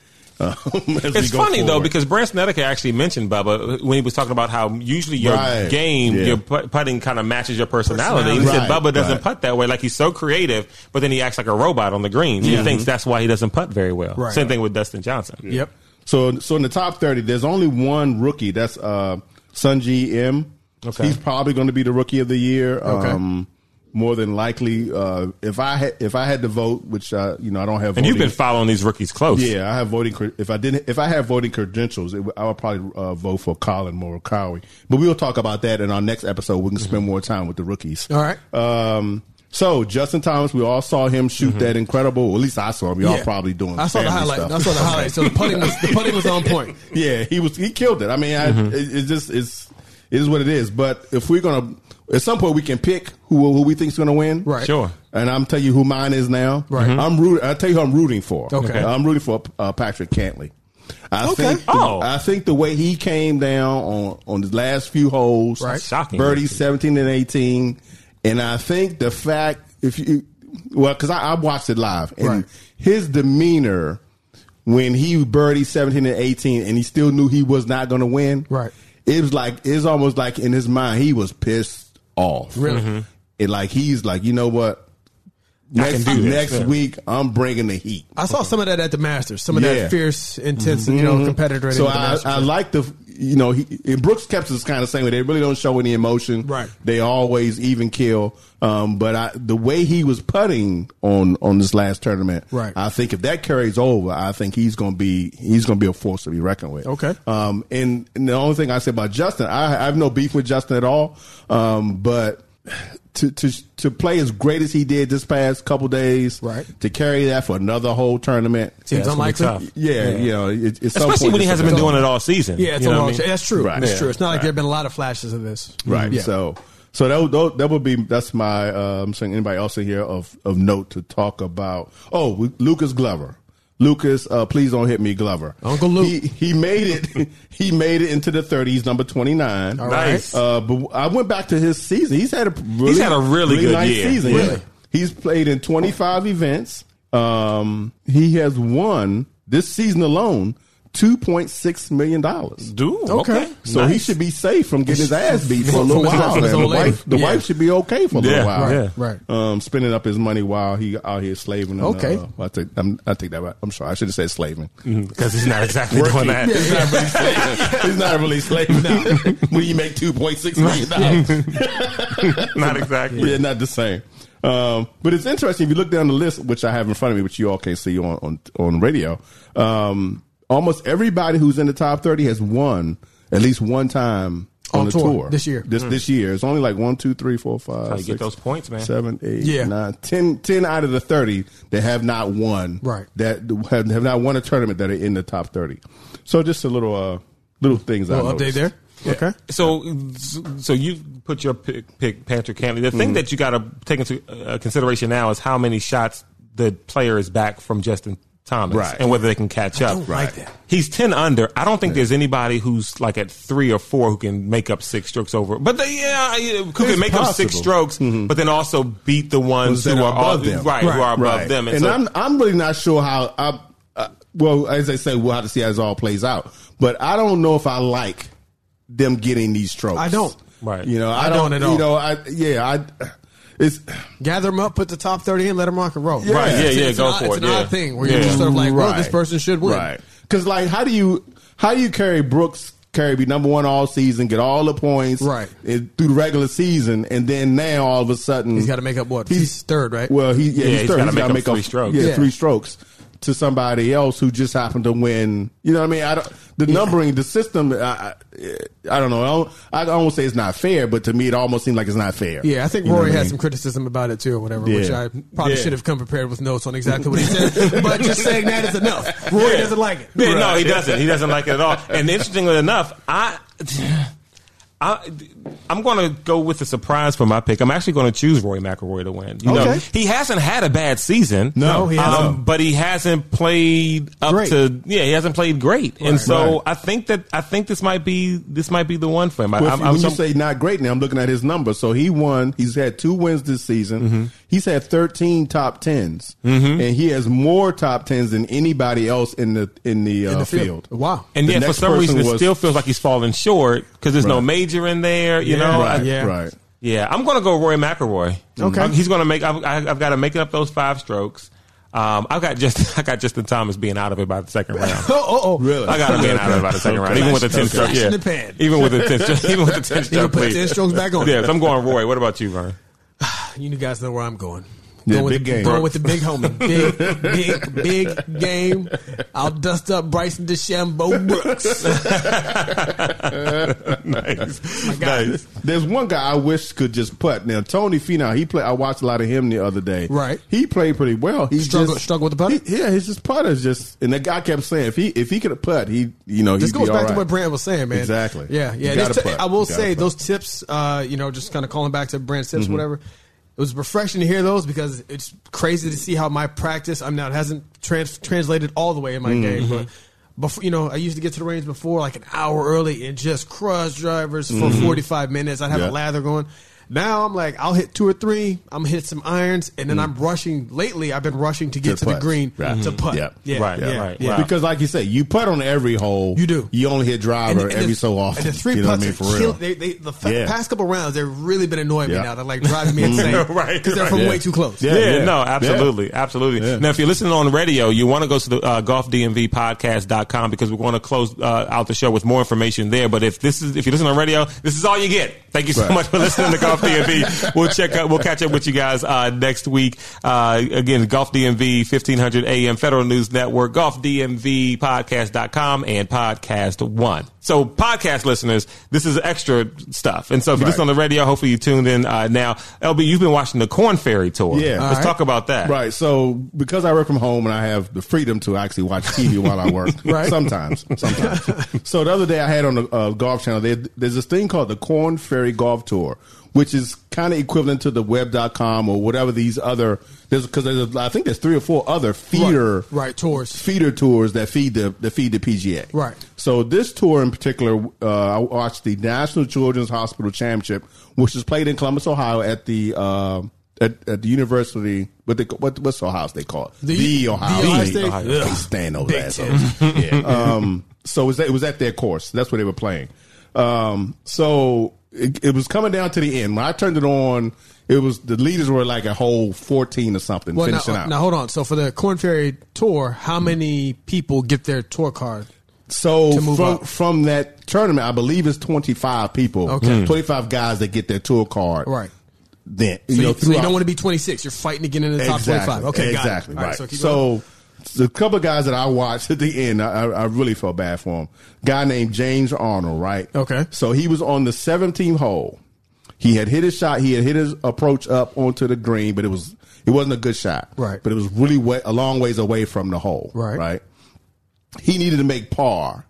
[SPEAKER 3] Um, as
[SPEAKER 2] It's
[SPEAKER 3] we go
[SPEAKER 2] funny though
[SPEAKER 3] forward.
[SPEAKER 2] because Brant Snedeker actually mentioned Bubba when he was talking about how usually your
[SPEAKER 3] Right.
[SPEAKER 2] game,
[SPEAKER 3] Yeah.
[SPEAKER 2] your put- putting kind of matches your personality. And he said
[SPEAKER 3] Right,
[SPEAKER 2] Bubba doesn't
[SPEAKER 3] right.
[SPEAKER 2] putt that way. Like he's so creative, but then he acts like a robot on the greens. He thinks that's why he doesn't putt very well.
[SPEAKER 4] Right.
[SPEAKER 2] Same thing with Dustin Johnson.
[SPEAKER 4] Yep.
[SPEAKER 3] So so in the top thirty, there's only one rookie. That's uh Sunji M.
[SPEAKER 2] Okay.
[SPEAKER 3] He's probably going to be the rookie of the year.
[SPEAKER 4] Okay.
[SPEAKER 3] Um, more than likely, uh, if I had if I had to vote, which uh, you know I don't have.
[SPEAKER 2] And you've
[SPEAKER 3] voting-
[SPEAKER 2] been following these rookies close.
[SPEAKER 3] Yeah, I have voting. cre- If I didn't, if I had voting credentials, it, would- I would probably uh, vote for Colin Morikawa. But we'll talk about that in our next episode. We can spend more time with the rookies.
[SPEAKER 4] All right.
[SPEAKER 3] Um, so Justin Thomas, we all saw him shoot that incredible. Or at least I saw him. Y'all
[SPEAKER 4] Mm-hmm. Yeah.
[SPEAKER 3] probably doing.
[SPEAKER 4] I saw the
[SPEAKER 3] family
[SPEAKER 4] highlight.
[SPEAKER 3] Stuff.
[SPEAKER 4] I saw the highlight. So the putting was the putting was on point.
[SPEAKER 3] Yeah, he was. He killed it. I mean, I, it, it's just it's it is what it is. But if we're gonna, at some point, we can pick who who we think's gonna win.
[SPEAKER 4] Right.
[SPEAKER 2] Sure.
[SPEAKER 3] And I'm tell you who mine is now.
[SPEAKER 4] Right. Mhm.
[SPEAKER 3] I'm root. I tell you who I'm rooting for.
[SPEAKER 4] Okay.
[SPEAKER 3] I'm rooting for uh, Patrick Cantley. I
[SPEAKER 4] Okay.
[SPEAKER 3] think the,
[SPEAKER 2] Oh.
[SPEAKER 3] I think the way he came down on on the last few holes,
[SPEAKER 4] Right.
[SPEAKER 2] Shocking.
[SPEAKER 3] birdie 17 and 18, and I think the fact if you well because I, I watched it live and
[SPEAKER 4] Right.
[SPEAKER 3] his demeanor when he birdie 17 and 18 and he still knew he was not going to win
[SPEAKER 4] Right.
[SPEAKER 3] it was like it's almost like in his mind he was pissed off
[SPEAKER 4] Really?
[SPEAKER 3] it like he's like you know what next,
[SPEAKER 2] can do this.
[SPEAKER 3] next
[SPEAKER 2] Yeah.
[SPEAKER 3] week i'm bringing the heat
[SPEAKER 4] I saw some of that at the Masters. Some of
[SPEAKER 3] Yeah. Mm-hmm.
[SPEAKER 4] that fierce, intense, you know, competitor.
[SPEAKER 3] so
[SPEAKER 4] at the
[SPEAKER 3] I,
[SPEAKER 4] Masters.
[SPEAKER 3] I like the you know he, and Brooks kept is kind of same way. They really don't show any emotion.
[SPEAKER 4] Right.
[SPEAKER 3] They always even kill. Um, but I, the way he was putting on on this last tournament,
[SPEAKER 4] Right.
[SPEAKER 3] I think if that carries over, I think he's gonna be he's gonna be a force to be reckoned with.
[SPEAKER 4] Okay.
[SPEAKER 3] Um, and, and the only thing I said about Justin, I, I have no beef with Justin at all. Um, but to to to play as great as he did this past couple days,
[SPEAKER 4] Right.
[SPEAKER 3] To carry that for another whole tournament
[SPEAKER 4] Seems
[SPEAKER 2] Yeah, it's gonna be
[SPEAKER 4] unlikely.
[SPEAKER 2] tough.
[SPEAKER 3] yeah, you know, it, it's some
[SPEAKER 2] Especially when
[SPEAKER 3] point
[SPEAKER 2] he
[SPEAKER 3] it's
[SPEAKER 2] hasn't been
[SPEAKER 3] gonna-
[SPEAKER 2] doing it all season.
[SPEAKER 4] Yeah, it's
[SPEAKER 2] You
[SPEAKER 4] a
[SPEAKER 2] know
[SPEAKER 4] long.
[SPEAKER 2] what I mean?
[SPEAKER 4] That's true.
[SPEAKER 3] Right.
[SPEAKER 4] That's
[SPEAKER 3] Yeah.
[SPEAKER 4] true. It's not like there have been a lot of flashes of this.
[SPEAKER 3] right.
[SPEAKER 4] Yeah.
[SPEAKER 3] So, so that, would- that that would be that's my uh, I'm saying anybody else in here of of note to talk about. Oh, we- Lucas Glover. Lucas, uh, please don't hit me, Glover.
[SPEAKER 4] Uncle Luke.
[SPEAKER 3] He, he made it. he made it into the 30s, number 29.
[SPEAKER 4] All right.
[SPEAKER 2] Nice.
[SPEAKER 3] Uh, but I went back to his season. He's had a really,
[SPEAKER 2] had a really good
[SPEAKER 3] nice
[SPEAKER 2] year.
[SPEAKER 3] season.
[SPEAKER 2] Really?
[SPEAKER 3] Yeah. He's played in 25 events. Um, he has won this season alone 2.6 million dollars.
[SPEAKER 2] Dude,
[SPEAKER 4] Okay.
[SPEAKER 2] okay.
[SPEAKER 3] So he
[SPEAKER 2] Nice.
[SPEAKER 3] should be safe from getting his ass beat for a little
[SPEAKER 4] From his-
[SPEAKER 3] while.
[SPEAKER 4] from his
[SPEAKER 3] man. The,
[SPEAKER 4] old lady.
[SPEAKER 3] wife, the
[SPEAKER 4] Yeah.
[SPEAKER 3] wife should be okay for a little
[SPEAKER 2] Yeah,
[SPEAKER 3] while.
[SPEAKER 2] right,
[SPEAKER 4] right.
[SPEAKER 3] Um, spending up his money while he out here slaving. and,
[SPEAKER 4] Okay.
[SPEAKER 3] uh, I take I'm, I take that back. I'm sorry. I should have said slaving.
[SPEAKER 2] Because he's not exactly doing
[SPEAKER 3] Working.
[SPEAKER 2] that.
[SPEAKER 3] He's not really slaving. He's not really slaving when you make two point six million dollars.
[SPEAKER 2] Not exactly.
[SPEAKER 3] Yeah, not the same. Um, but it's interesting if you look down the list, which I have in front of me, which you all can't see on on, on radio. Um, almost everybody who's in the top thirty has won at least one time on,
[SPEAKER 4] On
[SPEAKER 3] the tour,
[SPEAKER 4] tour, this year.
[SPEAKER 3] This this year, it's only like one, two, three, four, five,
[SPEAKER 2] how you Hmm. get
[SPEAKER 3] six,
[SPEAKER 2] those points, man.
[SPEAKER 3] seven, eight,
[SPEAKER 4] Yeah.
[SPEAKER 3] nine, 10, 10 out of the thirty that have not won.
[SPEAKER 4] Right.
[SPEAKER 3] that have, have not won a tournament that are in the top thirty. So just a little uh, little things. I
[SPEAKER 4] Little
[SPEAKER 3] noticed.
[SPEAKER 4] update there. Okay.
[SPEAKER 2] So, so you put your pick, pick Patrick Cantley. The thing that you got to take into uh, consideration now is how many shots the player is back from Justin Thomas,
[SPEAKER 3] Right.
[SPEAKER 2] and whether they can catch up.
[SPEAKER 4] don't like Right. that.
[SPEAKER 2] He's ten under. I don't think there's anybody who's like at three or four who can make up six strokes over. But they, yeah, yeah, who
[SPEAKER 3] It's
[SPEAKER 2] can make up six
[SPEAKER 3] possible.
[SPEAKER 2] strokes, but then also beat the ones
[SPEAKER 3] That
[SPEAKER 2] who
[SPEAKER 3] are
[SPEAKER 2] are, all-
[SPEAKER 3] above them.
[SPEAKER 2] right, who are above them.
[SPEAKER 3] And,
[SPEAKER 2] so-
[SPEAKER 3] I'm I'm really not sure how I. Uh, well, as I say, we'll have to see how this all plays out. But I don't know if I like them getting these strokes.
[SPEAKER 4] I don't.
[SPEAKER 2] Right.
[SPEAKER 3] You know, I,
[SPEAKER 4] I
[SPEAKER 3] don't.
[SPEAKER 4] don't at all.
[SPEAKER 3] You know, I yeah, I. It's
[SPEAKER 4] Gather them up, put the top thirty in, let them rock and roll.
[SPEAKER 3] Right, yeah,
[SPEAKER 4] It's-
[SPEAKER 2] yeah,
[SPEAKER 4] it's
[SPEAKER 2] go
[SPEAKER 4] an odd-
[SPEAKER 2] for
[SPEAKER 4] It's
[SPEAKER 2] it,
[SPEAKER 4] an
[SPEAKER 2] yeah.
[SPEAKER 4] odd thing where you're
[SPEAKER 2] Yeah.
[SPEAKER 4] just sort of like, well,
[SPEAKER 3] Right.
[SPEAKER 4] this person should win.
[SPEAKER 3] right because like how do you how do you carry Brooks? Carry be number one all season, get all the points,
[SPEAKER 4] Right.
[SPEAKER 3] it- through the regular season, and then now all of a sudden
[SPEAKER 4] He's got to make up what? He's, third, right?
[SPEAKER 3] Well, he yeah,
[SPEAKER 2] Yeah,
[SPEAKER 3] he's,
[SPEAKER 2] he's
[SPEAKER 3] third.
[SPEAKER 2] gotta
[SPEAKER 3] He's
[SPEAKER 2] make
[SPEAKER 3] got to
[SPEAKER 2] up
[SPEAKER 3] make up
[SPEAKER 2] three strokes.
[SPEAKER 3] Yeah,
[SPEAKER 4] Yeah.
[SPEAKER 3] three strokes to somebody else who just happened to win. You know what I mean? I don't, the numbering, the system. I, I, I don't know. I don't, I don't wanna say it's not fair, but to me, it almost seems like it's not fair.
[SPEAKER 4] yeah, I think
[SPEAKER 3] You know
[SPEAKER 4] Rory
[SPEAKER 3] what I
[SPEAKER 4] had
[SPEAKER 3] mean?
[SPEAKER 4] some criticism about it too, or whatever,
[SPEAKER 3] Yeah.
[SPEAKER 4] which I probably
[SPEAKER 3] Yeah.
[SPEAKER 4] should have come prepared with notes on exactly what he said. but just saying that is enough. Rory
[SPEAKER 2] Yeah.
[SPEAKER 4] doesn't like it.
[SPEAKER 2] Yeah, No, he doesn't. He doesn't like it at all. And interestingly enough, I. I, I'm going to go with a surprise for my pick. I'm actually going to choose Roy McIlroy to win. You know,
[SPEAKER 4] Okay.
[SPEAKER 2] he hasn't had a bad season. Um,
[SPEAKER 4] No, he hasn't.
[SPEAKER 2] but he hasn't played up
[SPEAKER 4] Great.
[SPEAKER 2] to. Yeah, he hasn't played great.
[SPEAKER 4] Right.
[SPEAKER 2] And so
[SPEAKER 3] Right.
[SPEAKER 2] I think that I think this might be this might be the one for him. I,
[SPEAKER 3] Well,
[SPEAKER 2] I'm-
[SPEAKER 3] if-
[SPEAKER 2] I'm
[SPEAKER 3] when you
[SPEAKER 2] some-
[SPEAKER 4] Mm-hmm.
[SPEAKER 3] say not great, now I'm looking at his numbers. So he won. He's had two wins this season. He's had 13 top 10s and he has more top 10s than anybody else in the in the, uh,
[SPEAKER 4] in the
[SPEAKER 3] field.
[SPEAKER 4] field. Wow.
[SPEAKER 2] And
[SPEAKER 3] The
[SPEAKER 2] yet, for
[SPEAKER 3] next
[SPEAKER 2] some
[SPEAKER 3] person
[SPEAKER 2] reason, it
[SPEAKER 3] was-
[SPEAKER 2] still feels like he's falling short because there's no
[SPEAKER 3] Right.
[SPEAKER 2] major in there. You know,
[SPEAKER 3] right,
[SPEAKER 2] I-
[SPEAKER 4] Yeah.
[SPEAKER 3] right.
[SPEAKER 2] Yeah, I'm going to go Roy McIlroy.
[SPEAKER 4] Okay.
[SPEAKER 2] I'm- he's going to make. I've, I- I've got to make up those five strokes. Um, I've got just. I got Justin Thomas being out of it by the second round.
[SPEAKER 4] Oh, oh, oh.
[SPEAKER 3] Really?
[SPEAKER 2] I got him being out of it by the second round, even with the ten stroke.
[SPEAKER 4] Flash
[SPEAKER 2] Yeah.
[SPEAKER 4] in the pan.
[SPEAKER 2] Even with the ten, stroke- even with the ten
[SPEAKER 4] They gonna
[SPEAKER 2] stroke
[SPEAKER 4] put
[SPEAKER 2] lead.
[SPEAKER 4] ten strokes back on.
[SPEAKER 2] Yes, I'm going Roy. What about you, Vern?
[SPEAKER 4] You guys know where I'm going.
[SPEAKER 3] Yeah,
[SPEAKER 4] going with
[SPEAKER 3] big
[SPEAKER 4] the,
[SPEAKER 3] game.
[SPEAKER 4] Going with the big homie. Big, big, big game. I'll dust up Bryson DeChambeau Brooks.
[SPEAKER 2] nice,
[SPEAKER 4] God.
[SPEAKER 2] nice.
[SPEAKER 3] There's one guy I wish could just putt. Now Tony Finau, he play. I watched a lot of him the other day.
[SPEAKER 4] Right.
[SPEAKER 3] he played pretty well. He
[SPEAKER 4] Struggle-
[SPEAKER 3] just,
[SPEAKER 4] struggle with the putter?
[SPEAKER 3] He, yeah, his just putter's just. And the guy kept saying if he if he could putt, he you know
[SPEAKER 4] This
[SPEAKER 3] he'd
[SPEAKER 4] goes
[SPEAKER 3] be all
[SPEAKER 4] back to
[SPEAKER 3] right.
[SPEAKER 4] what Brand was saying, man.
[SPEAKER 3] Exactly.
[SPEAKER 4] Yeah, yeah.
[SPEAKER 3] You gotta
[SPEAKER 4] This t-
[SPEAKER 3] putt.
[SPEAKER 4] I will
[SPEAKER 3] You gotta Mm-hmm.
[SPEAKER 4] say
[SPEAKER 3] putt.
[SPEAKER 4] those tips. Uh, you know, just kind of calling back to Brand's tips, whatever. It was refreshing to hear those because it's crazy to see how my practice. I'm now it hasn't trans- translated all the way in my
[SPEAKER 3] Mm-hmm.
[SPEAKER 4] game, but. Before you know, I used to get to the range before like an hour early and just crush drivers for forty five minutes. I'd have
[SPEAKER 3] Mm-hmm. Yeah.
[SPEAKER 4] a lather going. Now I'm like, I'll hit two or three. I'm gonna hit some irons, and then I'm rushing. Lately, I've been rushing to get to, the
[SPEAKER 3] Mm. putt.
[SPEAKER 4] green
[SPEAKER 3] Right. Mm-hmm.
[SPEAKER 4] to putt.
[SPEAKER 3] Yep.
[SPEAKER 4] Yeah,
[SPEAKER 2] Right,
[SPEAKER 4] yeah,
[SPEAKER 2] right,
[SPEAKER 4] yeah.
[SPEAKER 2] wow.
[SPEAKER 3] Because, like you say, you putt on every hole.
[SPEAKER 4] You do.
[SPEAKER 3] You only hit driver
[SPEAKER 4] And the- and
[SPEAKER 3] every
[SPEAKER 4] the-
[SPEAKER 3] so often.
[SPEAKER 4] And the three
[SPEAKER 3] you know what
[SPEAKER 4] putts,
[SPEAKER 3] I mean?
[SPEAKER 4] are
[SPEAKER 3] For real.
[SPEAKER 4] kill- they, they, the fa-
[SPEAKER 3] Yeah.
[SPEAKER 4] past couple rounds, they've really been annoying
[SPEAKER 3] Yeah.
[SPEAKER 4] me now. They're like driving me insane because
[SPEAKER 2] Right,
[SPEAKER 4] they're
[SPEAKER 2] right.
[SPEAKER 4] from
[SPEAKER 2] Yeah.
[SPEAKER 4] way too close.
[SPEAKER 3] Yeah.
[SPEAKER 2] Yeah, no, absolutely. Absolutely.
[SPEAKER 3] Yeah.
[SPEAKER 2] Now, if you're listening on radio, you want to go to the uh, golfdmvpodcast.com because we're going to close uh, out the show with more information there. But if this is, if you listen on radio, this is all you get. Thank you so
[SPEAKER 3] Right.
[SPEAKER 2] much for listening to Golf DMV. We'll check out, we'll catch up with you guys, uh, next week. Uh, again, Golf DMV, 1500 AM, Federal News Network, golfdmvpodcast.com and podcast one. So podcast listeners, this is extra stuff. And so if you
[SPEAKER 3] Right.
[SPEAKER 2] listen on the radio, hopefully you tuned in, uh, now. LB, you've been watching the Corn Ferry tour.
[SPEAKER 3] Yeah.
[SPEAKER 2] Let's
[SPEAKER 3] All
[SPEAKER 2] talk about that.
[SPEAKER 3] Right. So because I work from home and I have the freedom to actually watch TV while I work,
[SPEAKER 4] Right.
[SPEAKER 3] sometimes, sometimes. so the other day I had on the uh, golf channel, there, there's this thing called the Corn Ferry Golf Tour, which is kind of equivalent to the web.com or whatever these other, there's, cause there's, I think there's three or four other feeder,
[SPEAKER 4] Right, right, tours.
[SPEAKER 3] feeder tours that feed the, that feed the PGA.
[SPEAKER 4] Right.
[SPEAKER 3] So this tour in particular, uh, I watched the National Children's Hospital Championship, which is played in Columbus, Ohio, at the uh, at, at the university. What they what, what's Ohio State called?
[SPEAKER 4] The- the
[SPEAKER 3] Ohio
[SPEAKER 4] Ohio
[SPEAKER 3] State.
[SPEAKER 4] State?
[SPEAKER 3] Ohio State. Stand those assholes. Yeah. um, so it was, at- it was at their course. That's where they were playing. Um, so it, it was coming down to the end. When I turned it on, it was the leaders were like a whole fourteen or something
[SPEAKER 4] Well, now,
[SPEAKER 3] finishing out. Mm-hmm.
[SPEAKER 4] now hold on. So for the Corn Ferry tour, how many people get their tour card?
[SPEAKER 3] So
[SPEAKER 4] to move
[SPEAKER 3] from,
[SPEAKER 4] up.
[SPEAKER 3] from that tournament, I believe it's 25 people,
[SPEAKER 4] Okay.
[SPEAKER 3] 25 guys that get their tour card.
[SPEAKER 4] Right.
[SPEAKER 3] Then,
[SPEAKER 4] So you, so you
[SPEAKER 3] throughout-
[SPEAKER 4] don't want to be 26. You're fighting to get into the top 25. Okay, got it.
[SPEAKER 3] exactly.
[SPEAKER 4] All
[SPEAKER 3] Right.
[SPEAKER 4] so keep going.
[SPEAKER 3] so, so a couple of guys that I watched at the end, I, I I really felt bad for him. Guy named James Arnold, right?
[SPEAKER 4] Okay.
[SPEAKER 3] So he was on the 17th hole. He had hit his shot. He had hit his approach up onto the green, but it was it wasn't a good shot.
[SPEAKER 4] Right.
[SPEAKER 3] But it was really way, a long ways away from the hole.
[SPEAKER 4] Right.
[SPEAKER 3] Right. He needed to make par.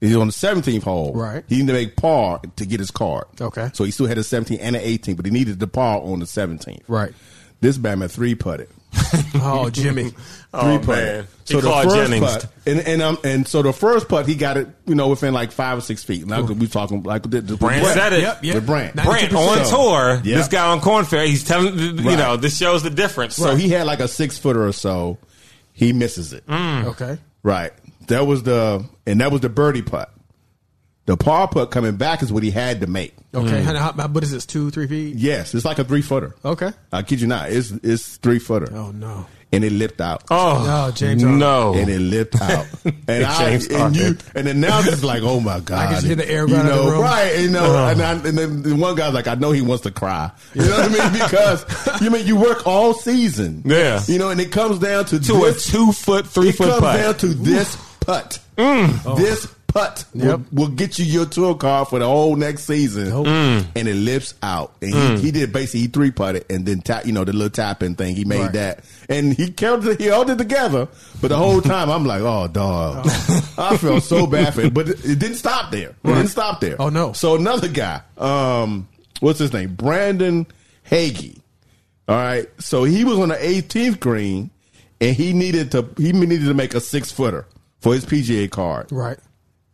[SPEAKER 3] He's on the 17th hole.
[SPEAKER 4] Right.
[SPEAKER 3] He needed to make par to get his card.
[SPEAKER 4] Okay.
[SPEAKER 3] So he still had a 17 and an 18, but he needed the par on the 17th.
[SPEAKER 4] Right.
[SPEAKER 3] This Bama three putted.
[SPEAKER 4] oh, Jimmy.
[SPEAKER 2] Oh,
[SPEAKER 3] Three putted.
[SPEAKER 2] man. He called Jennings.
[SPEAKER 3] putt, and and um and so the first putt he got it, you know, within like five or six feet. Now we talking like the, the
[SPEAKER 2] Brand said it. Yep,
[SPEAKER 4] yep.
[SPEAKER 3] With Brand.
[SPEAKER 4] Now-
[SPEAKER 2] Brent on
[SPEAKER 4] 92%.
[SPEAKER 2] tour,
[SPEAKER 3] Yeah.
[SPEAKER 2] this guy on Corn Fair, he's telling th- you
[SPEAKER 3] Right.
[SPEAKER 2] know this shows the difference.
[SPEAKER 3] So he had like a six footer or so. He misses it.
[SPEAKER 2] Mm.
[SPEAKER 4] Okay.
[SPEAKER 3] Right. That was the and that was the birdie putt. The par putt coming back is what he had to make.
[SPEAKER 2] Oh.
[SPEAKER 4] Okay. How, how, how- what is this? Two, three feet?
[SPEAKER 3] Yes, it's like a three footer.
[SPEAKER 4] Okay.
[SPEAKER 3] I kid you not. It's it's three footer.
[SPEAKER 4] Oh, no.
[SPEAKER 3] And it lipped out.
[SPEAKER 2] oh
[SPEAKER 4] No, James Arnold.
[SPEAKER 2] no,
[SPEAKER 3] and it lipped out. And I
[SPEAKER 2] James
[SPEAKER 3] and you
[SPEAKER 2] Harden.
[SPEAKER 3] and then now it's like, oh my god,
[SPEAKER 4] just hear the air
[SPEAKER 3] you
[SPEAKER 4] out of the
[SPEAKER 3] know,
[SPEAKER 4] room.
[SPEAKER 3] right? You know, and, I, and then the one guy's like, I know he wants to cry. You know what I mean? Because you mean you work all season,
[SPEAKER 2] Yeah.
[SPEAKER 3] You know, and it comes down to
[SPEAKER 2] to a
[SPEAKER 3] this,
[SPEAKER 2] two foot, three
[SPEAKER 3] it
[SPEAKER 2] foot
[SPEAKER 3] comes
[SPEAKER 2] putt.
[SPEAKER 3] down to this putt. This putt
[SPEAKER 4] Yep.
[SPEAKER 3] will, will get you your tour card for the whole next season, and it lips out. And he, he did basically he three putted and then tap, you know, the little tapping thing. He made
[SPEAKER 4] Right.
[SPEAKER 3] that, and he kept it, he held it together. But the whole time I'm like, oh dog, I felt so bad for it. But it, it didn't stop there. It didn't stop there.
[SPEAKER 4] Oh, no.
[SPEAKER 3] So another guy, um, what's his name? Brandon Hagee. All right. So he was on the 18th green, and he needed to he needed to make a six footer for his PGA card,
[SPEAKER 4] Right.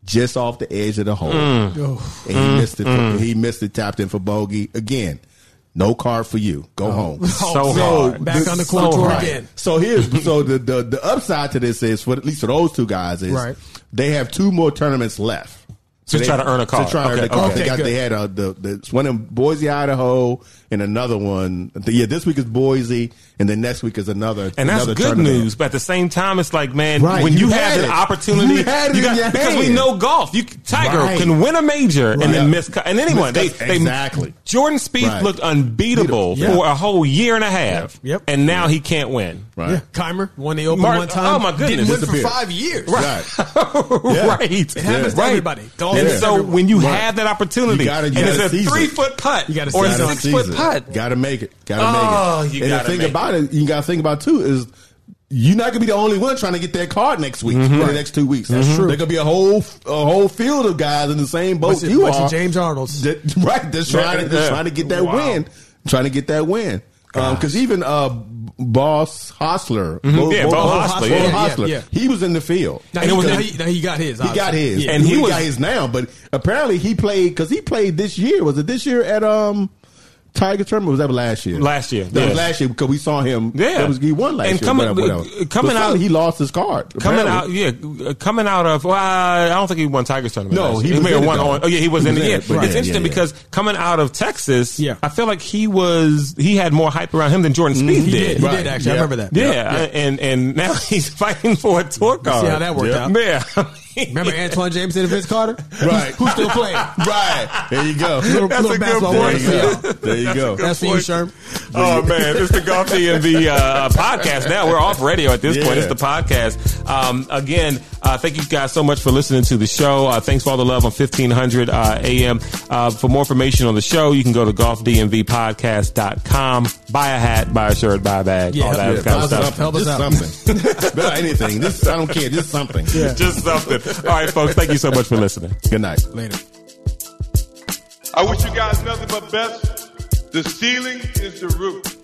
[SPEAKER 3] just off the edge of the hole,
[SPEAKER 4] Oh.
[SPEAKER 3] and he missed it. for- he missed it. Tapped in for bogey again. No card for you.
[SPEAKER 4] Oh.
[SPEAKER 3] Go home.
[SPEAKER 2] So hard.
[SPEAKER 7] Back on the court
[SPEAKER 2] so
[SPEAKER 7] tour
[SPEAKER 2] hard.
[SPEAKER 7] again.
[SPEAKER 3] So here's so the, the the upside to this is for at least for those two guys is
[SPEAKER 4] Right.
[SPEAKER 3] they have two more tournaments left.
[SPEAKER 2] To
[SPEAKER 3] they-
[SPEAKER 2] try to earn a card.
[SPEAKER 3] To try to earn
[SPEAKER 2] Okay,
[SPEAKER 3] a card.
[SPEAKER 2] okay,
[SPEAKER 3] they, got,
[SPEAKER 7] good.
[SPEAKER 3] they had uh the, the one in Boise, Idaho, and another one. the- yeah, this week is Boise, and then next week is another.
[SPEAKER 2] And that's
[SPEAKER 3] another
[SPEAKER 2] good
[SPEAKER 3] tournament.
[SPEAKER 2] news, but at the same time, it's like, man,
[SPEAKER 3] Right,
[SPEAKER 2] when you,
[SPEAKER 3] you
[SPEAKER 2] have
[SPEAKER 3] had
[SPEAKER 2] an
[SPEAKER 3] it.
[SPEAKER 2] opportunity,
[SPEAKER 3] You had it in your
[SPEAKER 2] because we
[SPEAKER 3] hand.
[SPEAKER 2] know golf. You Tiger
[SPEAKER 3] Right.
[SPEAKER 2] can win a major and then
[SPEAKER 3] Yeah.
[SPEAKER 2] miss, cu- and anyone
[SPEAKER 3] Miss
[SPEAKER 2] they,
[SPEAKER 3] cut-
[SPEAKER 2] they
[SPEAKER 3] exactly.
[SPEAKER 2] Jordan Spieth
[SPEAKER 3] Right.
[SPEAKER 2] looked unbeatable
[SPEAKER 7] Yeah.
[SPEAKER 2] for a whole year and a half,
[SPEAKER 7] Yep.
[SPEAKER 2] and now he can't win.
[SPEAKER 3] Right.
[SPEAKER 7] Uh, Keimer won the Open
[SPEAKER 2] Mark-
[SPEAKER 7] one time.
[SPEAKER 2] oh, my
[SPEAKER 7] Didn't
[SPEAKER 2] goodness,
[SPEAKER 7] win for
[SPEAKER 3] disappeared.
[SPEAKER 7] five years.
[SPEAKER 3] Right. Yeah.
[SPEAKER 2] right,
[SPEAKER 7] It happens to
[SPEAKER 2] Right.
[SPEAKER 7] everybody. Golf
[SPEAKER 2] and
[SPEAKER 3] is
[SPEAKER 2] so
[SPEAKER 7] everyone.
[SPEAKER 2] when you
[SPEAKER 3] Right.
[SPEAKER 2] have that opportunity,
[SPEAKER 3] You gotta-
[SPEAKER 2] and
[SPEAKER 3] you
[SPEAKER 2] it's
[SPEAKER 3] gotta
[SPEAKER 2] a
[SPEAKER 3] seize it.
[SPEAKER 2] three foot putt
[SPEAKER 7] You gotta
[SPEAKER 2] or a
[SPEAKER 7] seize it.
[SPEAKER 2] six foot putt,
[SPEAKER 3] Got to make it. Got to
[SPEAKER 2] Oh,
[SPEAKER 3] make it.
[SPEAKER 2] you
[SPEAKER 3] and
[SPEAKER 2] gotta
[SPEAKER 3] the thing
[SPEAKER 2] make
[SPEAKER 3] about it. you got to think about too is you're not gonna be the only one trying to get that card next week
[SPEAKER 2] Mm-hmm.
[SPEAKER 3] for the next two weeks. That's true. There gonna be a whole a whole field of guys in the same boat
[SPEAKER 7] Bunch of-
[SPEAKER 3] you
[SPEAKER 7] bunch of
[SPEAKER 3] are.
[SPEAKER 7] James Arnolds.
[SPEAKER 3] that- right? That's trying to
[SPEAKER 2] Yeah.
[SPEAKER 3] that's trying to get that win. Trying to get that win. Because even uh, Boss Hostler, Bo,
[SPEAKER 2] Mm-hmm. Yeah,
[SPEAKER 3] Bo-
[SPEAKER 2] Bo
[SPEAKER 3] Bo
[SPEAKER 2] Hostler,
[SPEAKER 3] Bo
[SPEAKER 2] yeah, yeah,
[SPEAKER 3] Hostler,
[SPEAKER 7] yeah.
[SPEAKER 3] he was in the field.
[SPEAKER 7] Now,
[SPEAKER 2] And
[SPEAKER 7] he,
[SPEAKER 2] it was-
[SPEAKER 7] now, he, now he got his.
[SPEAKER 3] He got
[SPEAKER 7] obviously.
[SPEAKER 3] his,
[SPEAKER 7] Yeah.
[SPEAKER 2] And he
[SPEAKER 3] Uh, he,
[SPEAKER 2] was-
[SPEAKER 3] got his now. But apparently, he played because he played this year. Was it this year at um Tiger tournament? Or was that last year?
[SPEAKER 2] Last year,
[SPEAKER 3] That
[SPEAKER 2] yeah.
[SPEAKER 3] was last year because we saw him.
[SPEAKER 2] Yeah.
[SPEAKER 3] that was, he won last
[SPEAKER 2] And
[SPEAKER 3] year.
[SPEAKER 2] coming-
[SPEAKER 3] whatever, whatever.
[SPEAKER 2] uh, coming
[SPEAKER 3] But finally,
[SPEAKER 2] out-
[SPEAKER 3] he lost his card.
[SPEAKER 2] Coming out,
[SPEAKER 3] apparently.
[SPEAKER 2] yeah, uh, coming out of. Well, I don't think he won Tigers tournament.
[SPEAKER 3] No,
[SPEAKER 2] last
[SPEAKER 3] he
[SPEAKER 2] year.
[SPEAKER 3] was
[SPEAKER 2] may
[SPEAKER 3] in
[SPEAKER 2] have
[SPEAKER 3] it,
[SPEAKER 2] won
[SPEAKER 3] though.
[SPEAKER 2] on. Oh yeah, he was
[SPEAKER 3] He
[SPEAKER 2] in it.
[SPEAKER 3] was in
[SPEAKER 2] Yeah.
[SPEAKER 3] it,
[SPEAKER 2] It's
[SPEAKER 3] but yeah,
[SPEAKER 2] interesting
[SPEAKER 3] yeah, yeah.
[SPEAKER 2] because coming out of Texas,
[SPEAKER 7] Yeah.
[SPEAKER 2] I feel like he was. He had more hype around him than Jordan
[SPEAKER 3] Mm-hmm.
[SPEAKER 2] Spieth
[SPEAKER 7] He
[SPEAKER 2] did.
[SPEAKER 7] did. He
[SPEAKER 3] Right.
[SPEAKER 7] did actually. I
[SPEAKER 3] Yeah.
[SPEAKER 7] remember that.
[SPEAKER 2] Yeah, I- and and now he's fighting for a tour card.
[SPEAKER 7] how that worked Yeah. out.
[SPEAKER 2] Yeah,
[SPEAKER 4] Remember Antoine Jameson and Vince Carter?
[SPEAKER 3] Right.
[SPEAKER 4] Who's still playing?
[SPEAKER 3] right there, you go.
[SPEAKER 4] Little,
[SPEAKER 2] That's
[SPEAKER 4] little
[SPEAKER 2] a good
[SPEAKER 4] basketball
[SPEAKER 2] point.
[SPEAKER 4] warriors for y'all.
[SPEAKER 3] There you go.
[SPEAKER 4] That's for you,
[SPEAKER 2] point.
[SPEAKER 4] Sherm.
[SPEAKER 2] Oh man, it's the Golf DMV uh, podcast. Now we're off radio at this point.
[SPEAKER 3] Yeah.
[SPEAKER 2] It's the podcast. Um, again, uh, thank you guys so much for listening to the show. Uh, thanks for all the love on fifteen hundred uh, AM. Uh, for more information on the show, you can go to golfdmvpodcast.com. Buy a hat, buy a shirt, buy a bag, all that
[SPEAKER 7] yeah,
[SPEAKER 2] kind of
[SPEAKER 7] buy
[SPEAKER 2] stuff.
[SPEAKER 7] something. Help us
[SPEAKER 3] Just
[SPEAKER 7] out.
[SPEAKER 3] Something. Better anything. This I don't care. Just something.
[SPEAKER 2] Just something. All right, folks. Thank you so much for listening.
[SPEAKER 3] Good night.
[SPEAKER 7] Later.
[SPEAKER 8] I wish you guys nothing but best. The ceiling is the roof.